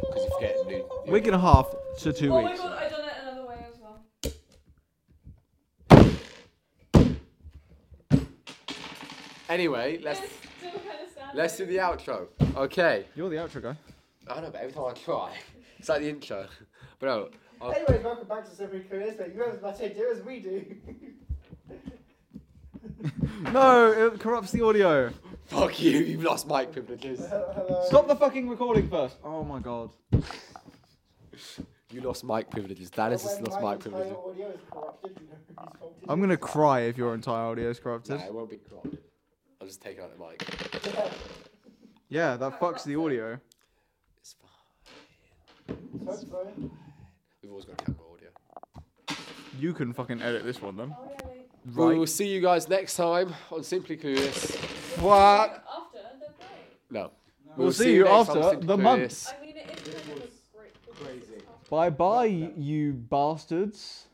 Speaker 1: Because if you get new.
Speaker 6: Week and a half to two
Speaker 4: Oh my
Speaker 6: weeks.
Speaker 4: god, I done it another way as well.
Speaker 1: Anyway, let's
Speaker 4: It's still kind of standing.
Speaker 1: let's do the outro. Okay.
Speaker 6: You're the outro guy.
Speaker 1: I know, but every time I try, it's like the intro. But no,
Speaker 2: Anyways, welcome back to Simply Clueless, but you have as much idea as we do.
Speaker 6: No, it corrupts the audio.
Speaker 1: fuck you. You've lost mic privileges.
Speaker 2: Uh,
Speaker 6: Stop the fucking recording first. Oh my god.
Speaker 1: You lost mic privileges. That is just lost mic privileges.
Speaker 2: audio is corrupted, you know who's fault
Speaker 6: I'm gonna cry if your entire audio is corrupted.
Speaker 1: Nah, it won't be corrupted. I'll just take out the mic.
Speaker 6: Yeah, that fucks the audio.
Speaker 1: It's fine. We've always got camera audio.
Speaker 6: You can fucking edit this one then.
Speaker 4: Oh, yeah, they-
Speaker 1: We will
Speaker 6: Right.
Speaker 1: see you guys next time on Simply Clueless.
Speaker 6: What?
Speaker 4: After the break.
Speaker 1: No.
Speaker 6: We'll see you
Speaker 1: next time on
Speaker 6: after
Speaker 1: Simply
Speaker 6: the month.
Speaker 1: Clueless.
Speaker 4: I mean, it is kind of a break. Crazy.
Speaker 6: Bye bye, you bastards.